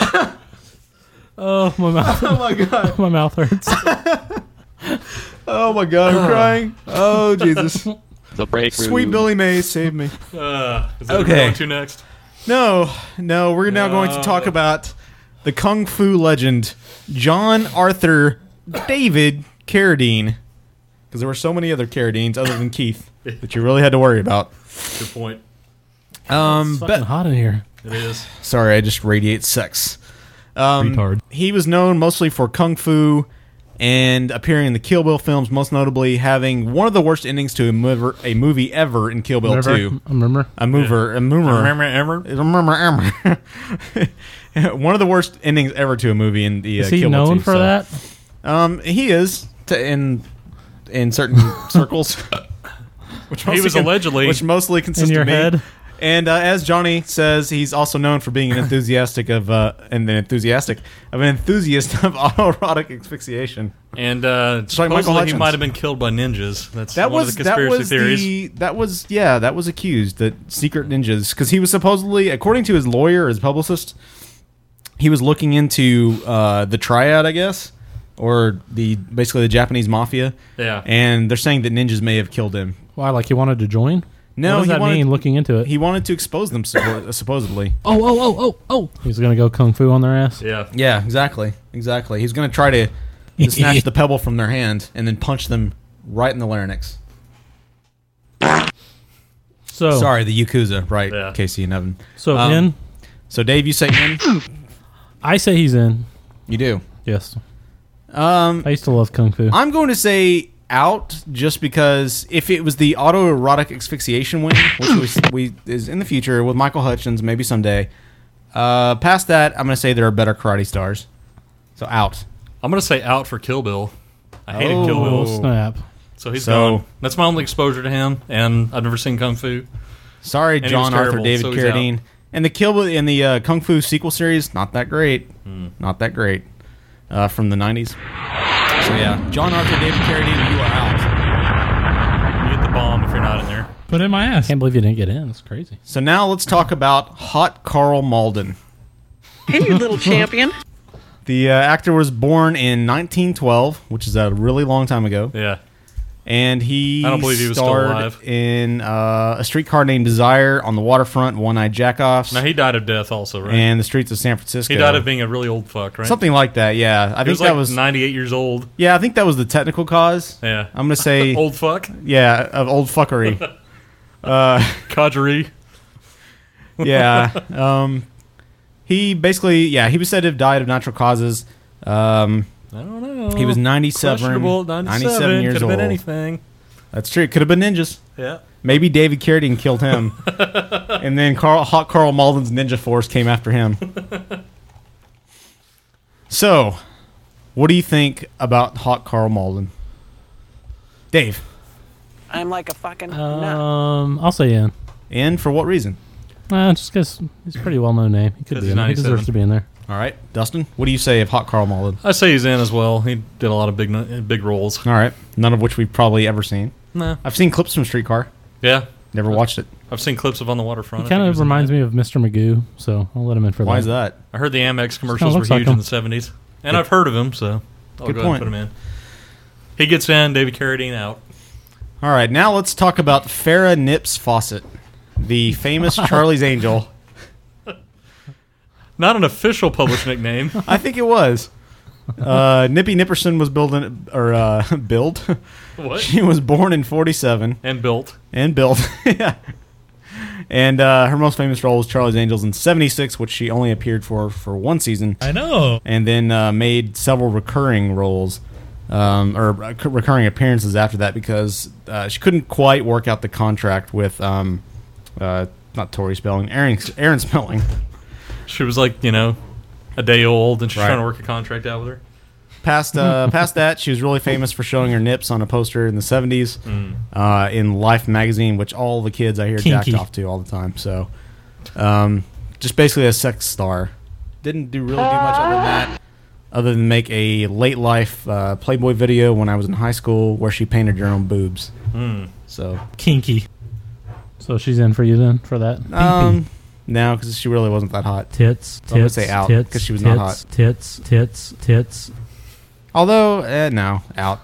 Speaker 3: Oh my mouth!
Speaker 8: Oh, my God.
Speaker 3: my mouth
Speaker 8: *laughs*
Speaker 3: hurts.
Speaker 8: Oh my god, I'm crying. Oh Jesus.
Speaker 21: *laughs* The break
Speaker 8: Sweet Billy Mays, save me.
Speaker 11: Uh, is that okay.
Speaker 8: Okay.
Speaker 11: going to next?
Speaker 8: No, no, we're now going to talk about the kung fu legend John Arthur David Carradine. Because there were so many other Carradines other than Keith that you really had to worry about.
Speaker 11: Good point.
Speaker 8: Um,
Speaker 3: fucking hot in here.
Speaker 11: It is.
Speaker 8: Sorry, I just radiate sex. Um,
Speaker 3: Retard.
Speaker 8: He was known mostly for kung fu and appearing in the Kill Bill films, most notably having one of the worst endings to a, mover, a movie ever in Kill Uh, Bill
Speaker 3: Remember?
Speaker 8: 2.
Speaker 3: I remember.
Speaker 8: A mover, a moomer.
Speaker 11: Remember, remember?
Speaker 8: Remember, remember. *laughs* one of the worst endings ever to a movie in the
Speaker 3: Is
Speaker 8: uh,
Speaker 3: he
Speaker 8: Kill Bill
Speaker 3: known
Speaker 8: 2,
Speaker 3: for
Speaker 8: so.
Speaker 3: that?
Speaker 8: Um, he is to, in
Speaker 3: *laughs*
Speaker 8: in certain circles. Which
Speaker 11: He
Speaker 8: mostly
Speaker 11: was
Speaker 8: con-
Speaker 11: allegedly-
Speaker 8: which mostly consists
Speaker 3: In your
Speaker 8: of me.
Speaker 3: head?
Speaker 8: And uh, as Johnny says, he's also known for being an enthusiastic of uh, and an enthusiastic of an enthusiast of *laughs* autoerotic asphyxiation.
Speaker 11: And uh,
Speaker 8: like Michael
Speaker 11: supposedly he
Speaker 8: Hutchins.
Speaker 11: might have been killed by ninjas. That's
Speaker 8: That
Speaker 11: one
Speaker 8: was
Speaker 11: of the conspiracy
Speaker 8: that was
Speaker 11: theories.
Speaker 8: the that was yeah that was accused that secret ninjas because he was supposedly according to his lawyer his publicist he was looking into uh, the triad I guess or the basically the Japanese mafia
Speaker 3: Yeah.
Speaker 8: and they're saying that ninjas may have killed him
Speaker 3: Why? Like he wanted to join?
Speaker 8: No,
Speaker 3: What does
Speaker 8: he
Speaker 3: that
Speaker 8: wanted-
Speaker 3: mean? Looking into it.
Speaker 8: he wanted to expose them suppo- supposedly
Speaker 3: Oh oh oh oh oh! He's gonna go kung fu on their ass.
Speaker 11: yeah
Speaker 8: yeah exactly exactly he's gonna try to
Speaker 3: *laughs*
Speaker 8: to snatch the pebble from their hand and then punch them right in the larynx
Speaker 3: So
Speaker 8: Sorry, the Yakuza, right, Casey and Evan.
Speaker 3: So
Speaker 8: Um,
Speaker 3: in,
Speaker 8: So Dave, you say in? *clears throat*
Speaker 3: I say he's in.
Speaker 8: You do.
Speaker 3: Yes.
Speaker 8: Um,
Speaker 3: I used to love kung fu.
Speaker 8: I'm going to say out just because if it was the autoerotic asphyxiation win, which
Speaker 11: *clears throat*
Speaker 8: was, we is in the future with Michael Hutchins, maybe someday. Uh, past that, I'm going to say there are better karate stars. So out.
Speaker 11: I'm gonna say out for Kill Bill. I hated
Speaker 8: Oh,
Speaker 11: Kill Bill.
Speaker 8: snap.
Speaker 11: So he's
Speaker 8: So-
Speaker 11: gone. That's my only exposure to him, and I've never seen Kung Fu.
Speaker 8: Sorry,
Speaker 11: And he was
Speaker 8: John Arthur
Speaker 11: terrible,
Speaker 8: David
Speaker 11: so he's out.
Speaker 8: Carradine. And the Kill Bill and the uh, Kung
Speaker 11: Hmm.
Speaker 8: Fu sequel series, not that great. Not that great. Uh, from the 90s.
Speaker 11: So yeah, John Arthur, David Carradine, you are out. You get the bomb if you're not in there.
Speaker 3: Put in my ass. Can't believe you didn't get in. That's crazy.
Speaker 8: So now let's talk about Hot Carl Malden.
Speaker 21: Hey, you
Speaker 19: *laughs*
Speaker 21: little champion.
Speaker 8: The uh, actor was born in 1912, which is a really long time ago.
Speaker 11: Yeah.
Speaker 8: And he
Speaker 11: I don't believe he was still
Speaker 8: starred
Speaker 11: alive.
Speaker 8: in uh, a streetcar named Desire on the waterfront, One Eyed Jackoffs,
Speaker 11: Now he died of death, also, right?
Speaker 8: and the streets of San Francisco.
Speaker 11: he died of being a really old fuck, right?
Speaker 8: something like that. Yeah, I
Speaker 11: he
Speaker 8: think
Speaker 11: was
Speaker 8: that
Speaker 11: like
Speaker 8: was
Speaker 11: 98 years old.
Speaker 8: yeah, I think that was the technical cause.
Speaker 11: Yeah.
Speaker 8: I'm gonna
Speaker 11: *laughs*
Speaker 8: say
Speaker 11: Old fuck?
Speaker 8: Yeah, of old fuckery.
Speaker 11: *laughs*
Speaker 8: uh,
Speaker 11: Codgery.
Speaker 8: yeah. Um, he basically, yeah, he was said to have died of natural causes. Um,
Speaker 11: I don't know.
Speaker 8: He was 97,
Speaker 11: Oh, Questionable, 97,
Speaker 8: years
Speaker 11: could've
Speaker 8: old.
Speaker 11: been anything.
Speaker 8: That's true. Could have been ninjas.
Speaker 11: Yeah.
Speaker 8: Maybe David Carradine killed him, and then Carl, Hot Carl Malden's ninja force came after him. so, what do you think about Hot Carl Malden, Dave?
Speaker 21: I'm like a fucking
Speaker 19: Uh,
Speaker 3: Um, I'll say in.
Speaker 8: In for what reason?
Speaker 3: Uh, just because he's a pretty well known name. He could
Speaker 11: 'Cause
Speaker 3: be
Speaker 11: he's
Speaker 3: in there. He
Speaker 11: 97.
Speaker 3: deserves to be in there.
Speaker 8: All right, Dustin. What do you say of Hot Carl Malden?
Speaker 11: I say he's in as well. He did a lot of big no- big roles.
Speaker 8: All right, none of which we've probably ever seen.
Speaker 11: No.
Speaker 8: I've seen clips from Streetcar.
Speaker 11: Yeah.
Speaker 8: Never watched it.
Speaker 11: I've seen clips of On the Waterfront. I
Speaker 3: He
Speaker 11: think
Speaker 3: kind
Speaker 11: it
Speaker 3: of
Speaker 11: was in
Speaker 3: reminds me of Mr. Magoo, so I'll let him in for that.
Speaker 8: Why is that?
Speaker 11: I heard the Amex commercials were
Speaker 3: looks
Speaker 11: huge
Speaker 3: like
Speaker 11: in
Speaker 3: him.
Speaker 11: the seventies, and
Speaker 3: Good-
Speaker 11: I've heard of him, so I'll
Speaker 8: good
Speaker 11: go ahead and
Speaker 8: point.
Speaker 11: put him in. He gets in. David Carradine out.
Speaker 8: All right, now let's talk about Farah Nips Fawcett, the famous Charlie's Angel.
Speaker 11: Not an official published
Speaker 8: *laughs*
Speaker 11: nickname.
Speaker 8: I think it was. Uh, Nippy Nipperson was building or uh, *laughs* built.
Speaker 11: What?
Speaker 8: She was born in '47
Speaker 11: And built.
Speaker 8: and built. *laughs* yeah. And uh, her most famous role was Charlie's Angels in '76, which she only appeared for for one season.
Speaker 18: I know.
Speaker 8: And then uh, made several recurring roles um, or rec- recurring appearances after that because uh, she couldn't quite work out the contract with um, uh, not Tori Spelling, Aaron Aaron Spelling.
Speaker 11: She was like you know a day old, and she's
Speaker 8: Right.
Speaker 11: trying to work a contract out with her.
Speaker 8: Past uh, past that, she was really famous for showing her nips on a poster in the '70s
Speaker 11: Mm.
Speaker 8: uh, in Life magazine, which all the kids I hear
Speaker 11: Kinky.
Speaker 8: jacked off to all the time. So, um, just basically a sex star. Didn't do really do much other than that. Other than make a late life uh, Playboy video when I was in high school, where she painted her own boobs.
Speaker 11: Mm.
Speaker 8: So
Speaker 3: Kinky. So she's in for you then for that.
Speaker 8: um, now because she really wasn't that hot.
Speaker 3: Tits,
Speaker 8: So I'm gonna
Speaker 3: tits,
Speaker 8: say out
Speaker 3: tits,
Speaker 8: because she was
Speaker 3: tits,
Speaker 8: not hot.
Speaker 3: Tits, tits, tits.
Speaker 8: Although, eh, no, out.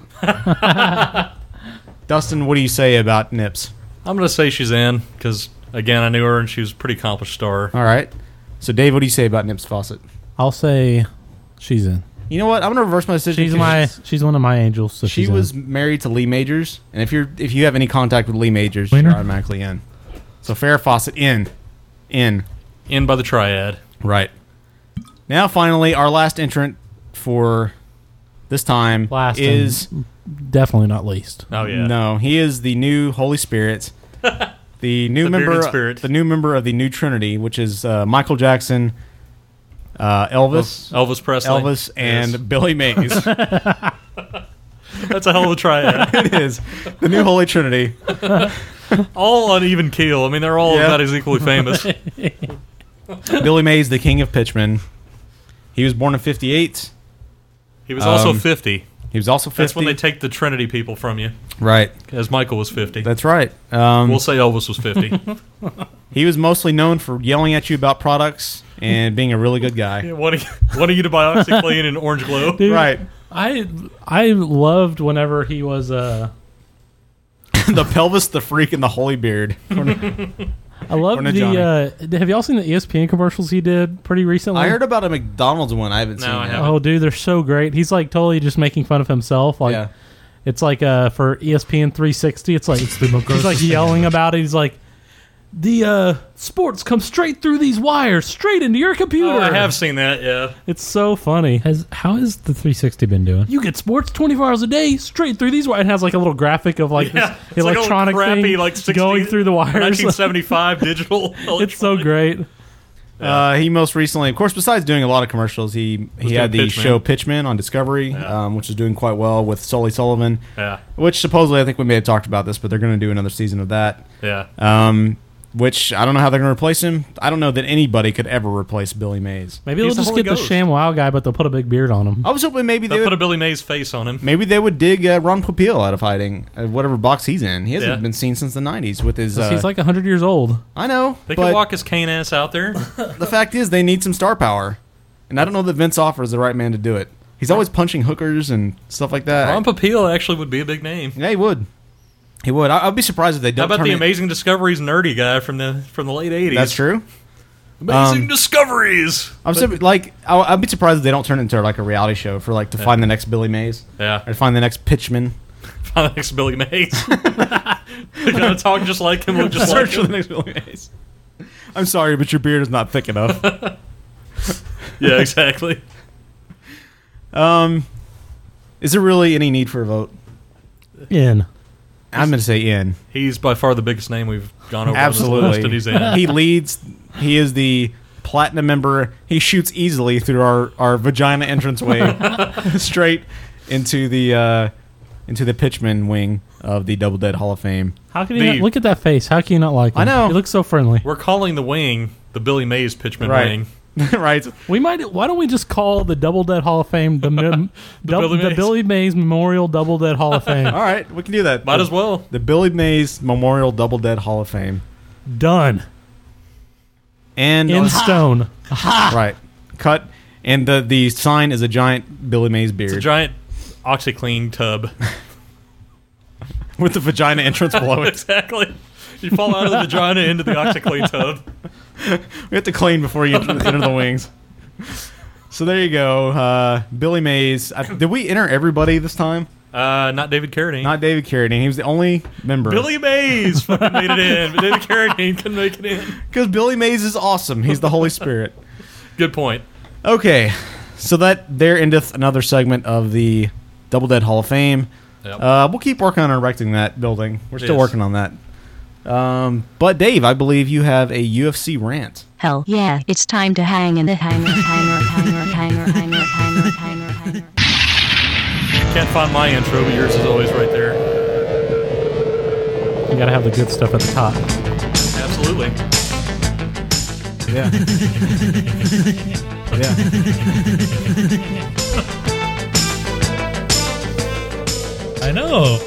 Speaker 8: Dustin, what do you say about nips?
Speaker 11: I'm gonna say she's in because again I knew her and she was a pretty accomplished star.
Speaker 8: All right. So, Dave, what do you say about Nips Fawcett?
Speaker 3: I'll say she's in.
Speaker 8: You know what? I'm gonna reverse my decision.
Speaker 3: She's
Speaker 8: 'cause
Speaker 3: my she's one of my angels. So
Speaker 8: She
Speaker 3: she's in.
Speaker 8: was married to Lee Majors, and if you're if you have any contact with Lee Majors, you're automatically in. So Farrah Fawcett in, in,
Speaker 11: in by the triad.
Speaker 8: Right. Now, finally, our last entrant for this time
Speaker 3: Last and
Speaker 8: is
Speaker 3: definitely not least.
Speaker 11: Oh,
Speaker 8: no, he is the new
Speaker 3: *laughs*
Speaker 8: Holy Spirit, the new
Speaker 11: The
Speaker 8: member,
Speaker 11: bearded spirit.
Speaker 8: the new member of the new Trinity, which is uh, Michael Jackson, uh, Elvis,
Speaker 11: Elvis Presley.
Speaker 8: oh, Elvis, and
Speaker 11: Yes.
Speaker 8: Billy
Speaker 11: *laughs*
Speaker 8: Mays. *laughs*
Speaker 11: That's a hell of a triad.
Speaker 8: it *laughs* is the new Holy Trinity.
Speaker 11: all on even keel. I mean, they're all
Speaker 8: Yeah.
Speaker 11: about as equally
Speaker 8: *laughs*
Speaker 11: famous.
Speaker 8: Billy Mays, the king of pitchmen. He was born in 58.
Speaker 11: He was also
Speaker 8: Um,
Speaker 11: 50.
Speaker 8: He was also 50.
Speaker 11: That's when they take the Trinity people from you.
Speaker 8: Right.
Speaker 11: As Michael was 50.
Speaker 8: That's right. Um,
Speaker 11: we'll say Elvis was
Speaker 3: *laughs*
Speaker 11: 50.
Speaker 8: he was mostly known for yelling at you about products and being a really good guy.
Speaker 11: Yeah, wanting, wanting you to buy
Speaker 3: *laughs*
Speaker 11: OxyClean and Orange Glow.
Speaker 3: Dude, I I loved whenever he was uh
Speaker 8: *laughs* the pelvis, the freak, and the holy beard.
Speaker 3: I love
Speaker 8: Orna Johnny.
Speaker 3: the uh have y'all seen the ESPN commercials he did pretty recently?
Speaker 8: I heard about a McDonald's one. I haven't seen it.
Speaker 3: Oh dude, they're so great. He's like totally just making fun of himself. Like
Speaker 8: Yeah.
Speaker 3: it's like uh for ESPN three sixty, it's like
Speaker 18: the most
Speaker 3: he's like
Speaker 18: grossest thing
Speaker 3: yelling about it. He's like the uh sports come straight through these wires, straight into your computer.
Speaker 11: Oh, I have seen that, yeah.
Speaker 3: It's so funny.
Speaker 18: Has how has the 360 been doing?
Speaker 3: you get sports 24 hours a day straight through these wires. It has like a little graphic of like
Speaker 11: Yeah, it's like a
Speaker 3: this
Speaker 11: little
Speaker 3: electronic
Speaker 11: crappy,
Speaker 3: thing
Speaker 11: like, 60
Speaker 3: going through the wires.
Speaker 11: 1975 digital.
Speaker 3: *laughs* it's so great.
Speaker 8: Uh, he most recently, of course, besides doing a lot of commercials, he
Speaker 11: Was
Speaker 8: he had the
Speaker 11: doing Pitchman.
Speaker 8: show Pitchman on Discovery, um, which is doing quite well with Sully Sullivan.
Speaker 11: Yeah.
Speaker 8: Which supposedly I think we may have talked about this, but they're going to do another season of that.
Speaker 11: Yeah.
Speaker 8: Um, Which I don't know how they're going to replace him. I don't know that anybody could ever replace Billy Mays.
Speaker 3: Maybe they'll just get the Sham Wow guy, but they'll put a big beard on him.
Speaker 8: I was hoping maybe
Speaker 11: they put a Billy Mays face on him.
Speaker 8: Maybe they would dig uh, Ron Popeil out of hiding, uh, whatever box he's in. He hasn't
Speaker 11: Yeah.
Speaker 8: been seen since the '90s with
Speaker 11: Oh,
Speaker 8: his. Uh,
Speaker 3: He's like 100 years old.
Speaker 8: I know.
Speaker 11: They
Speaker 8: but-
Speaker 11: could walk his cane ass out
Speaker 8: *laughs*
Speaker 11: there.
Speaker 8: the fact is, they need some star power, and I don't know that Vince Offer is the right man to do it. He's always punching hookers and stuff like that.
Speaker 11: Ron Popeil actually would be a big name.
Speaker 8: Yeah, he would. He would. I, I'd be surprised if they
Speaker 11: How
Speaker 8: don't.
Speaker 11: about
Speaker 8: turn
Speaker 11: the
Speaker 8: it-
Speaker 11: Amazing Discoveries nerdy guy from the from the late '80s?
Speaker 8: That's true.
Speaker 11: Amazing
Speaker 8: Um,
Speaker 11: Discoveries.
Speaker 8: I'm
Speaker 11: But-
Speaker 8: so, like I, I'd be surprised if they don't turn it into like a reality show for like to find the next Billy Mays.
Speaker 11: Yeah.
Speaker 8: *laughs*
Speaker 11: *laughs*
Speaker 8: Or find the next Pitchman.
Speaker 11: Find the next Billy Mays. *laughs* They're gonna talk just like him. Look just
Speaker 8: *laughs* Search
Speaker 11: like him.
Speaker 8: for the next Billy Mays. I'm sorry, but your beard is not thick enough.
Speaker 11: yeah, exactly.
Speaker 8: Um, *laughs* is there really any need for a vote?
Speaker 3: In.
Speaker 8: I'm going to say in.
Speaker 11: He's by far the biggest name we've gone over. On this list,
Speaker 8: Absolutely.
Speaker 11: and he's in.
Speaker 8: he leads. He is the platinum member. He shoots easily through our, our vagina *laughs* entranceway straight into the uh, into the pitchman wing of the Double Dead Hall of Fame.
Speaker 3: How can you not, look at that face? How can you not like him? I know. He looks so friendly.
Speaker 11: *laughs* We're calling the wing the Billy Mays pitchman
Speaker 3: Right.
Speaker 11: wing.
Speaker 8: *laughs* right.
Speaker 3: We might. Why don't we just call the Double Dead Hall of Fame
Speaker 8: *laughs*
Speaker 3: the, mem- Dou-
Speaker 11: Billy
Speaker 3: the
Speaker 11: Mays.
Speaker 3: Billy Mays Memorial Double Dead Hall
Speaker 8: *laughs*
Speaker 3: of Fame?
Speaker 8: All right, we can do that.
Speaker 11: Might
Speaker 8: The-
Speaker 11: as well.
Speaker 8: The Billy Mays Memorial Double Dead Hall of Fame.
Speaker 3: Done.
Speaker 8: And *laughs*
Speaker 3: In stone.
Speaker 8: right. Cut. And the the sign is a giant Billy Mays beard
Speaker 11: It's a giant OxyClean tub. *laughs*
Speaker 8: with the vagina entrance
Speaker 11: *laughs*
Speaker 8: below it.
Speaker 11: exactly. You fall out of the vagina into the OxyClean tub.
Speaker 8: We have to clean before you enter, enter the wings. So there you go, uh, Billy Mays. I, did we enter everybody this time?
Speaker 11: Uh, not David Carradine.
Speaker 8: Not David Carradine. He was the only member.
Speaker 11: Billy Mays fucking made it in, but David Carradine couldn't make it in.
Speaker 8: because Billy Mays is awesome. He's the Holy Spirit.
Speaker 11: Good point.
Speaker 8: Okay, so that there endeth another segment of the Double Dead Hall of Fame.
Speaker 11: Yep.
Speaker 8: Uh, we'll keep working on erecting that building. We're still
Speaker 11: Yes.
Speaker 8: working on that. Um, but Dave, I believe you have a UFC rant.
Speaker 1: Hell yeah, it's time to hang in the hanger, hanger, hanger, hanger, hanger, hanger, hanger, hanger.
Speaker 11: Can't find my intro, but yours is always right there.
Speaker 3: You gotta have the good stuff at the top.
Speaker 11: Absolutely.
Speaker 8: *laughs* Yeah.
Speaker 3: I know.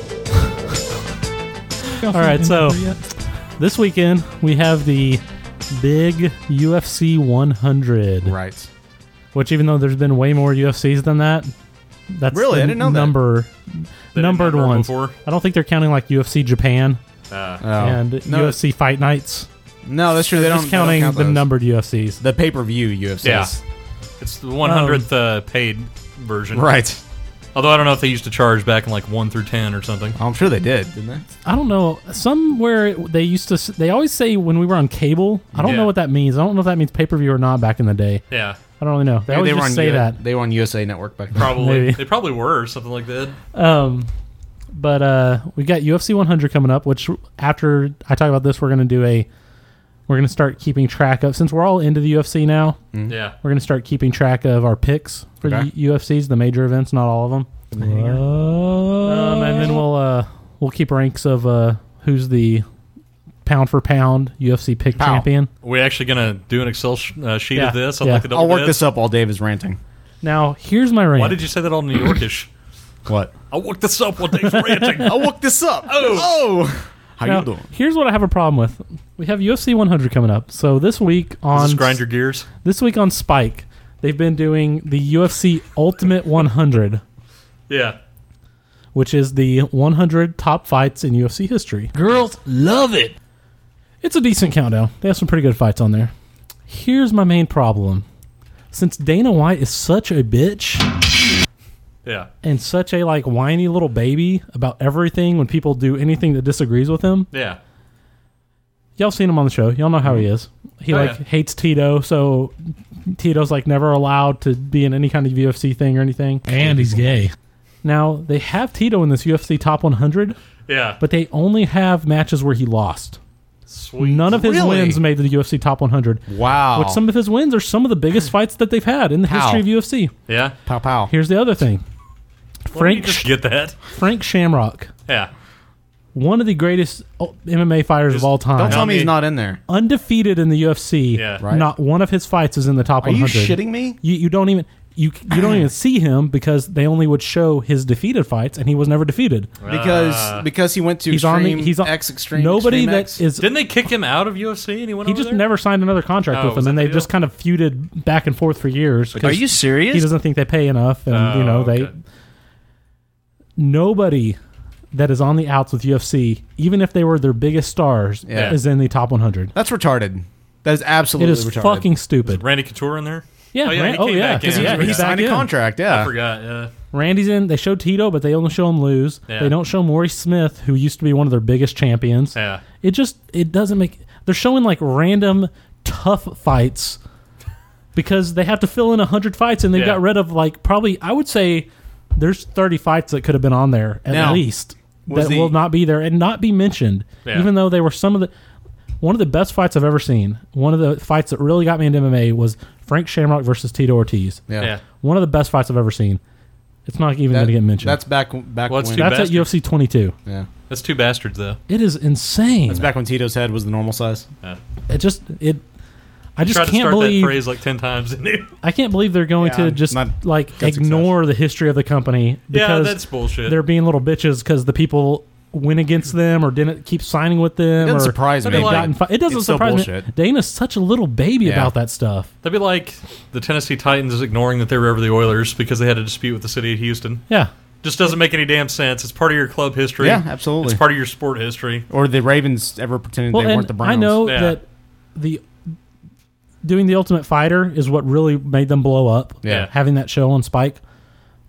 Speaker 3: *laughs* All right, so this weekend we have the big UFC 100.
Speaker 8: Right.
Speaker 3: Which, even though there's been way more UFCs than that, that's
Speaker 8: Really?
Speaker 3: the
Speaker 8: I didn't know that.
Speaker 3: number
Speaker 8: They didn't
Speaker 3: numbered
Speaker 8: number 'em
Speaker 3: ones.
Speaker 8: before?
Speaker 3: I don't think they're counting like UFC Japan
Speaker 8: Ah. Oh.
Speaker 3: and
Speaker 8: No.
Speaker 3: UFC Fight Nights.
Speaker 8: No, that's true. They
Speaker 3: They're
Speaker 8: don't
Speaker 3: just counting
Speaker 8: they don't count
Speaker 3: the
Speaker 8: those.
Speaker 3: numbered UFCs.
Speaker 8: The pay per view UFCs.
Speaker 11: Yeah. It's the 100th uh, paid version.
Speaker 8: Um, Right.
Speaker 11: Although I don't know if they used to charge back in like 1 through 10 or something.
Speaker 8: Oh, I'm sure they did, didn't they?
Speaker 3: I don't know. Somewhere it- they used to. s- They always say when we were on cable. I don't
Speaker 8: Yeah.
Speaker 3: know what that means. I don't know if that means pay per view or not. Back in the day.
Speaker 11: Yeah.
Speaker 3: I don't really know. They
Speaker 8: Maybe
Speaker 3: always
Speaker 8: were
Speaker 3: just
Speaker 8: on
Speaker 3: say
Speaker 8: U-
Speaker 3: that.
Speaker 8: They were on USA Network back then.
Speaker 11: Probably.
Speaker 3: Maybe.
Speaker 11: They probably were, something like that.
Speaker 3: Um, but uh, we got UFC 100 coming up. Which after I talk about this, we're gonna do a. We're gonna start keeping track of since we're all into the UFC now.
Speaker 11: Mm. Yeah.
Speaker 3: We're gonna start keeping track of our picks for
Speaker 11: Okay.
Speaker 3: the UFCs, the major events, not all of them. Um, and then we'll uh, we'll keep ranks of uh, who's the pound for pound UFC pick champion.
Speaker 11: Are we actually going to do an Excel sh- uh, sheet
Speaker 3: Yeah.
Speaker 11: of this? I'd
Speaker 3: Yeah.
Speaker 11: like to double
Speaker 8: I'll work
Speaker 11: dip.
Speaker 8: this up while Dave is ranting.
Speaker 3: Now here's my rank.
Speaker 11: Why did you say that all New Yorkish?
Speaker 8: What?
Speaker 11: *laughs* I'll work this up one day. *laughs* ranting.
Speaker 8: *laughs* I'll work this up. Oh. How
Speaker 3: Now,
Speaker 8: you doing?
Speaker 3: Here's what I have a problem with. We have UFC 100 coming up. So this week on
Speaker 11: Does this grind your gears?
Speaker 3: This week on Spike, they've been doing the UFC Ultimate 100,
Speaker 11: Yeah.
Speaker 3: which is the 100 top fights in UFC history. Girls love it. It's a decent countdown. They have some pretty good fights on there. Here's my main problem. Since Dana White is such a bitch,
Speaker 11: Yeah.
Speaker 3: and such a like whiny little baby about everything when people do anything that disagrees with him.
Speaker 11: Yeah.
Speaker 3: Y'all seen him on the show. Y'all know how he is. He
Speaker 11: Oh,
Speaker 3: like
Speaker 11: yeah.
Speaker 3: hates Tito, so Tito's like never allowed to be in any kind of UFC thing or anything. And he's gay. Now they have Tito in this UFC top 100.
Speaker 11: Yeah.
Speaker 3: But they only have matches where he lost.
Speaker 11: Sweet.
Speaker 3: None of his
Speaker 11: Really?
Speaker 3: wins made the UFC top 100.
Speaker 8: Wow.
Speaker 3: Which some of his wins are some of the
Speaker 8: *sighs*
Speaker 3: biggest fights that they've had in the
Speaker 8: Pow.
Speaker 3: history of UFC.
Speaker 11: Yeah.
Speaker 8: Pow pow.
Speaker 3: Here's the other thing.
Speaker 11: Why don't you
Speaker 3: Frank
Speaker 11: just get that.
Speaker 3: Frank Shamrock
Speaker 11: Yeah.
Speaker 3: one of the greatest oh, MMA fighters of all time.
Speaker 8: Don't tell me he's not in there.
Speaker 3: Uh, Undefeated in the UFC.
Speaker 8: Yeah. Right.
Speaker 3: Not one of his fights is in the top
Speaker 8: Are you
Speaker 3: 100.
Speaker 8: shitting me?
Speaker 3: You, you don't even you you don't even see him because they only would show his defeated fights, and he was never defeated
Speaker 8: Because because he went to
Speaker 3: He's on the-
Speaker 8: extreme
Speaker 3: he's on-
Speaker 8: X extreme.
Speaker 3: nobody
Speaker 8: extreme
Speaker 3: that
Speaker 8: X.
Speaker 3: is-
Speaker 11: Didn't they kick him out of UFC and he went
Speaker 3: he
Speaker 11: over
Speaker 3: just
Speaker 11: there?
Speaker 3: never signed another contract
Speaker 11: Oh,
Speaker 3: with
Speaker 11: was
Speaker 3: them, and
Speaker 11: that
Speaker 3: they
Speaker 11: the
Speaker 3: just kind of feuded back and forth for years.
Speaker 11: But are
Speaker 3: 'cause
Speaker 11: you serious? Oh,
Speaker 3: He doesn't think they pay enough, and you know they. Nobody that is on the outs with UFC, even if they were their biggest stars,
Speaker 8: Yeah.
Speaker 3: is in the top 100.
Speaker 8: That's retarded. That is absolutely
Speaker 3: it is
Speaker 8: retarded.
Speaker 3: fucking stupid.
Speaker 11: Randy Couture in there?
Speaker 3: Yeah,
Speaker 11: oh yeah,
Speaker 3: Ran-
Speaker 11: he
Speaker 3: oh,
Speaker 11: came
Speaker 3: yeah,
Speaker 11: back
Speaker 3: 'cause
Speaker 11: in.
Speaker 3: he-
Speaker 11: I
Speaker 3: he
Speaker 11: forgot.
Speaker 3: signed a contract, yeah.
Speaker 11: I forgot. Yeah,
Speaker 3: Randy's in. They show Tito, but they only show him lose.
Speaker 11: Yeah.
Speaker 3: They don't show Maury Smith, who used to be one of their biggest champions.
Speaker 11: Yeah.
Speaker 3: It just it doesn't make. They're showing like random tough fights because they have to fill in hundred fights, and they
Speaker 8: Yeah.
Speaker 3: got rid of like probably I would say there's thirty fights that could have been on there at
Speaker 8: Now,
Speaker 3: least
Speaker 8: was
Speaker 3: that
Speaker 8: the-
Speaker 3: will not be there and not be mentioned,
Speaker 8: Yeah.
Speaker 3: even though they were some of the. One of the best fights I've ever seen. One of the fights that really got me into MMA was Frank Shamrock versus Tito Ortiz.
Speaker 8: Yeah. Yeah.
Speaker 3: One of the best fights I've ever seen. It's not even going to get mentioned.
Speaker 8: That's back back
Speaker 11: Well, it's
Speaker 8: when
Speaker 11: too
Speaker 3: That's
Speaker 11: bad.
Speaker 3: at UFC 22.
Speaker 8: Yeah.
Speaker 11: That's two bastards though.
Speaker 3: It is insane.
Speaker 8: That's back when Tito's head was the normal size.
Speaker 11: Yeah.
Speaker 3: It just it. I just
Speaker 11: tried
Speaker 3: can't
Speaker 11: to start
Speaker 3: believe
Speaker 11: that phrase like ten times. didn't he? *laughs*
Speaker 3: I can't believe they're going
Speaker 11: Yeah,
Speaker 3: to just
Speaker 11: not-
Speaker 3: like
Speaker 11: good
Speaker 3: ignore the history of the company.
Speaker 11: Yeah,
Speaker 3: Because
Speaker 11: that's bullshit.
Speaker 3: They're being little bitches because the people went against them or didn't keep signing with them.
Speaker 11: It doesn't
Speaker 3: or
Speaker 11: surprise me.
Speaker 3: they've
Speaker 11: Like,
Speaker 3: gotten fi- it doesn't
Speaker 11: it's still
Speaker 3: surprise me.
Speaker 11: bullshit.
Speaker 3: Dana's such a little baby
Speaker 11: Yeah.
Speaker 3: about that stuff.
Speaker 11: That'd be like the Tennessee Titans ignoring that they were ever the Oilers because they had a dispute with the city of Houston.
Speaker 3: Yeah.
Speaker 11: Just doesn't make any damn sense. It's part of your club history.
Speaker 8: Yeah, absolutely.
Speaker 11: It's part of your sport history.
Speaker 8: Or the Ravens ever pretended
Speaker 3: Well,
Speaker 8: they
Speaker 3: and
Speaker 8: weren't the Browns.
Speaker 3: I know
Speaker 11: Yeah.
Speaker 3: that the doing the Ultimate Fighter is what really made them blow up.
Speaker 8: Yeah.
Speaker 3: having that show on Spike,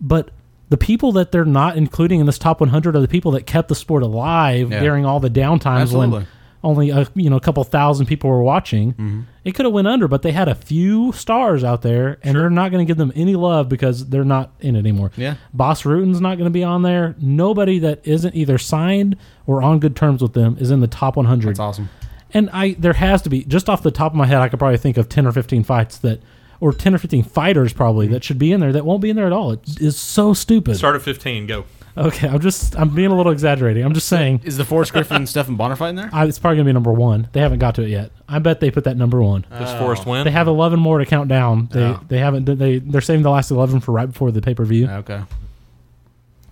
Speaker 3: but the people that they're not including in this top 100 are the people that kept the sport alive
Speaker 8: Yeah.
Speaker 3: during all the downtimes
Speaker 8: Absolutely. Mm-hmm.
Speaker 3: when only a you know a couple thousand people were watching. It could have went under, but they had a few stars out there, and they're not going to give them any love because they're not in it anymore.
Speaker 8: Yeah.
Speaker 3: Boss Rutan's not going to be on there. Nobody that isn't either signed or on good terms with them is in the top 100. That's
Speaker 8: awesome.
Speaker 3: And I there has to be just off the top of my head, I could probably think of 10 or 15 fights that, or 10 or 15 fighters probably that should be in there that won't be in there at all. It is so stupid.
Speaker 11: Start at fifteen. Go.
Speaker 3: Okay, I'm just I'm being a little exaggerating. I'm just saying
Speaker 8: Is the Forrest Griffin and Stephen Bonner fight
Speaker 3: *laughs*
Speaker 8: in there?
Speaker 3: I, it's probably gonna be number one. They haven't got to it yet. I bet they put that number one.
Speaker 11: Does Oh. Forrest win?
Speaker 3: They have eleven more to count down. They
Speaker 8: Oh.
Speaker 3: they haven't. They they're saving the last eleven for right before the pay per view.
Speaker 8: Okay, it's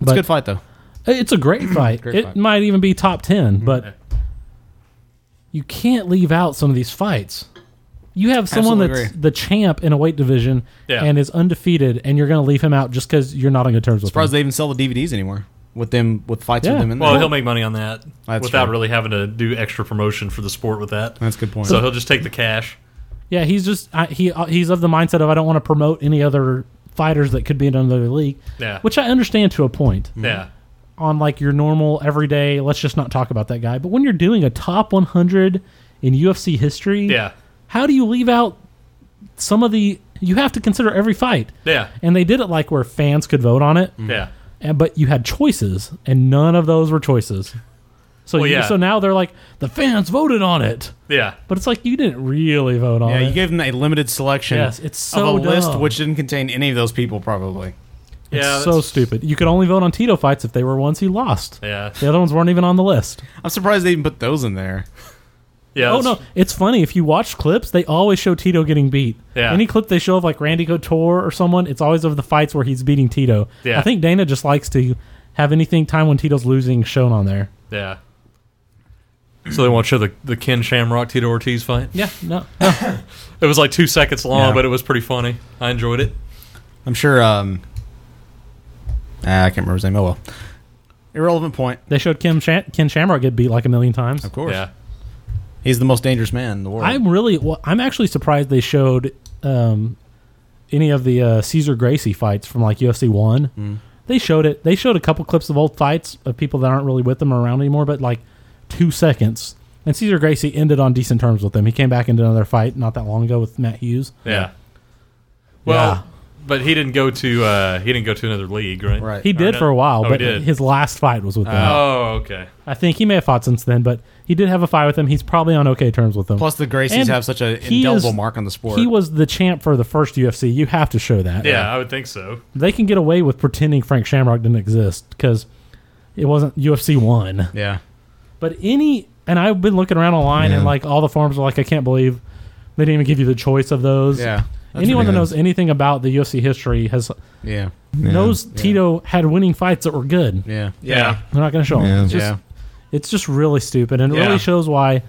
Speaker 3: But-
Speaker 8: a good fight though.
Speaker 3: It's a
Speaker 8: *clears throat*
Speaker 3: great fight.
Speaker 8: Great
Speaker 3: it
Speaker 8: fight. Mm-hmm.
Speaker 3: might even be top 10 but you can't leave out some of these fights. You have someone
Speaker 8: Absolutely
Speaker 3: that's the champ in a weight division
Speaker 8: Yeah.
Speaker 3: and is undefeated, and you're going to leave him out just because you're not on good terms with him.
Speaker 8: Surprised they even sell the DVDs anymore with them with fights
Speaker 3: Yeah.
Speaker 8: with them in there.
Speaker 11: Well, he'll make money on that
Speaker 8: That's
Speaker 11: without
Speaker 8: true.
Speaker 11: really having to do extra promotion for the sport with that.
Speaker 8: That's a good point.
Speaker 11: So he'll just take the cash.
Speaker 3: Yeah, he's just I, he uh, he's of the mindset of I don't want to promote any other fighters that could be in another league.
Speaker 11: Yeah.
Speaker 3: which I understand to a point.
Speaker 11: Yeah.
Speaker 3: on like your normal everyday, let's just not talk about that guy. But when you're doing a top 100 in UFC history,
Speaker 11: Yeah.
Speaker 3: how do you leave out some of the? You have to consider every fight.
Speaker 11: Yeah.
Speaker 3: and they did it like where fans could vote on it.
Speaker 11: Yeah.
Speaker 3: and, but you had choices, and none of those were choices. So
Speaker 11: Well,
Speaker 3: you,
Speaker 11: yeah.
Speaker 3: so now they're like the fans voted on it.
Speaker 11: Yeah.
Speaker 3: But it's like you didn't really vote on
Speaker 8: Yeah,
Speaker 3: it.
Speaker 8: you gave them a limited selection.
Speaker 3: Yes, it's so
Speaker 8: of a list
Speaker 3: dumb.
Speaker 8: which didn't contain any of those people probably.
Speaker 3: It's so stupid. You could only vote on Tito fights if they were ones he lost.
Speaker 8: Yeah.
Speaker 3: The other ones weren't even on the list.
Speaker 8: I'm surprised they even put those in there.
Speaker 11: Yeah.
Speaker 3: Oh no, it's funny if you watch clips, they always show Tito getting beat.
Speaker 8: Yeah.
Speaker 3: Any clip they show of like Randy Couture or someone, it's always of the fights where he's beating Tito.
Speaker 11: Yeah.
Speaker 3: I think Dana just likes to have anything time when Tito's losing shown on there.
Speaker 11: Yeah. So they won't show the, the Ken Shamrock Tito Ortiz fight.
Speaker 3: Yeah, no.
Speaker 11: it was like two seconds long,
Speaker 8: Yeah.
Speaker 11: but it was pretty funny. I enjoyed it.
Speaker 8: I'm sure. Um, ah, I can't remember his name. Oh well. Irrelevant point.
Speaker 3: They showed Kim Sham- Ken Shamrock get beat like a million times. Of
Speaker 8: course. Yeah. He's the most dangerous man in the world.
Speaker 3: I'm really well, I'm actually surprised they showed um, any of the uh, Caesar Gracie fights from like UFC 1.
Speaker 8: Mm.
Speaker 3: They showed it. They showed a couple clips of old fights of people that aren't really with them around anymore, but like two seconds. And Caesar Gracie ended on decent terms with them. He came back into another fight not that long ago with Matt Hughes.
Speaker 11: Yeah. Well, but he didn't go to uh, he didn't go to another league, right? Right.
Speaker 3: He did for a while,
Speaker 11: Oh,
Speaker 3: but
Speaker 11: he did.
Speaker 3: his last fight was with them.
Speaker 11: Oh, okay.
Speaker 3: I think he may have fought since then, but he did have a fight with him. He's probably on okay terms with them.
Speaker 8: Plus, the Gracies have such a
Speaker 3: he
Speaker 8: indelible mark on the sport.
Speaker 3: He was the champ for the first UFC. You have to show that.
Speaker 11: Yeah, I would think so.
Speaker 3: They can get away with pretending Frank Shamrock didn't exist because it wasn't UFC one.
Speaker 8: Yeah.
Speaker 3: But any, and I've been looking around online, and
Speaker 18: Yeah.
Speaker 3: like all the forums are like, I can't believe they didn't even give you the choice of those.
Speaker 8: Yeah, that's
Speaker 3: Anyone that
Speaker 8: ridiculous.
Speaker 3: knows anything about the UFC history has
Speaker 8: Yeah.
Speaker 3: knows Tito had winning fights that were good.
Speaker 8: Yeah.
Speaker 3: Yeah. They're not going to show
Speaker 8: Yeah.
Speaker 3: them. It's just,
Speaker 8: Yeah.
Speaker 3: it's just really stupid, and it
Speaker 8: Yeah.
Speaker 3: really shows why.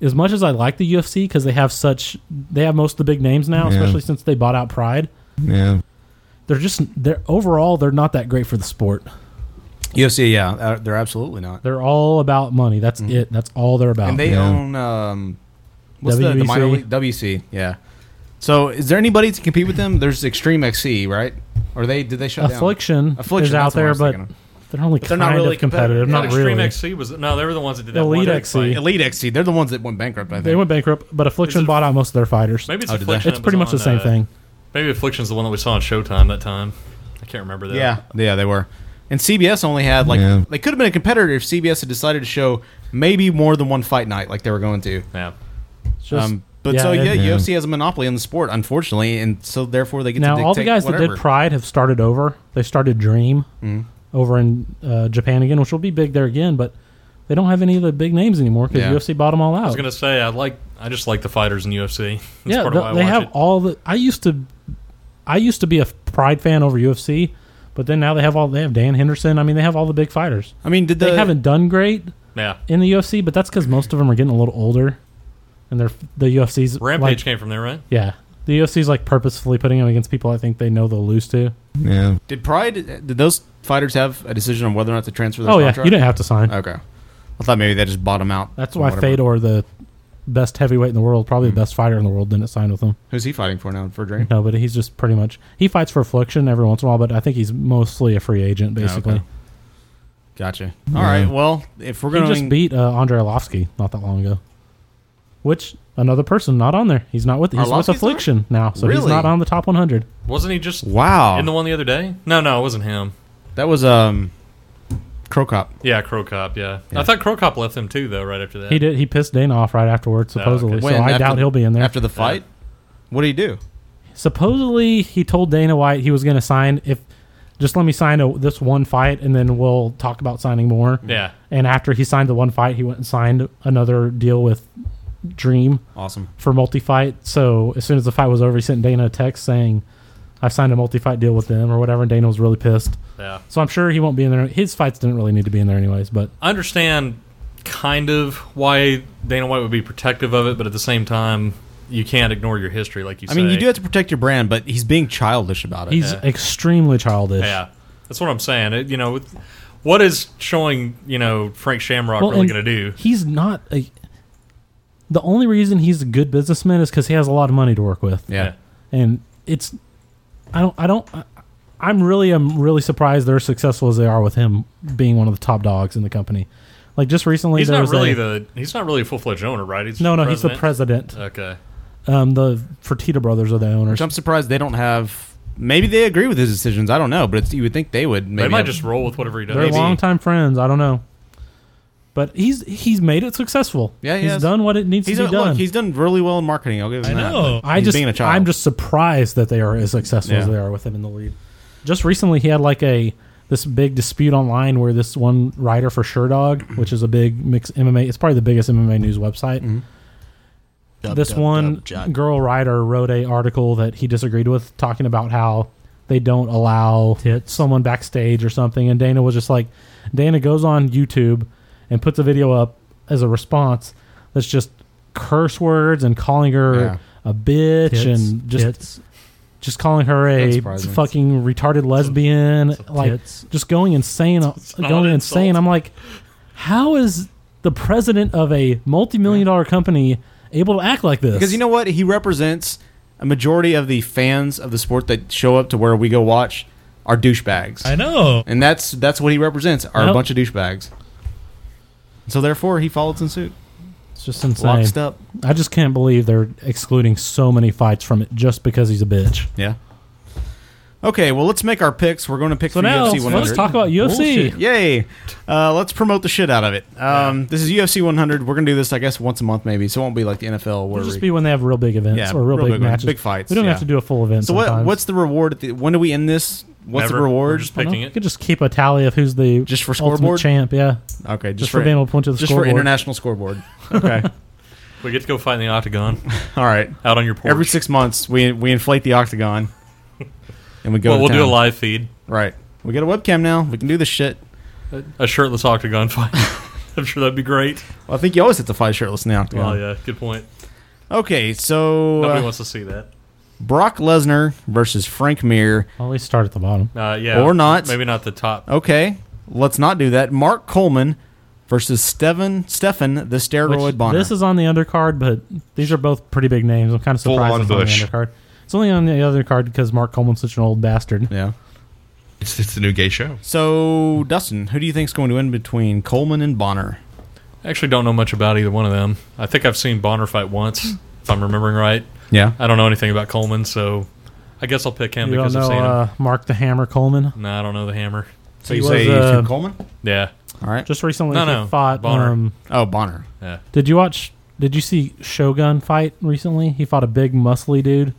Speaker 3: As much as I like the UFC because they have such, they have most of the big names now,
Speaker 2: Yeah.
Speaker 3: especially since they bought out Pride.
Speaker 2: Yeah.
Speaker 3: They're just they're overall they're not that great for the sport.
Speaker 8: UFC, yeah, uh, they're absolutely not.
Speaker 3: They're all about money. That's it. That's all they're about.
Speaker 8: Mm-hmm.
Speaker 3: E
Speaker 8: And they own um, what's the, the
Speaker 3: WBC.
Speaker 8: minor league WC? Yeah. So, is there anybody to compete with them? There's Extreme XC, right? Or they did they shut
Speaker 3: Affliction,
Speaker 8: down? Affliction
Speaker 3: is out
Speaker 8: that's what I
Speaker 3: there,
Speaker 8: was
Speaker 3: but
Speaker 8: thinking of.
Speaker 3: they're only
Speaker 8: But
Speaker 3: kind of competitive. Not
Speaker 11: Extreme
Speaker 3: really.
Speaker 11: XC was no, they were the ones that did that.
Speaker 3: Elite
Speaker 11: one
Speaker 3: XC.
Speaker 11: fight.
Speaker 8: Elite XC, they're the ones that went bankrupt. I think
Speaker 3: They went bankrupt, but Affliction bought out most of their fighters.
Speaker 11: Maybe it's
Speaker 3: Oh, did they?
Speaker 11: Affliction.
Speaker 3: It's
Speaker 11: that
Speaker 3: pretty
Speaker 11: was
Speaker 3: much the
Speaker 11: on,
Speaker 3: same
Speaker 11: uh,
Speaker 3: thing.
Speaker 11: Maybe Affliction's the one that we saw on Showtime that time. I can't remember that.
Speaker 8: Yeah, yeah, they were. And CBS only had like
Speaker 11: Yeah.
Speaker 8: they could have been a competitor if CBS had decided to show maybe more than one fight night like they were going to.
Speaker 11: Yeah.
Speaker 3: just-
Speaker 8: um, but
Speaker 3: yeah,
Speaker 8: so
Speaker 3: it-
Speaker 8: yeah,
Speaker 3: Yeah.
Speaker 8: UFC has a monopoly on the sport, unfortunately, and so therefore they get to
Speaker 3: Now all the
Speaker 8: dictate
Speaker 3: guys that
Speaker 8: whatever.
Speaker 3: did Pride have started over. They started Dream
Speaker 8: Mhm.
Speaker 3: over in uh, Japan again, which will be big there again. But they don't have any of the big names anymore because
Speaker 11: Yeah.
Speaker 3: UFC bought them all out.
Speaker 11: I was gonna say I like I just like the fighters in UFC. That's
Speaker 3: yeah,
Speaker 11: part
Speaker 3: the-
Speaker 11: of why I
Speaker 3: they
Speaker 11: watch
Speaker 3: have
Speaker 11: it.
Speaker 3: all the. I used to, I used to be a Pride fan over UFC, but then now they have all. They have Dan Henderson. I mean, they have all the big fighters.
Speaker 8: I mean, did
Speaker 3: they
Speaker 8: the-
Speaker 3: haven't done great?
Speaker 11: Yeah.
Speaker 3: in the UFC, but that's because most of them are getting a little older, and they're the UFC's
Speaker 11: Rampage
Speaker 3: like-
Speaker 11: came from there, right?
Speaker 3: Yeah, the UFC's like purposefully putting them against people I think they know they'll lose to.
Speaker 2: Yeah.
Speaker 8: Did Pride? Did those fighters have a decision on whether or not to transfer? Their
Speaker 3: Oh, yeah.
Speaker 8: contract?
Speaker 3: You didn't have to sign.
Speaker 8: Okay, I thought maybe they just bought them out.
Speaker 3: That's
Speaker 8: or
Speaker 3: why
Speaker 8: whatever. Mm-hmm.
Speaker 3: Fedor, the best heavyweight in the world, probably the best fighter in the world, didn't sign with them.
Speaker 8: Who's he fighting for now? For Dream?
Speaker 3: No, but he's just pretty much he fights for Affliction every once in a while, but I think he's mostly a free agent
Speaker 8: okay.
Speaker 3: basically.
Speaker 8: Gotcha. All right. Well, if we're
Speaker 3: He
Speaker 8: going to
Speaker 3: just beat uh, Andre Arlovsky not that long ago, which another person not on there. He's not with he's
Speaker 11: Arlovsky's
Speaker 3: with Affliction now, so he's
Speaker 11: Really?
Speaker 3: not on the top 100.
Speaker 11: Wasn't he just
Speaker 8: Wow.
Speaker 11: in the one the other day? No, no, it wasn't him.
Speaker 8: that was um, Crow Cop.
Speaker 11: Yeah, Crow Cop. Yeah.
Speaker 8: Yeah.
Speaker 11: I thought Crow Cop left him too, though. Right after that,
Speaker 3: He did he pissed Dana off right afterwards
Speaker 8: Oh,
Speaker 3: supposedly,
Speaker 11: okay.
Speaker 3: so
Speaker 11: When?
Speaker 3: I
Speaker 11: After-
Speaker 3: doubt he'll be in there
Speaker 8: after the fight. What do you do?
Speaker 3: Supposedly, he told Dana White he was going to sign if just let me sign a, this one fight, and then we'll talk about signing more.
Speaker 11: Yeah.
Speaker 3: And after he signed the one fight, he went and signed another deal with Dream.
Speaker 8: Awesome.
Speaker 3: For multi fight. So as soon as the fight was over, he sent Dana a text saying, "I've signed a multi fight deal with them" or whatever. And Dana was really pissed.
Speaker 11: Yeah.
Speaker 3: So I'm sure he won't be in there. His fights didn't really need to be in there anyways, but
Speaker 11: I understand kind of why Dana White would be protective of it, but at the same time, you can't ignore your history, like you
Speaker 8: I
Speaker 11: say.
Speaker 8: mean, you do have to protect your brand, but he's being childish about it.
Speaker 3: he's extremely childish.
Speaker 11: Yeah, that's what I'm saying. It, you know, with- what is showing you know Frank Shamrock
Speaker 3: Well,
Speaker 11: really
Speaker 3: and
Speaker 11: going to do?
Speaker 3: He's not a. The only reason he's a good businessman is because he has a lot of money to work with.
Speaker 11: Yeah.
Speaker 3: and it's, I don't, I don't, I, I'm really, I'm really surprised they're as successful as they are with him being one of the top dogs in the company. Like just recently,
Speaker 11: He's
Speaker 3: there
Speaker 11: not
Speaker 3: was
Speaker 11: really
Speaker 3: a,
Speaker 11: the he's not really a full fledged owner, right? He's
Speaker 3: No, no, he's the
Speaker 11: Okay,
Speaker 3: um the Fertitta brothers are the owners.
Speaker 8: Which I'm surprised they don't have. Maybe they agree with his decisions. I don't know, but it's, you would think they would. Maybe
Speaker 11: they might
Speaker 8: have-
Speaker 11: just roll with whatever he does.
Speaker 3: They're longtime friends. I don't know, but he's he's made it successful.
Speaker 8: Yeah, he
Speaker 3: he's
Speaker 8: has.
Speaker 3: done what it needs
Speaker 8: He's
Speaker 3: to
Speaker 8: a-
Speaker 3: be done.
Speaker 8: Look, he's done really well in marketing. I'll give him that. but
Speaker 3: I
Speaker 8: he's
Speaker 3: just
Speaker 8: being a child.
Speaker 3: I'm just surprised that they are as successful as
Speaker 8: Yeah.
Speaker 3: they are with him in the lead. Just recently, he had like a this big dispute online where this one writer for Sure Dog, which is a big mix MMA, it's probably the biggest MMA news website.
Speaker 8: Mm-hmm.
Speaker 18: Dub,
Speaker 3: this
Speaker 18: dub,
Speaker 3: one
Speaker 18: dub, jot.
Speaker 3: girl writer wrote a article that he disagreed with, talking about how they don't allow someone backstage or something. And Dana was just like, Dana goes on YouTube and puts a video up as a response that's just curse words and calling her
Speaker 18: Yeah.
Speaker 3: a bitch
Speaker 18: Tits,
Speaker 3: and just
Speaker 18: tits.
Speaker 3: just calling her a
Speaker 18: That's surprising.
Speaker 3: fucking retarded lesbian, like
Speaker 18: tits.
Speaker 3: just going insane,
Speaker 18: not
Speaker 3: going
Speaker 18: an
Speaker 3: insane. I'm like, how is the president of a multi-million dollar company able to act like this?
Speaker 8: because you know what he represents. A majority of the fans of the sport that show up to where we go watch are douchebags.
Speaker 3: I know.
Speaker 8: and that's that's what he represents. Are
Speaker 3: Well-
Speaker 8: a bunch of douchebags. So therefore, he follows in suit.
Speaker 3: it's just insane.
Speaker 8: Locked up.
Speaker 3: I just can't believe they're excluding so many fights from it just because he's a bitch.
Speaker 8: Yeah. Okay, well, let's make our picks. We're going to pick
Speaker 3: So
Speaker 8: for
Speaker 3: now,
Speaker 8: UFC 100.
Speaker 3: let's talk about UFC.
Speaker 8: Bullshit. Yay! Uh, let's promote the shit out of it. Um, This is UFC 100. We're going to do this, I guess, once a month maybe, so it won't be like the NFL. Where
Speaker 3: It'll just
Speaker 8: we-
Speaker 3: be when they have real big events
Speaker 8: Yeah,
Speaker 3: or real, big,
Speaker 8: ones,
Speaker 3: matches,
Speaker 8: big fights.
Speaker 3: We don't
Speaker 8: yeah.
Speaker 3: have to do a full event.
Speaker 8: So what?
Speaker 3: sometimes.
Speaker 8: What's the reward? At the, when do we end this? What's the
Speaker 3: Never.
Speaker 8: reward?
Speaker 3: We're just I don't picking know. it. We could just keep a tally of who's the
Speaker 8: just for
Speaker 3: ultimate
Speaker 8: scoreboard
Speaker 3: champ, yeah.
Speaker 8: Okay, just,
Speaker 3: Just for being able to point to the
Speaker 8: just
Speaker 3: scoreboard.
Speaker 8: for
Speaker 3: *laughs*
Speaker 8: international scoreboard. Okay.
Speaker 11: We get to go fight in the octagon.
Speaker 8: *laughs* All right.
Speaker 11: Out on your porch.
Speaker 8: Every six months, we we inflate
Speaker 3: *laughs*
Speaker 8: the octagon, and we go.
Speaker 11: Well,
Speaker 8: to
Speaker 11: we'll do
Speaker 8: town.
Speaker 11: a live feed.
Speaker 8: Right. We got a webcam now. We can do this shit.
Speaker 11: A shirtless octagon
Speaker 8: *laughs*
Speaker 11: fight. I'm sure that'd be great.
Speaker 8: Well, I think you always have to fight shirtless in the octagon.
Speaker 11: Oh yeah, good point.
Speaker 8: Okay, so
Speaker 11: Nobody
Speaker 8: uh,
Speaker 11: wants to see that.
Speaker 8: Brock Lesnar versus Frank Mir.
Speaker 3: Well, we start at the bottom.
Speaker 11: Uh, yeah,
Speaker 8: or not?
Speaker 11: Maybe not the top.
Speaker 8: Okay, let's not do that. Mark Coleman versus Steven Stefan the
Speaker 3: Which
Speaker 8: steroid Bonner.
Speaker 3: This is on the undercard, but these are both pretty big names. I'm kind of
Speaker 8: Full
Speaker 3: surprised
Speaker 8: on
Speaker 3: it's on the
Speaker 8: Bush.
Speaker 3: undercard. It's only on the undercard because Mark Coleman's such an old bastard.
Speaker 8: Yeah.
Speaker 7: It's, it's the new gay show.
Speaker 8: so Dustin, who do you think's going to win between Coleman and Bonner?
Speaker 11: I actually don't know much about either one of them. I think I've seen Bonner fight once, if I'm remembering right.
Speaker 8: Yeah.
Speaker 11: I don't know anything about Coleman, so I guess I'll pick him
Speaker 3: you don't
Speaker 11: because I've
Speaker 3: know
Speaker 11: seen him.
Speaker 3: uh, Mark the Hammer Coleman.
Speaker 11: no, I don't know the hammer.
Speaker 3: So He you say was, you took uh,
Speaker 8: Coleman?
Speaker 11: Yeah.
Speaker 8: All right.
Speaker 3: Just recently
Speaker 11: No,
Speaker 3: he
Speaker 11: no.
Speaker 3: fought
Speaker 11: Bonner.
Speaker 3: Um,
Speaker 8: oh, Bonner.
Speaker 11: Yeah.
Speaker 3: Did you watch? Did you see Shogun fight recently? He fought a big muscly dude.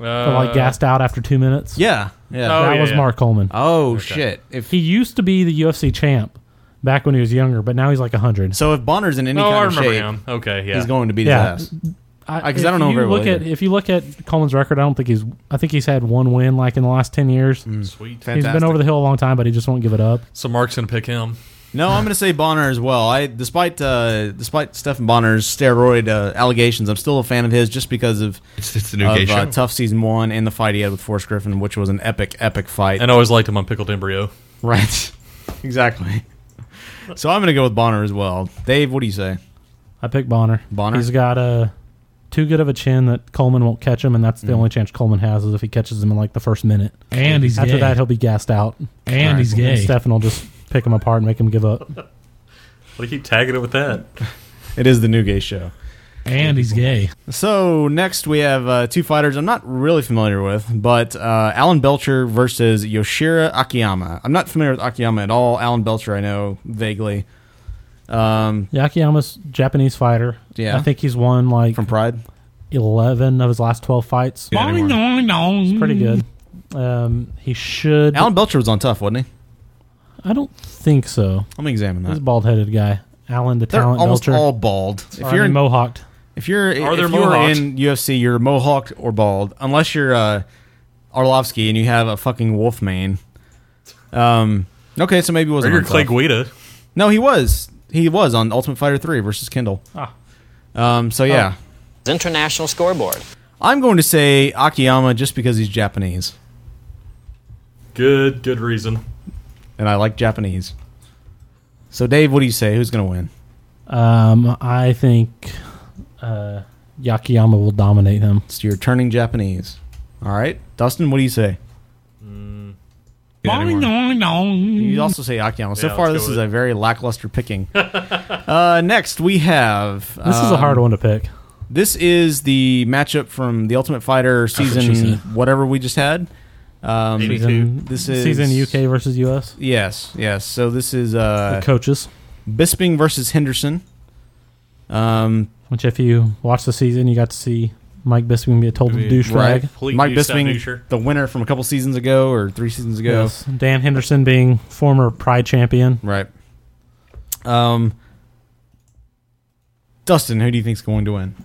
Speaker 3: that, like
Speaker 8: Uh,
Speaker 3: gassed out after two minutes.
Speaker 8: Yeah, yeah. Oh,
Speaker 3: that
Speaker 8: yeah,
Speaker 3: was
Speaker 8: yeah.
Speaker 3: Mark Coleman.
Speaker 8: Oh shit! If
Speaker 3: he used to be the UFC champ back when he was younger, but now he's like hundred.
Speaker 8: So if Bonner's in any
Speaker 11: Oh,
Speaker 8: kind
Speaker 11: I
Speaker 8: of
Speaker 11: remember
Speaker 8: shape,
Speaker 11: him. Okay, yeah.
Speaker 8: he's going to beat
Speaker 3: Yeah.
Speaker 8: his ass.
Speaker 3: if
Speaker 8: Because I, don't know
Speaker 3: you
Speaker 8: very well.
Speaker 3: look at, if you look at Coleman's record, I don't think he's. I think he's had one win like in the last ten years.
Speaker 11: Sweet.
Speaker 3: He's been
Speaker 8: Mm. Fantastic.
Speaker 3: over the hill a long time, but he just won't give it up.
Speaker 11: So Mark's gonna pick him.
Speaker 8: No, I'm going to say Bonner as well. I, despite uh, despite Stephen Bonner's steroid uh, allegations, I'm still a fan of his just because of
Speaker 7: it's, it's the new
Speaker 8: of,
Speaker 7: gay
Speaker 8: uh,
Speaker 7: show.
Speaker 8: Tough Season One and the fight he had with Forrest Griffin, which was an epic, epic fight.
Speaker 11: And I always liked him on Pickled Embryo.
Speaker 8: right, *laughs* exactly. So I'm going to go with Bonner as well. Dave, what do you say?
Speaker 3: I pick Bonner.
Speaker 8: Bonner?
Speaker 3: He's got a too good of a chin that Coleman won't catch him, and that's the
Speaker 8: Mhm.
Speaker 3: only chance Coleman has is if he catches him in like the first minute.
Speaker 22: And he's
Speaker 3: after
Speaker 22: gay.
Speaker 3: that he'll be gassed out.
Speaker 22: And All right. he's gay.
Speaker 3: Stefan will just pick him apart and make him give up.
Speaker 11: Why do you keep tagging it with that?
Speaker 8: It is the new gay show.
Speaker 22: And he's gay.
Speaker 8: So next we have uh, two fighters I'm not really familiar with, but uh, Alan Belcher versus Yoshira Akiyama. I'm not familiar with Akiyama at all. Alan Belcher I know vaguely. Um,
Speaker 3: Yakiyama's Japanese fighter.
Speaker 8: Yeah.
Speaker 3: I think he's won like from
Speaker 8: Pride.
Speaker 3: Eleven of his last twelve fights.
Speaker 8: Yeah, anymore.
Speaker 22: Mm-hmm.
Speaker 3: It's pretty good. Um, he should.
Speaker 8: Alan Belcher was on Tough, wasn't he?
Speaker 3: I don't think so.
Speaker 8: Let me examine that.
Speaker 3: He's a bald-headed guy. Alan the
Speaker 8: They're
Speaker 3: talent.
Speaker 8: almost
Speaker 3: Belcher.
Speaker 8: all bald. If
Speaker 3: Or
Speaker 8: you're in-
Speaker 3: mohawked,
Speaker 8: If you're
Speaker 3: Are
Speaker 8: if
Speaker 3: there
Speaker 8: you are
Speaker 3: mohawks?
Speaker 8: in UFC, you're mohawked or bald, unless you're uh, Arlovsky and you have a fucking wolf mane. Um, okay, so maybe it wasn't
Speaker 11: Or you're
Speaker 8: on
Speaker 11: Clay
Speaker 8: Tough.
Speaker 11: Guida.
Speaker 8: No, he was. He was on Ultimate Fighter three versus Kendall.
Speaker 3: Ah. Oh.
Speaker 8: Um, so yeah,
Speaker 19: International scoreboard.
Speaker 8: I'm going to say Akiyama just because he's Japanese
Speaker 11: Good, good reason.
Speaker 8: and I like Japanese. So Dave, what do you say? Who's going to win?
Speaker 3: Um, I think uh, Yakiyama will dominate him.
Speaker 8: So you're turning Japanese. All right, Dustin, what do you say?
Speaker 3: Mm-hmm.
Speaker 8: You also say Akiyama. So
Speaker 3: Yeah,
Speaker 8: far,
Speaker 3: let's
Speaker 8: this
Speaker 3: go
Speaker 8: is a very
Speaker 3: *laughs*
Speaker 8: lackluster picking. uh, next, we have. um,
Speaker 3: This is a hard one to pick.
Speaker 8: This is the matchup from the Ultimate Fighter
Speaker 3: what she
Speaker 8: season,
Speaker 3: said.
Speaker 8: whatever we just had. Um,
Speaker 3: Season-
Speaker 8: this is
Speaker 3: season UK versus US.
Speaker 8: Yes, yes. So this is uh,
Speaker 3: The coaches.
Speaker 8: Bisping versus Henderson. Um,
Speaker 3: Which, if you watch the season, you got to see Mike Bisping be a total douchebag.
Speaker 8: right?
Speaker 11: Complete
Speaker 8: Mike
Speaker 11: douche, that
Speaker 8: Bisping,
Speaker 11: doucher.
Speaker 8: the winner from a couple seasons ago or three seasons ago.
Speaker 3: Yes. Dan Henderson being former Pride champion.
Speaker 8: Right. Um, Dustin, who do you think's going to win?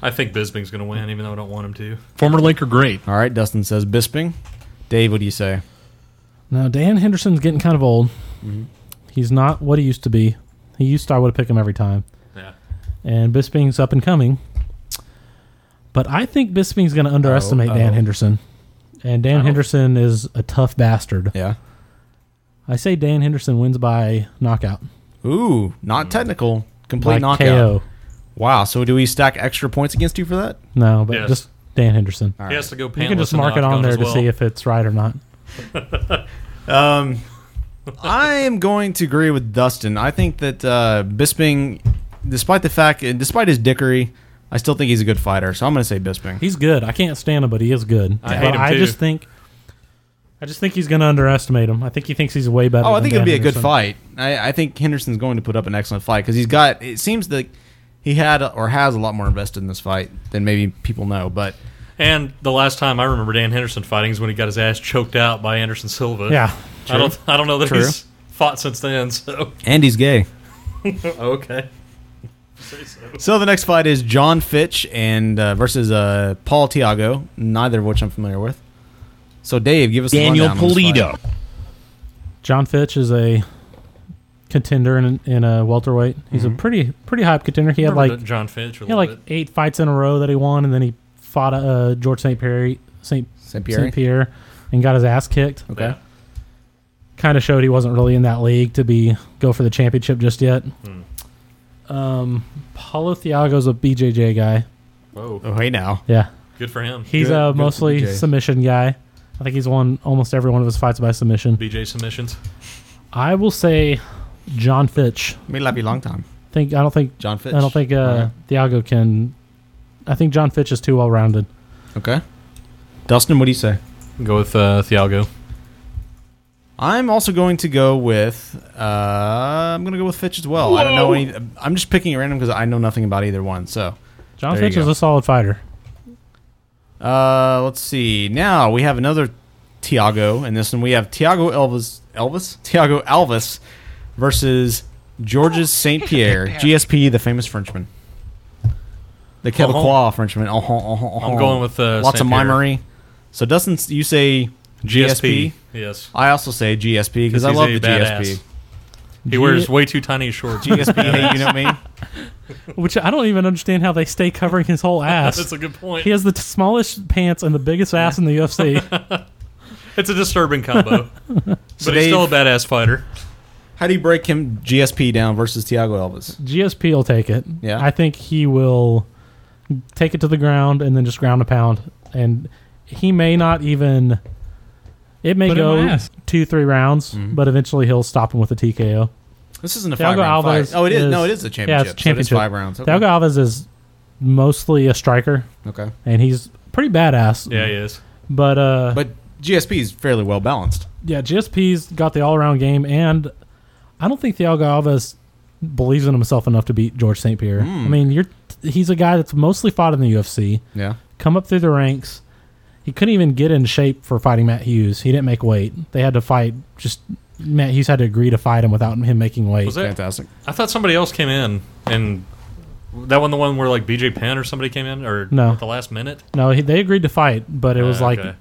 Speaker 11: I think Bisping's gonna win, even though I don't want him to.
Speaker 8: Former Laker great. All right, Dustin says Bisping. Dave, what do you say?
Speaker 3: Now, Dan Henderson's getting kind of old.
Speaker 8: Mhm.
Speaker 3: He's not what he used to be. He used to, I would have picked him every time.
Speaker 11: Yeah.
Speaker 3: And Bisping's up and coming. But I think Bisping's going to underestimate
Speaker 8: Oh,
Speaker 3: Dan
Speaker 8: oh.
Speaker 3: Henderson. And Dan Henderson is a tough bastard.
Speaker 8: Yeah.
Speaker 3: I say Dan Henderson wins by knockout.
Speaker 8: Ooh, not technical, complete
Speaker 3: Like
Speaker 8: knockout.
Speaker 3: KO.
Speaker 8: Wow. So do we stack extra points against you for that?
Speaker 3: No, but
Speaker 8: Yes.
Speaker 3: just Dan Henderson.
Speaker 8: All He has right. to go
Speaker 3: You can
Speaker 8: pantless
Speaker 3: just
Speaker 8: in the
Speaker 3: mark it on
Speaker 8: octagon
Speaker 3: there
Speaker 8: as
Speaker 3: to
Speaker 8: well.
Speaker 3: see if it's right or not.
Speaker 8: Um, I am going to agree with Dustin. I think that uh, Bisping, despite the fact, despite his dickery, I still think he's a good fighter. So I'm going to say Bisping.
Speaker 3: He's good. I can't stand him, but he is good.
Speaker 8: I
Speaker 3: but
Speaker 8: hate him
Speaker 3: I
Speaker 8: too.
Speaker 3: just think I just think he's going to underestimate him. I think he thinks he's way better.
Speaker 8: Oh, I
Speaker 3: than
Speaker 8: think it'll
Speaker 3: Dan
Speaker 8: be a good
Speaker 3: Henderson.
Speaker 8: fight. I, I think Henderson's going to put up an excellent fight because he's got. It seems that he had or has a lot more invested in this fight than maybe people know. But
Speaker 11: And the last time I remember Dan Henderson fighting is when he got his ass choked out by Anderson Silva.
Speaker 8: Yeah.
Speaker 11: I don't.
Speaker 8: True.
Speaker 11: I don't know that
Speaker 8: True.
Speaker 11: he's fought since then. *laughs* So.
Speaker 8: Andy's gay.
Speaker 11: okay.
Speaker 8: So the next fight is John Fitch and uh, versus uh, Paul Tiago, neither of which I'm familiar with. So Dave, give us the
Speaker 3: Daniel
Speaker 8: rundown on this
Speaker 3: Pulido.
Speaker 8: fight.
Speaker 3: John Fitch is a contender in, in a welterweight. He's a pretty pretty high contender. He had
Speaker 11: Mm-hmm. Remember
Speaker 3: like
Speaker 11: John Fitch a
Speaker 3: He had like
Speaker 11: little
Speaker 3: eight fights in a row that he won, and then he fought uh, George St. Pierre St.
Speaker 8: Saint Pierre.
Speaker 3: Pierre. Pierre and got his ass kicked.
Speaker 8: Okay.
Speaker 3: Kind of showed he wasn't really in that league to be go for the championship just yet.
Speaker 11: Hmm.
Speaker 3: Um, Paulo Thiago's a BJJ guy.
Speaker 11: Whoa.
Speaker 8: Oh, hey now.
Speaker 3: Yeah.
Speaker 11: Good for him.
Speaker 3: He's
Speaker 11: Good- good
Speaker 3: a
Speaker 11: for
Speaker 3: mostly
Speaker 11: BJ.
Speaker 3: submission guy. I think he's won almost every one of his fights by submission.
Speaker 11: BJ submissions.
Speaker 3: I will say John Fitch.
Speaker 8: May not be long time.
Speaker 3: Think I don't think
Speaker 8: John Fitch.
Speaker 3: I don't think uh,
Speaker 8: Okay.
Speaker 3: Thiago can. I think John Fitch is too well rounded.
Speaker 8: Okay. Dustin, what do you say?
Speaker 11: Go with uh, Thiago.
Speaker 8: I'm also going to go with. Uh, I'm going to go with Fitch as well. I don't know
Speaker 3: Whoa.
Speaker 8: any. I'm just picking at random because I know nothing about either one. So
Speaker 3: John
Speaker 8: there you
Speaker 3: Fitch is
Speaker 8: go.
Speaker 3: a solid fighter.
Speaker 8: Uh, let's see. Now we have another Tiago, and this one we have Tiago Elvis, Elvis, Tiago Alvis versus Georges Saint Pierre, GSP, the famous Frenchman, the
Speaker 11: Uh-huh.
Speaker 8: Quebecois Frenchman. Uh-huh, uh-huh,
Speaker 11: I'm
Speaker 8: uh-huh.
Speaker 11: going with, uh,
Speaker 8: lots
Speaker 11: Saint
Speaker 8: of
Speaker 11: Pierre.
Speaker 8: mimery. So Dustin, you say
Speaker 11: GSP,
Speaker 8: GSP?
Speaker 11: yes.
Speaker 8: I also say GSP because I
Speaker 11: he's
Speaker 8: love
Speaker 11: a
Speaker 8: the
Speaker 11: badass.
Speaker 8: GSP.
Speaker 11: He wears way too tiny shorts.
Speaker 8: GSP, hey, you know me.
Speaker 3: Which I don't even understand how they stay covering his
Speaker 8: *laughs*
Speaker 3: whole
Speaker 11: *laughs*
Speaker 3: ass.
Speaker 11: That's a good point.
Speaker 3: He has the t- smallest pants and the biggest ass in the
Speaker 8: *laughs*
Speaker 3: UFC.
Speaker 11: It's a disturbing
Speaker 3: *laughs*
Speaker 11: combo, but
Speaker 8: So
Speaker 11: he's still a
Speaker 8: Dave-
Speaker 11: badass fighter.
Speaker 8: *laughs* How do you break him GSP down versus Tiago Elvis?
Speaker 3: GSP will take it.
Speaker 8: Yeah.
Speaker 3: I think he will take it to the ground and then just ground a pound. And he may not even. It may
Speaker 8: Put him on
Speaker 3: go
Speaker 8: ass.
Speaker 3: two, three rounds,
Speaker 8: Mm-hmm.
Speaker 3: but eventually he'll stop him with a TKO.
Speaker 8: This isn't a
Speaker 3: Thiago
Speaker 8: five-round
Speaker 3: Alves
Speaker 8: fight. Oh, it is- no, it is a
Speaker 3: Yeah,
Speaker 8: championship,
Speaker 3: it's a
Speaker 8: so it is
Speaker 3: championship.
Speaker 8: five rounds, okay.
Speaker 3: Thiago Alves is mostly a striker.
Speaker 8: Okay.
Speaker 3: And he's pretty badass.
Speaker 11: Yeah, he is.
Speaker 3: But uh,
Speaker 8: but GSP is fairly well balanced.
Speaker 3: yeah, GSP's got the all around game, and I don't think Thiago Alves believes in himself enough to beat George St. Pierre.
Speaker 8: Hmm.
Speaker 3: I mean, you're he's a guy that's mostly fought in the UFC.
Speaker 8: Yeah.
Speaker 3: Come up through the ranks. He couldn't even get in shape for fighting Matt Hughes. He didn't make weight. They had to fight just Matt Hughes had to agree to fight him without him making weight.
Speaker 11: Was that- I thought somebody else came in, and that one, the one where like BJ Penn or somebody came in, or
Speaker 3: No.
Speaker 11: at the last minute.
Speaker 3: No, he, they agreed to fight, but it was
Speaker 11: Ah,
Speaker 3: like
Speaker 11: okay.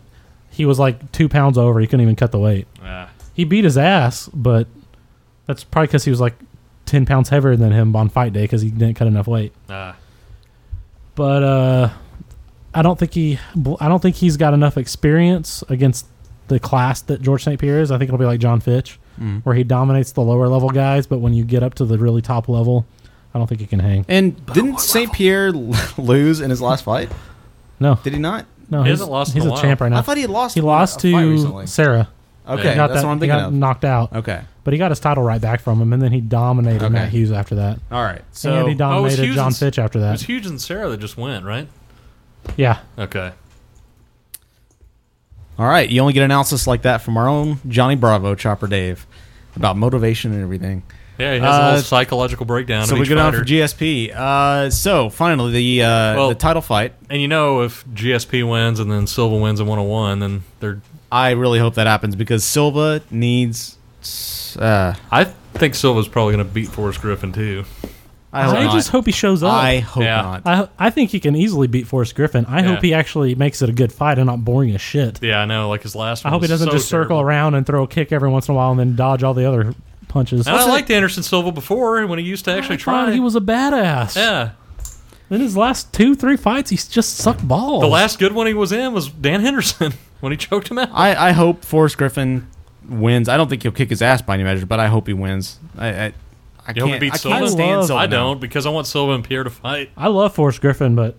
Speaker 3: he was like two pounds over. He couldn't even cut the weight.
Speaker 11: Ah.
Speaker 3: He beat his ass, but that's probably because he was like ten pounds heavier than him on fight day because he didn't cut enough weight.
Speaker 11: Ah.
Speaker 3: But uh, I don't think he, I don't think he's got enough experience against the class that George St. Pierre is. I think it'll be like John Fitch,
Speaker 8: Mhm.
Speaker 3: where he dominates the lower level guys, but when you get up to the really top level, I don't think he can hang.
Speaker 8: And didn't St. Pierre *laughs* lose in his last fight?
Speaker 3: No.
Speaker 8: Did he not?
Speaker 3: No,
Speaker 8: He
Speaker 3: he's,
Speaker 8: hasn't lost in
Speaker 3: he's
Speaker 8: a
Speaker 3: a,
Speaker 8: while.
Speaker 3: champ right now.
Speaker 8: I thought he had lost
Speaker 3: He
Speaker 8: in
Speaker 3: lost
Speaker 8: a fight
Speaker 3: to
Speaker 8: recently.
Speaker 3: Sarah.
Speaker 8: Okay,
Speaker 3: He got
Speaker 8: that's what I'm
Speaker 3: he
Speaker 8: thinking
Speaker 3: got
Speaker 8: of.
Speaker 3: Knocked out.
Speaker 8: Okay.
Speaker 3: but he got his title right back from him, and then he dominated
Speaker 8: Okay.
Speaker 3: Matt Hughes after that.
Speaker 8: All right, so-
Speaker 3: and he
Speaker 11: Oh, it was
Speaker 3: dominated
Speaker 11: Hughes
Speaker 3: John
Speaker 11: and-
Speaker 3: Fitch after
Speaker 11: It
Speaker 3: *laughs* that.
Speaker 11: was Hughes and Sarah that just went right.
Speaker 3: Yeah.
Speaker 11: Okay.
Speaker 8: All right, you only get analysis like that from our own Johnny Bravo, Chopper Dave, about motivation and everything.
Speaker 11: Yeah, he
Speaker 3: Uh,
Speaker 11: has a little psychological breakdown
Speaker 8: So
Speaker 11: of
Speaker 8: we
Speaker 11: each
Speaker 8: go down
Speaker 11: fighter.
Speaker 8: for GSP. Uh, so finally, the uh,
Speaker 11: Well-
Speaker 8: the title fight.
Speaker 11: And you know, if GSP wins and then Silva wins in 101, then they're.
Speaker 8: I really hope that happens because Silva needs. Uh,
Speaker 11: I think Silva's probably going to beat Forrest Griffin too.
Speaker 3: just hope he shows up.
Speaker 11: I hope Yeah. not.
Speaker 3: I, I think he can easily beat Forrest Griffin. I
Speaker 11: Yeah.
Speaker 3: hope he actually makes it a good fight and not boring as shit.
Speaker 11: Yeah, I know. Like his last.
Speaker 3: I
Speaker 11: One
Speaker 3: hope he
Speaker 11: was
Speaker 3: doesn't
Speaker 11: so
Speaker 3: just
Speaker 11: terrible.
Speaker 3: circle around and throw a kick every once in a while and then dodge all the other punches.
Speaker 11: And I liked Anderson Silva before when he used to actually try.
Speaker 3: God, he was a badass.
Speaker 11: Yeah.
Speaker 3: Then his last two, three fights, he's just sucked balls.
Speaker 11: The last good one he was in was Dan Henderson *laughs* when he choked him out.
Speaker 8: I, I hope Forrest Griffin wins. I don't think he'll kick his ass by any measure, but I hope he wins. I
Speaker 11: You
Speaker 8: I, I
Speaker 11: hope he
Speaker 8: can't, I
Speaker 11: beats Silva.
Speaker 8: can't stand Silva.
Speaker 11: I
Speaker 8: now.
Speaker 11: don't because I want Silva and Pierre to fight.
Speaker 3: I love Forrest Griffin, but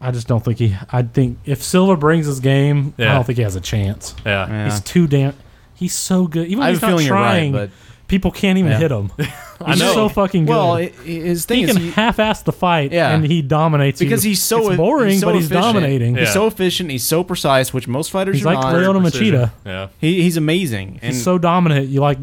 Speaker 3: I just don't think he. I think if Silva brings his game, I
Speaker 11: Yeah.
Speaker 3: don't think he has a chance.
Speaker 11: Yeah.
Speaker 3: he's too damn. He's so good. Even when
Speaker 8: I have
Speaker 3: he's
Speaker 8: a
Speaker 3: not
Speaker 8: feeling you're right,
Speaker 3: trying,
Speaker 8: but-
Speaker 3: People can't even
Speaker 8: Yeah.
Speaker 3: hit him.
Speaker 8: *laughs* I
Speaker 3: He's
Speaker 8: know.
Speaker 3: so fucking good.
Speaker 8: Well, i- i- his thing
Speaker 3: he
Speaker 8: is
Speaker 3: can
Speaker 8: he-
Speaker 3: half-ass the fight,
Speaker 8: Yeah.
Speaker 3: and he dominates you.
Speaker 8: because he's so e-,
Speaker 3: It's boring,
Speaker 8: he's so
Speaker 3: but he's
Speaker 8: efficient.
Speaker 3: dominating.
Speaker 8: He's so efficient. He's so precise, which most fighters
Speaker 3: He's
Speaker 8: are
Speaker 3: like
Speaker 8: not.
Speaker 3: Lyoto Machida.
Speaker 11: Yeah,
Speaker 8: he, he's amazing. And
Speaker 3: he's so dominant. You like,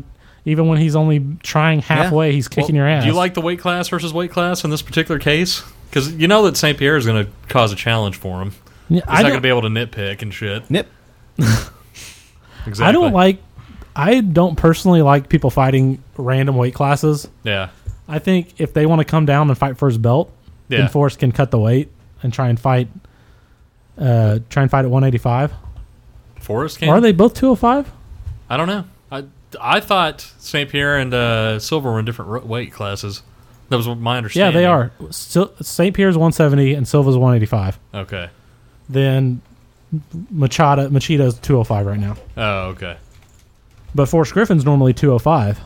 Speaker 3: even when he's only trying halfway, he's kicking
Speaker 11: Well,
Speaker 3: your ass.
Speaker 11: Do you like the weight class versus weight class in this particular case? Because you know that St. Pierre is going to cause a challenge for him.
Speaker 3: Yeah,
Speaker 11: He's
Speaker 3: I
Speaker 11: not
Speaker 3: don't-
Speaker 11: going to be able to nitpick and shit.
Speaker 8: Nip.
Speaker 11: exactly.
Speaker 3: I don't like. I don't personally like people fighting random weight classes.
Speaker 11: Yeah.
Speaker 3: I think if they want to come down and fight for his belt,
Speaker 11: Yeah.
Speaker 3: then Forrest can cut the weight and try and fight. Uh, try and fight at 185.
Speaker 11: Forrest can.
Speaker 3: Are they both 205?
Speaker 11: I don't know. I, I thought St. Pierre and uh, Silver were in different ro- weight classes. That was my
Speaker 3: Yeah,
Speaker 11: understanding.
Speaker 3: they are. Sil- St. Pierre's 170 and Silva's 185.
Speaker 11: Okay.
Speaker 3: Then Machida Machida's 205 right now.
Speaker 11: Oh, okay.
Speaker 3: But Forrest Griffin's normally 205.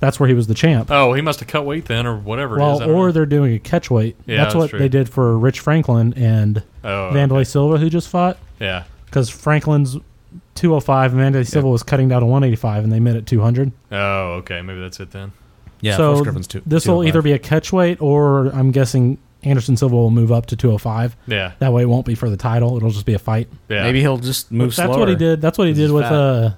Speaker 3: That's where he was the champ.
Speaker 11: Oh, he must have cut weight then, or whatever. it is.
Speaker 3: Well,
Speaker 11: I don't
Speaker 3: or
Speaker 11: know.
Speaker 3: they're doing a catch weight.
Speaker 11: Yeah,
Speaker 3: that's
Speaker 11: that's
Speaker 3: what
Speaker 11: true.
Speaker 3: they did for Rich Franklin and
Speaker 11: Oh,
Speaker 3: Vandalay Silva, who just fought.
Speaker 11: Yeah.
Speaker 3: Because Franklin's 205 and Vandalay Silva was cutting down to 185, and they met at 200.
Speaker 11: Oh, okay. Maybe that's it then.
Speaker 3: so This will either be a catch weight, or I'm guessing Anderson Silva will move up to 205.
Speaker 11: Yeah.
Speaker 3: That way it won't be for the title. It'll just be a fight.
Speaker 11: Yeah.
Speaker 8: Maybe he'll just
Speaker 3: But
Speaker 8: move
Speaker 3: That's what he
Speaker 8: slower.
Speaker 3: did. That's what he
Speaker 8: 'Cause
Speaker 3: did
Speaker 8: he's
Speaker 3: with
Speaker 8: fat.
Speaker 3: uh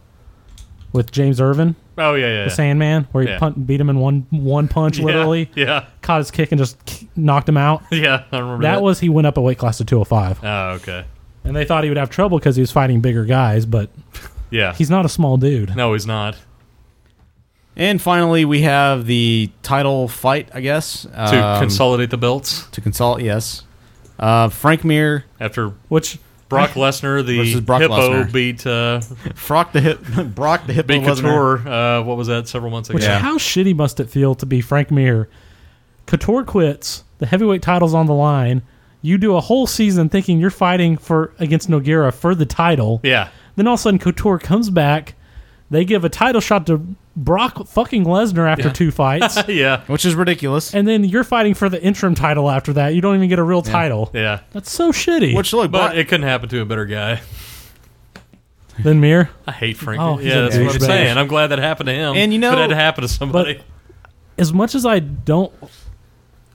Speaker 3: with James Irvin.
Speaker 11: Oh, yeah, yeah, yeah.
Speaker 3: The Sandman, where he
Speaker 11: Yeah.
Speaker 3: punt, beat him in one one
Speaker 11: *laughs*
Speaker 3: punch,
Speaker 11: Yeah,
Speaker 3: literally.
Speaker 11: yeah.
Speaker 3: Caught his kick and just k- knocked him out.
Speaker 11: Yeah, I remember
Speaker 3: that,
Speaker 11: that.
Speaker 3: was he went up a weight class to 205,
Speaker 11: Oh, okay.
Speaker 3: and they thought he would have trouble because he was fighting bigger guys, but
Speaker 11: Yeah.
Speaker 3: he's not a small dude.
Speaker 11: No, he's not.
Speaker 8: And finally, we have the title fight, I guess. Um,
Speaker 11: To consolidate the belts?
Speaker 8: To consolidate, yes. Uh, Frank Mir.
Speaker 11: After
Speaker 3: which
Speaker 11: Brock
Speaker 3: *laughs*
Speaker 11: Lesnar, the
Speaker 8: versus Brock
Speaker 11: hippo,
Speaker 8: Lesnar.
Speaker 11: beat uh,
Speaker 8: Brock the hip, *laughs* Brock the hippo
Speaker 11: beat
Speaker 8: Lesnar.
Speaker 11: Couture. Uh, what was that? Several months ago.
Speaker 3: Which how shitty must it feel to be Frank Mir? Couture quits, the heavyweight title's on the line. You do a whole season thinking you're fighting for against Noguera for the title.
Speaker 11: *laughs* Yeah. *laughs*
Speaker 3: Then all of a sudden Couture comes back. They give a title shot to Brock fucking Lesnar after
Speaker 8: Yeah.
Speaker 11: *laughs*
Speaker 3: two fights.
Speaker 11: yeah,
Speaker 8: which is ridiculous.
Speaker 3: And then you're fighting for the interim title after that. You don't even get a real title.
Speaker 11: Yeah.
Speaker 3: That's so shitty.
Speaker 11: Which look, but it couldn't happen to a better guy.
Speaker 3: Then Mir.
Speaker 11: I hate Frank.
Speaker 3: Oh, he's
Speaker 11: yeah,
Speaker 3: a
Speaker 11: that's what I'm
Speaker 3: douchebag.
Speaker 11: saying. I'm glad that happened to him.
Speaker 3: And you know-
Speaker 11: but it had to happen to somebody.
Speaker 3: As much as I don't,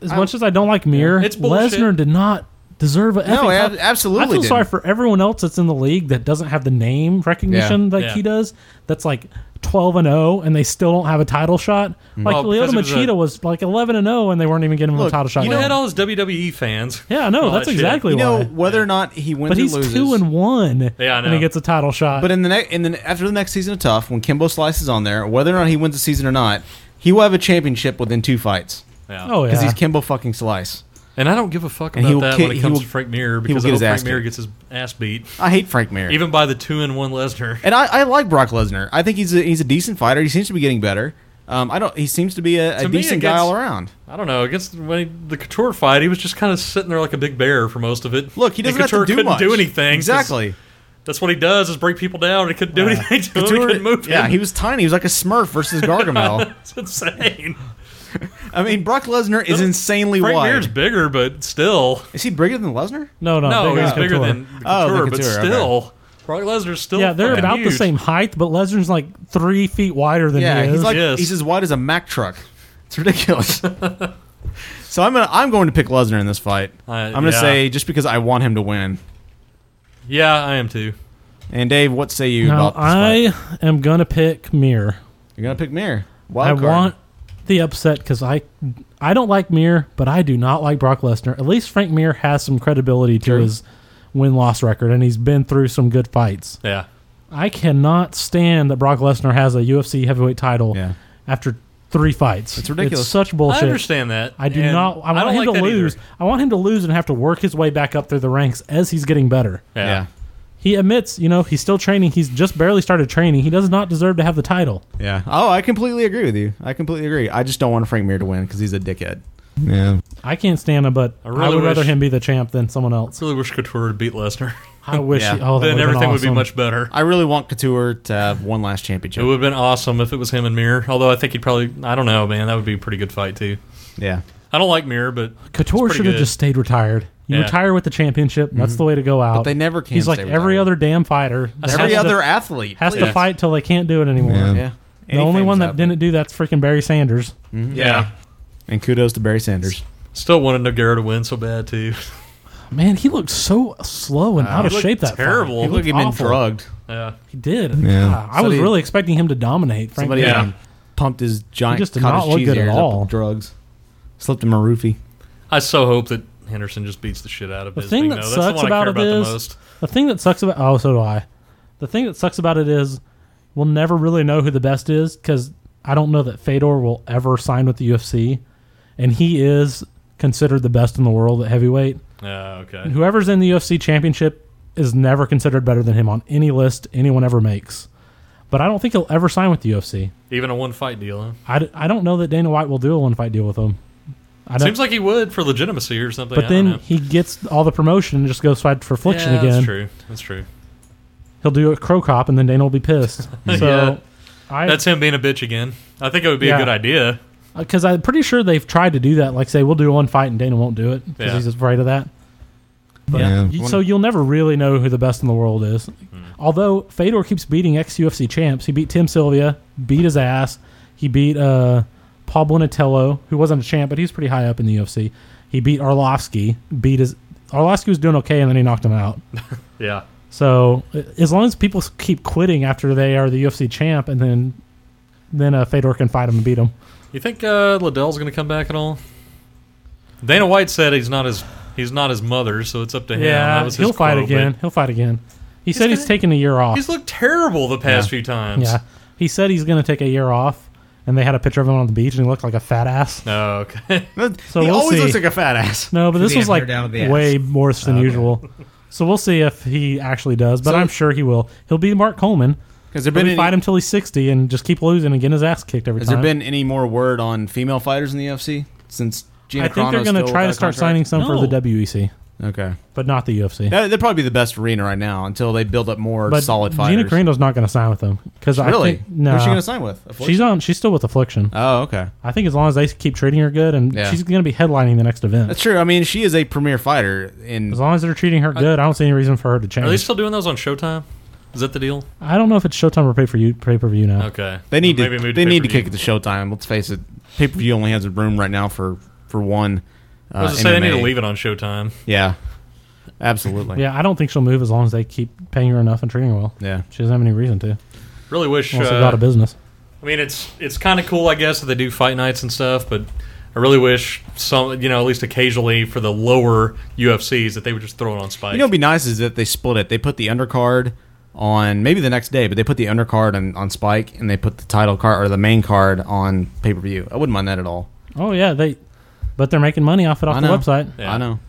Speaker 3: as
Speaker 11: I-
Speaker 3: much as I don't like Mir,
Speaker 11: It's bullshit.
Speaker 3: Lesnar did not deserve a.
Speaker 8: No,
Speaker 3: effing
Speaker 8: ab-
Speaker 3: title.
Speaker 8: absolutely
Speaker 3: I feel
Speaker 8: didn't.
Speaker 3: sorry for everyone else that's in the league that doesn't have the name recognition
Speaker 8: Yeah.
Speaker 3: like
Speaker 8: Yeah.
Speaker 3: he does. That's like twelve and zero, and they still don't have a title shot. Like
Speaker 11: Mm. Well,
Speaker 3: Lyoto
Speaker 11: because it was
Speaker 3: Machida
Speaker 11: a-
Speaker 3: was, like eleven and zero, and they weren't even getting him a title shot.
Speaker 11: You know, had all his WWE fans.
Speaker 3: Yeah, no,
Speaker 11: All
Speaker 3: that's
Speaker 11: that shit.
Speaker 3: exactly
Speaker 8: You know
Speaker 3: why.
Speaker 8: whether or not he wins
Speaker 3: But
Speaker 8: or
Speaker 3: he's
Speaker 8: loses.
Speaker 3: two and one.
Speaker 11: Yeah, I
Speaker 3: And he
Speaker 11: know.
Speaker 3: gets a title shot.
Speaker 8: But in the next, in the after the next season of Tough, when Kimbo Slice is on there, whether or not he wins the season or not, he will have a championship within two fights.
Speaker 11: Yeah.
Speaker 3: Oh, yeah.
Speaker 8: because he's Kimbo fucking Slice.
Speaker 11: And I don't give a fuck
Speaker 8: And he
Speaker 11: about
Speaker 8: will
Speaker 11: that
Speaker 8: ki-
Speaker 11: when
Speaker 8: he
Speaker 11: it comes
Speaker 8: will-
Speaker 11: to Frank Mir
Speaker 8: he
Speaker 11: because I
Speaker 8: will get
Speaker 11: hope
Speaker 8: his
Speaker 11: Frank
Speaker 8: ass
Speaker 11: Mir
Speaker 8: kicked.
Speaker 11: gets his ass beat.
Speaker 8: I hate Frank Mir.
Speaker 11: even by the two and one Lesnar.
Speaker 8: And I, I like Brock Lesnar. I think he's a, he's a decent fighter. He seems to be getting better. Um, I don't. He seems to be a, a
Speaker 11: To me,
Speaker 8: decent guy
Speaker 11: against-
Speaker 8: all around.
Speaker 11: I don't know. Against when he, the Couture fight, he was just kind of sitting there like a big bear for most of it.
Speaker 8: Look, he
Speaker 11: And
Speaker 8: doesn't have to
Speaker 11: Couture
Speaker 8: do
Speaker 11: couldn't
Speaker 8: much.
Speaker 11: do anything. 'cause
Speaker 8: Exactly.
Speaker 11: That's what he does is break people down. He couldn't do anything to him. He couldn't move.
Speaker 8: yeah,
Speaker 11: him.
Speaker 8: he was tiny. He was like a Smurf versus Gargamel.
Speaker 11: *laughs* it's insane.
Speaker 8: *laughs* I mean, Brock Lesnar is insanely
Speaker 11: Frank
Speaker 8: wide.
Speaker 11: Mir's bigger, but still.
Speaker 8: Is he bigger than Lesnar?
Speaker 3: No, no,
Speaker 11: No,
Speaker 3: bigger
Speaker 11: he's
Speaker 3: than
Speaker 11: bigger
Speaker 3: Couture.
Speaker 11: than Couture,
Speaker 8: Oh, than
Speaker 11: but
Speaker 8: Couture, okay.
Speaker 11: still. Brock Lesnar's still.
Speaker 3: yeah, they're
Speaker 11: fucking
Speaker 3: about the
Speaker 11: huge.
Speaker 3: same height, but Lesnar's like three feet wider than
Speaker 8: yeah,
Speaker 3: he is.
Speaker 8: he's like he's as wide as a Mack truck. It's ridiculous. *laughs* so I'm gonna I'm going to pick Lesnar in this fight.
Speaker 11: Uh,
Speaker 8: I'm gonna
Speaker 11: yeah.
Speaker 8: say just because I want him to win.
Speaker 11: Yeah, I am too.
Speaker 8: And Dave, what say you
Speaker 3: No,
Speaker 8: about this fight?
Speaker 3: I am gonna pick Mir.
Speaker 8: You're gonna pick Mir.
Speaker 3: I
Speaker 8: Wild card.
Speaker 3: want the upset because I I don't like Mir, but I do not like Brock Lesnar. At least Frank Mir has some credibility to
Speaker 11: True.
Speaker 3: his win loss record, and he's been through some good fights.
Speaker 11: Yeah.
Speaker 3: I cannot stand that Brock Lesnar has a UFC heavyweight title after three fights. It's
Speaker 11: ridiculous.
Speaker 3: such bullshit.
Speaker 11: I understand that,
Speaker 3: I do
Speaker 11: and
Speaker 3: not.
Speaker 11: I
Speaker 3: I want
Speaker 11: don't
Speaker 3: him
Speaker 11: like
Speaker 3: to
Speaker 11: that either.
Speaker 3: lose. I want him to lose and have to work his way back up through the ranks as he's getting better.
Speaker 11: Yeah.
Speaker 3: He admits, you know, he's still training. He's just barely started training. He does not deserve to have the title.
Speaker 8: Yeah. Oh, I completely agree with you. I completely agree. I just don't want Frank Mir to win because he's a dickhead. Yeah.
Speaker 3: I can't stand him, but I,
Speaker 11: I really
Speaker 3: would rather
Speaker 11: wish-
Speaker 3: him be the champ than someone else.
Speaker 11: I really wish Couture would beat Lesnar.
Speaker 3: I wish. He, oh, that
Speaker 11: then
Speaker 3: would've been
Speaker 11: everything would be
Speaker 3: awesome.
Speaker 11: much better.
Speaker 8: I really want Couture to have one last championship.
Speaker 11: It would have been awesome if it was him and Mir. Although I think he'd probably, I don't know, man, that would be a pretty good fight too.
Speaker 8: Yeah,
Speaker 11: I don't like Mir, but
Speaker 3: Couture
Speaker 11: it's pretty
Speaker 3: should have
Speaker 11: good.
Speaker 3: just stayed retired. You
Speaker 11: Yeah.
Speaker 3: retire with the championship. That's
Speaker 11: Mhm.
Speaker 3: the way to go out.
Speaker 8: But they never can
Speaker 3: He's like
Speaker 8: stay
Speaker 3: every other damn fighter. that
Speaker 8: Every
Speaker 3: has to-
Speaker 8: other athlete
Speaker 3: has to
Speaker 8: please.
Speaker 3: fight till they can't do it anymore.
Speaker 8: Yeah. Yeah.
Speaker 3: the only one that didn't do that's freaking Barry Sanders.
Speaker 11: Yeah.
Speaker 8: And kudos to Barry Sanders.
Speaker 11: Still wanted Noguera to win so bad too. *laughs*
Speaker 3: Man, he looked so slow and
Speaker 11: Uh,
Speaker 3: out
Speaker 11: he
Speaker 3: of
Speaker 11: looked
Speaker 3: shape that
Speaker 11: terrible.
Speaker 3: fight.
Speaker 11: He looked he'd been
Speaker 3: awful.
Speaker 11: drugged. Yeah.
Speaker 3: He did.
Speaker 8: Yeah.
Speaker 3: God, I was
Speaker 8: Somebody-
Speaker 3: really expecting him to dominate, frankly.
Speaker 8: Somebody um, pumped his giant
Speaker 3: just did
Speaker 8: cottage
Speaker 3: not look
Speaker 8: cheese
Speaker 3: good at
Speaker 8: ears up
Speaker 3: all.
Speaker 8: with drugs. Slipped him a roofie.
Speaker 11: I so hope that Henderson just beats the shit out of
Speaker 3: the
Speaker 11: Bisping,
Speaker 3: thing that
Speaker 11: though. That's the
Speaker 3: sucks
Speaker 11: one I
Speaker 3: about
Speaker 11: care
Speaker 3: it
Speaker 11: about
Speaker 3: is
Speaker 11: the most.
Speaker 3: the thing that sucks about oh so do I. The thing that sucks about it is we'll never really know who the best is because I don't know that Fedor will ever sign with the UFC, and he is considered the best in the world at heavyweight.
Speaker 11: Ah, okay.
Speaker 3: And whoever's in the UFC championship is never considered better than him on any list anyone ever makes. But I don't think he'll ever sign with the UFC.
Speaker 11: Even a one fight deal. Huh?
Speaker 3: I, d- I don't know that Dana White will do a one fight deal with him. I don't,
Speaker 11: Seems like he would for legitimacy or something.
Speaker 3: but
Speaker 11: I don't
Speaker 3: then
Speaker 11: know.
Speaker 3: he gets all the promotion and just goes fight for affliction
Speaker 11: yeah,
Speaker 3: again.
Speaker 11: That's true. That's true.
Speaker 3: He'll do a crow cop, and then Dana will be pissed.
Speaker 11: *laughs* yeah.
Speaker 3: So, I-
Speaker 11: that's him being a bitch again. I think it would be
Speaker 3: Yeah.
Speaker 11: a good idea.
Speaker 3: because I'm pretty sure they've tried to do that, like say we'll do one fight and Dana won't do it because
Speaker 11: Yeah.
Speaker 3: he's afraid of that. But
Speaker 2: Yeah.
Speaker 3: you- so you'll never really know who the best in the world is. Although Fedor keeps beating ex UFC champs, he beat Tim Sylvia, beat his ass. He beat uh, Paul Bonatello, who wasn't a champ, but he's pretty high up in the UFC. He beat Arlovsky, beat his Arlovsky was doing okay, and then he knocked him out.
Speaker 11: Yeah.
Speaker 3: So uh, as long as people s- keep quitting after they are the UFC champ, and then then uh, Fedor can fight him and beat him.
Speaker 11: You think uh, Liddell's going to come back at all? Dana White said he's not his he's not his mother, so it's up to him. That
Speaker 3: Yeah,
Speaker 11: was his
Speaker 3: he'll fight
Speaker 11: quote, but
Speaker 3: again. He'll fight again. He said he's taking a year off.
Speaker 11: He's looked terrible the past few times.
Speaker 3: Yeah, he said he's going to take a year off, and they had a picture of him on the beach, and he looked like a fat ass.
Speaker 11: Oh,
Speaker 8: *laughs*
Speaker 11: okay.
Speaker 3: So we'll see. No, but this
Speaker 4: Damn,
Speaker 3: was like
Speaker 4: they're down with the ass.
Speaker 3: way worse than
Speaker 8: *laughs*
Speaker 3: usual. So we'll see if he actually does, but
Speaker 8: So-
Speaker 3: I'm sure he will. He'll be Mark Coleman.
Speaker 8: 'Cause there been
Speaker 3: He'll
Speaker 8: any-
Speaker 3: fight him till he's 60 and just keep losing and getting his ass kicked every
Speaker 8: Has
Speaker 3: time.
Speaker 8: there been any more word on female fighters in the UFC since Gina
Speaker 3: I think they're
Speaker 8: going
Speaker 3: to try to start signing some for the WEC,
Speaker 8: Okay.
Speaker 3: but not the UFC.
Speaker 8: That, would probably be the best arena right now until they build up more
Speaker 3: but
Speaker 8: solid fighters.
Speaker 3: Gina Carino's not going to sign with them because I
Speaker 8: Really?
Speaker 3: think, no.
Speaker 8: Who's she gonna sign with? Affliction?
Speaker 3: She's on. She's still with Affliction.
Speaker 8: Oh, okay.
Speaker 3: I think as long as they keep treating her good, and
Speaker 8: Yeah.
Speaker 3: she's going to be headlining the next event.
Speaker 8: That's true. I mean, she is a premier fighter. In
Speaker 3: As long as they're treating her good, I, don't see any reason for her to
Speaker 11: Are they
Speaker 3: change.
Speaker 11: still doing those on Showtime? Is that the deal?
Speaker 3: I don't know if it's Showtime or pay for you pay per view now.
Speaker 11: Okay.
Speaker 8: they need
Speaker 11: Maybe
Speaker 8: to
Speaker 11: move
Speaker 8: they
Speaker 11: to
Speaker 8: need to
Speaker 11: pay-per-view.
Speaker 8: kick it to Showtime. Let's face it, pay per view only has a room right now for for one. uh,
Speaker 11: I was gonna say, they need to
Speaker 8: MMA.
Speaker 11: leave it on Showtime.
Speaker 8: Yeah, absolutely.
Speaker 3: Yeah, I don't think she'll move as long as they keep paying her enough and treating her well.
Speaker 8: Yeah.
Speaker 3: she doesn't have any reason to.
Speaker 11: Really wish
Speaker 3: Unless they
Speaker 11: uh,
Speaker 3: go out of business.
Speaker 11: I mean, it's it's kind of cool, I guess, that they do fight nights and stuff, but I really wish some, you know, at least occasionally for the lower UFCs that they would just throw it on Spike.
Speaker 8: You know, what'd be nice is that they split it. They put the undercard on maybe the next day, but they put the undercard on, on Spike, and they put the title card or the main card on pay per view. I wouldn't mind that at all.
Speaker 3: Oh yeah, they, but they're making money off it off
Speaker 8: I
Speaker 3: the
Speaker 8: know.
Speaker 3: website.
Speaker 8: Yeah. I know.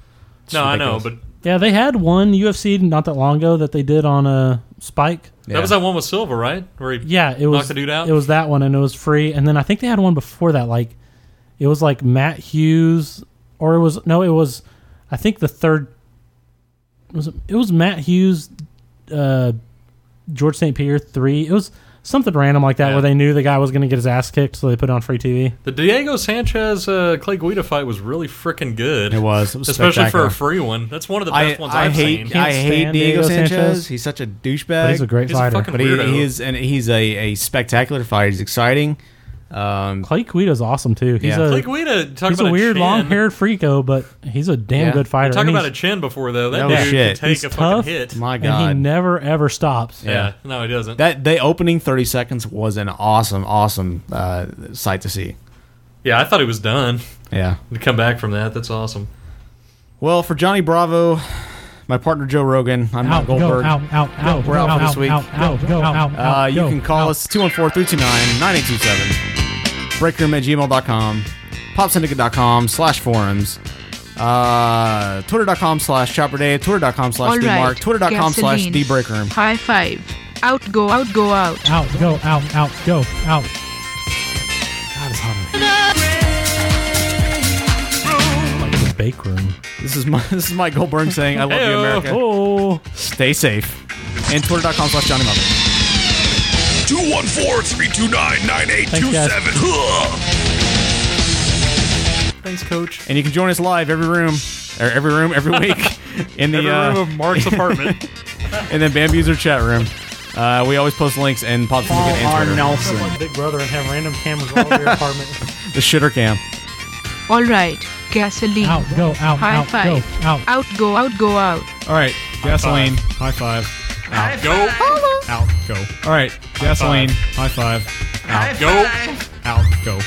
Speaker 8: It's
Speaker 11: no, I know,
Speaker 8: ridiculous.
Speaker 11: but
Speaker 3: Yeah, they had one UFC not that long ago that they did on a Spike.
Speaker 11: that was that one with Silva, right? Where he
Speaker 3: Yeah, it
Speaker 11: knocked
Speaker 3: was
Speaker 11: the dude out.
Speaker 3: It was that one, and it was free. And then I think they had one before that, like it was like Matt Hughes, or it was no, it was I think the third was it, it was Matt Hughes, uh, George St. Pierre three. It was something random like that where they knew the guy was going to get his ass kicked, so they put it on free TV.
Speaker 11: the Diego Sanchez uh, Clay Guida fight was really freaking good.
Speaker 8: It was. It was
Speaker 11: especially for
Speaker 8: spectacular.
Speaker 11: a free one. That's one of the
Speaker 8: I-
Speaker 11: best ones
Speaker 8: I
Speaker 11: have
Speaker 8: hate-
Speaker 11: seen.
Speaker 8: I hate Diego Diego Sanchez. Sanchez. He's such a douchebag.
Speaker 3: But he's a great
Speaker 11: a
Speaker 3: fighter.
Speaker 11: fucking
Speaker 8: but he,
Speaker 11: weirdo.
Speaker 8: he is, and he's a, a spectacular fighter. He's exciting. Um,
Speaker 3: Clay Guida's awesome too. He's
Speaker 8: Yeah.
Speaker 3: a
Speaker 8: Clay
Speaker 11: Guida, talk
Speaker 3: he's
Speaker 11: about
Speaker 3: a
Speaker 11: a
Speaker 3: weird
Speaker 11: chin.
Speaker 3: long-haired freako, but he's a damn
Speaker 11: Yeah.
Speaker 3: good fighter.
Speaker 11: Talk
Speaker 3: and
Speaker 11: about a
Speaker 3: he's-
Speaker 11: chin before though. That
Speaker 8: No
Speaker 11: dude
Speaker 8: shit.
Speaker 11: can take
Speaker 8: He's
Speaker 11: a
Speaker 3: tough,
Speaker 11: fucking hit.
Speaker 8: My
Speaker 3: and
Speaker 8: God.
Speaker 3: he never ever stops.
Speaker 11: Yeah. No, he doesn't.
Speaker 8: That they opening thirty seconds was an awesome, awesome uh, sight to see.
Speaker 11: Yeah, I thought he was done. *laughs*
Speaker 8: Yeah.
Speaker 11: To come back from that, that's awesome.
Speaker 8: Well, for Johnny Bravo, my partner Joe Rogan, I'm Matt Goldberg.
Speaker 3: out,
Speaker 8: We're out for this week. Uh, you can call us 214 329 9827, breakroom at gmail.com, popsyndicate.com slash forums, uh, twitter.com slash chopperday, twitter.com slash
Speaker 6: All right.
Speaker 8: dmark, twitter.com slash
Speaker 6: Gasoline.
Speaker 8: thebreakroom.
Speaker 6: High five. Out, go, out, go, out.
Speaker 3: Out, go, out, out, go, out. That is hot. The bake room.
Speaker 8: This is my, *laughs* this is Mike Goldberg saying, I love you,
Speaker 3: Heyo.
Speaker 8: America.
Speaker 3: Oh.
Speaker 8: Stay safe. And twitter.com slash Johnny Mother.
Speaker 5: 214-329-9827.
Speaker 11: Thanks, Coach.
Speaker 8: And you can join us live every room, or every *laughs* room, every week in the
Speaker 11: Every
Speaker 8: uh, *laughs*
Speaker 11: room of Mark's apartment.
Speaker 8: and then Bambuser chat room.
Speaker 13: Uh, we always post links and pops can get answered.
Speaker 3: Like Big Brother and have random cameras all over your apartment.
Speaker 13: The shitter cam.
Speaker 6: All right. Gasoline. Out,
Speaker 3: go, out,
Speaker 6: High
Speaker 3: out,
Speaker 6: five.
Speaker 3: go, out.
Speaker 6: Out, go, out, go, out.
Speaker 8: All right, gasoline. High five. Out. Go. Out. Go. All right, gasoline. High five. Out. Go. Out. Go.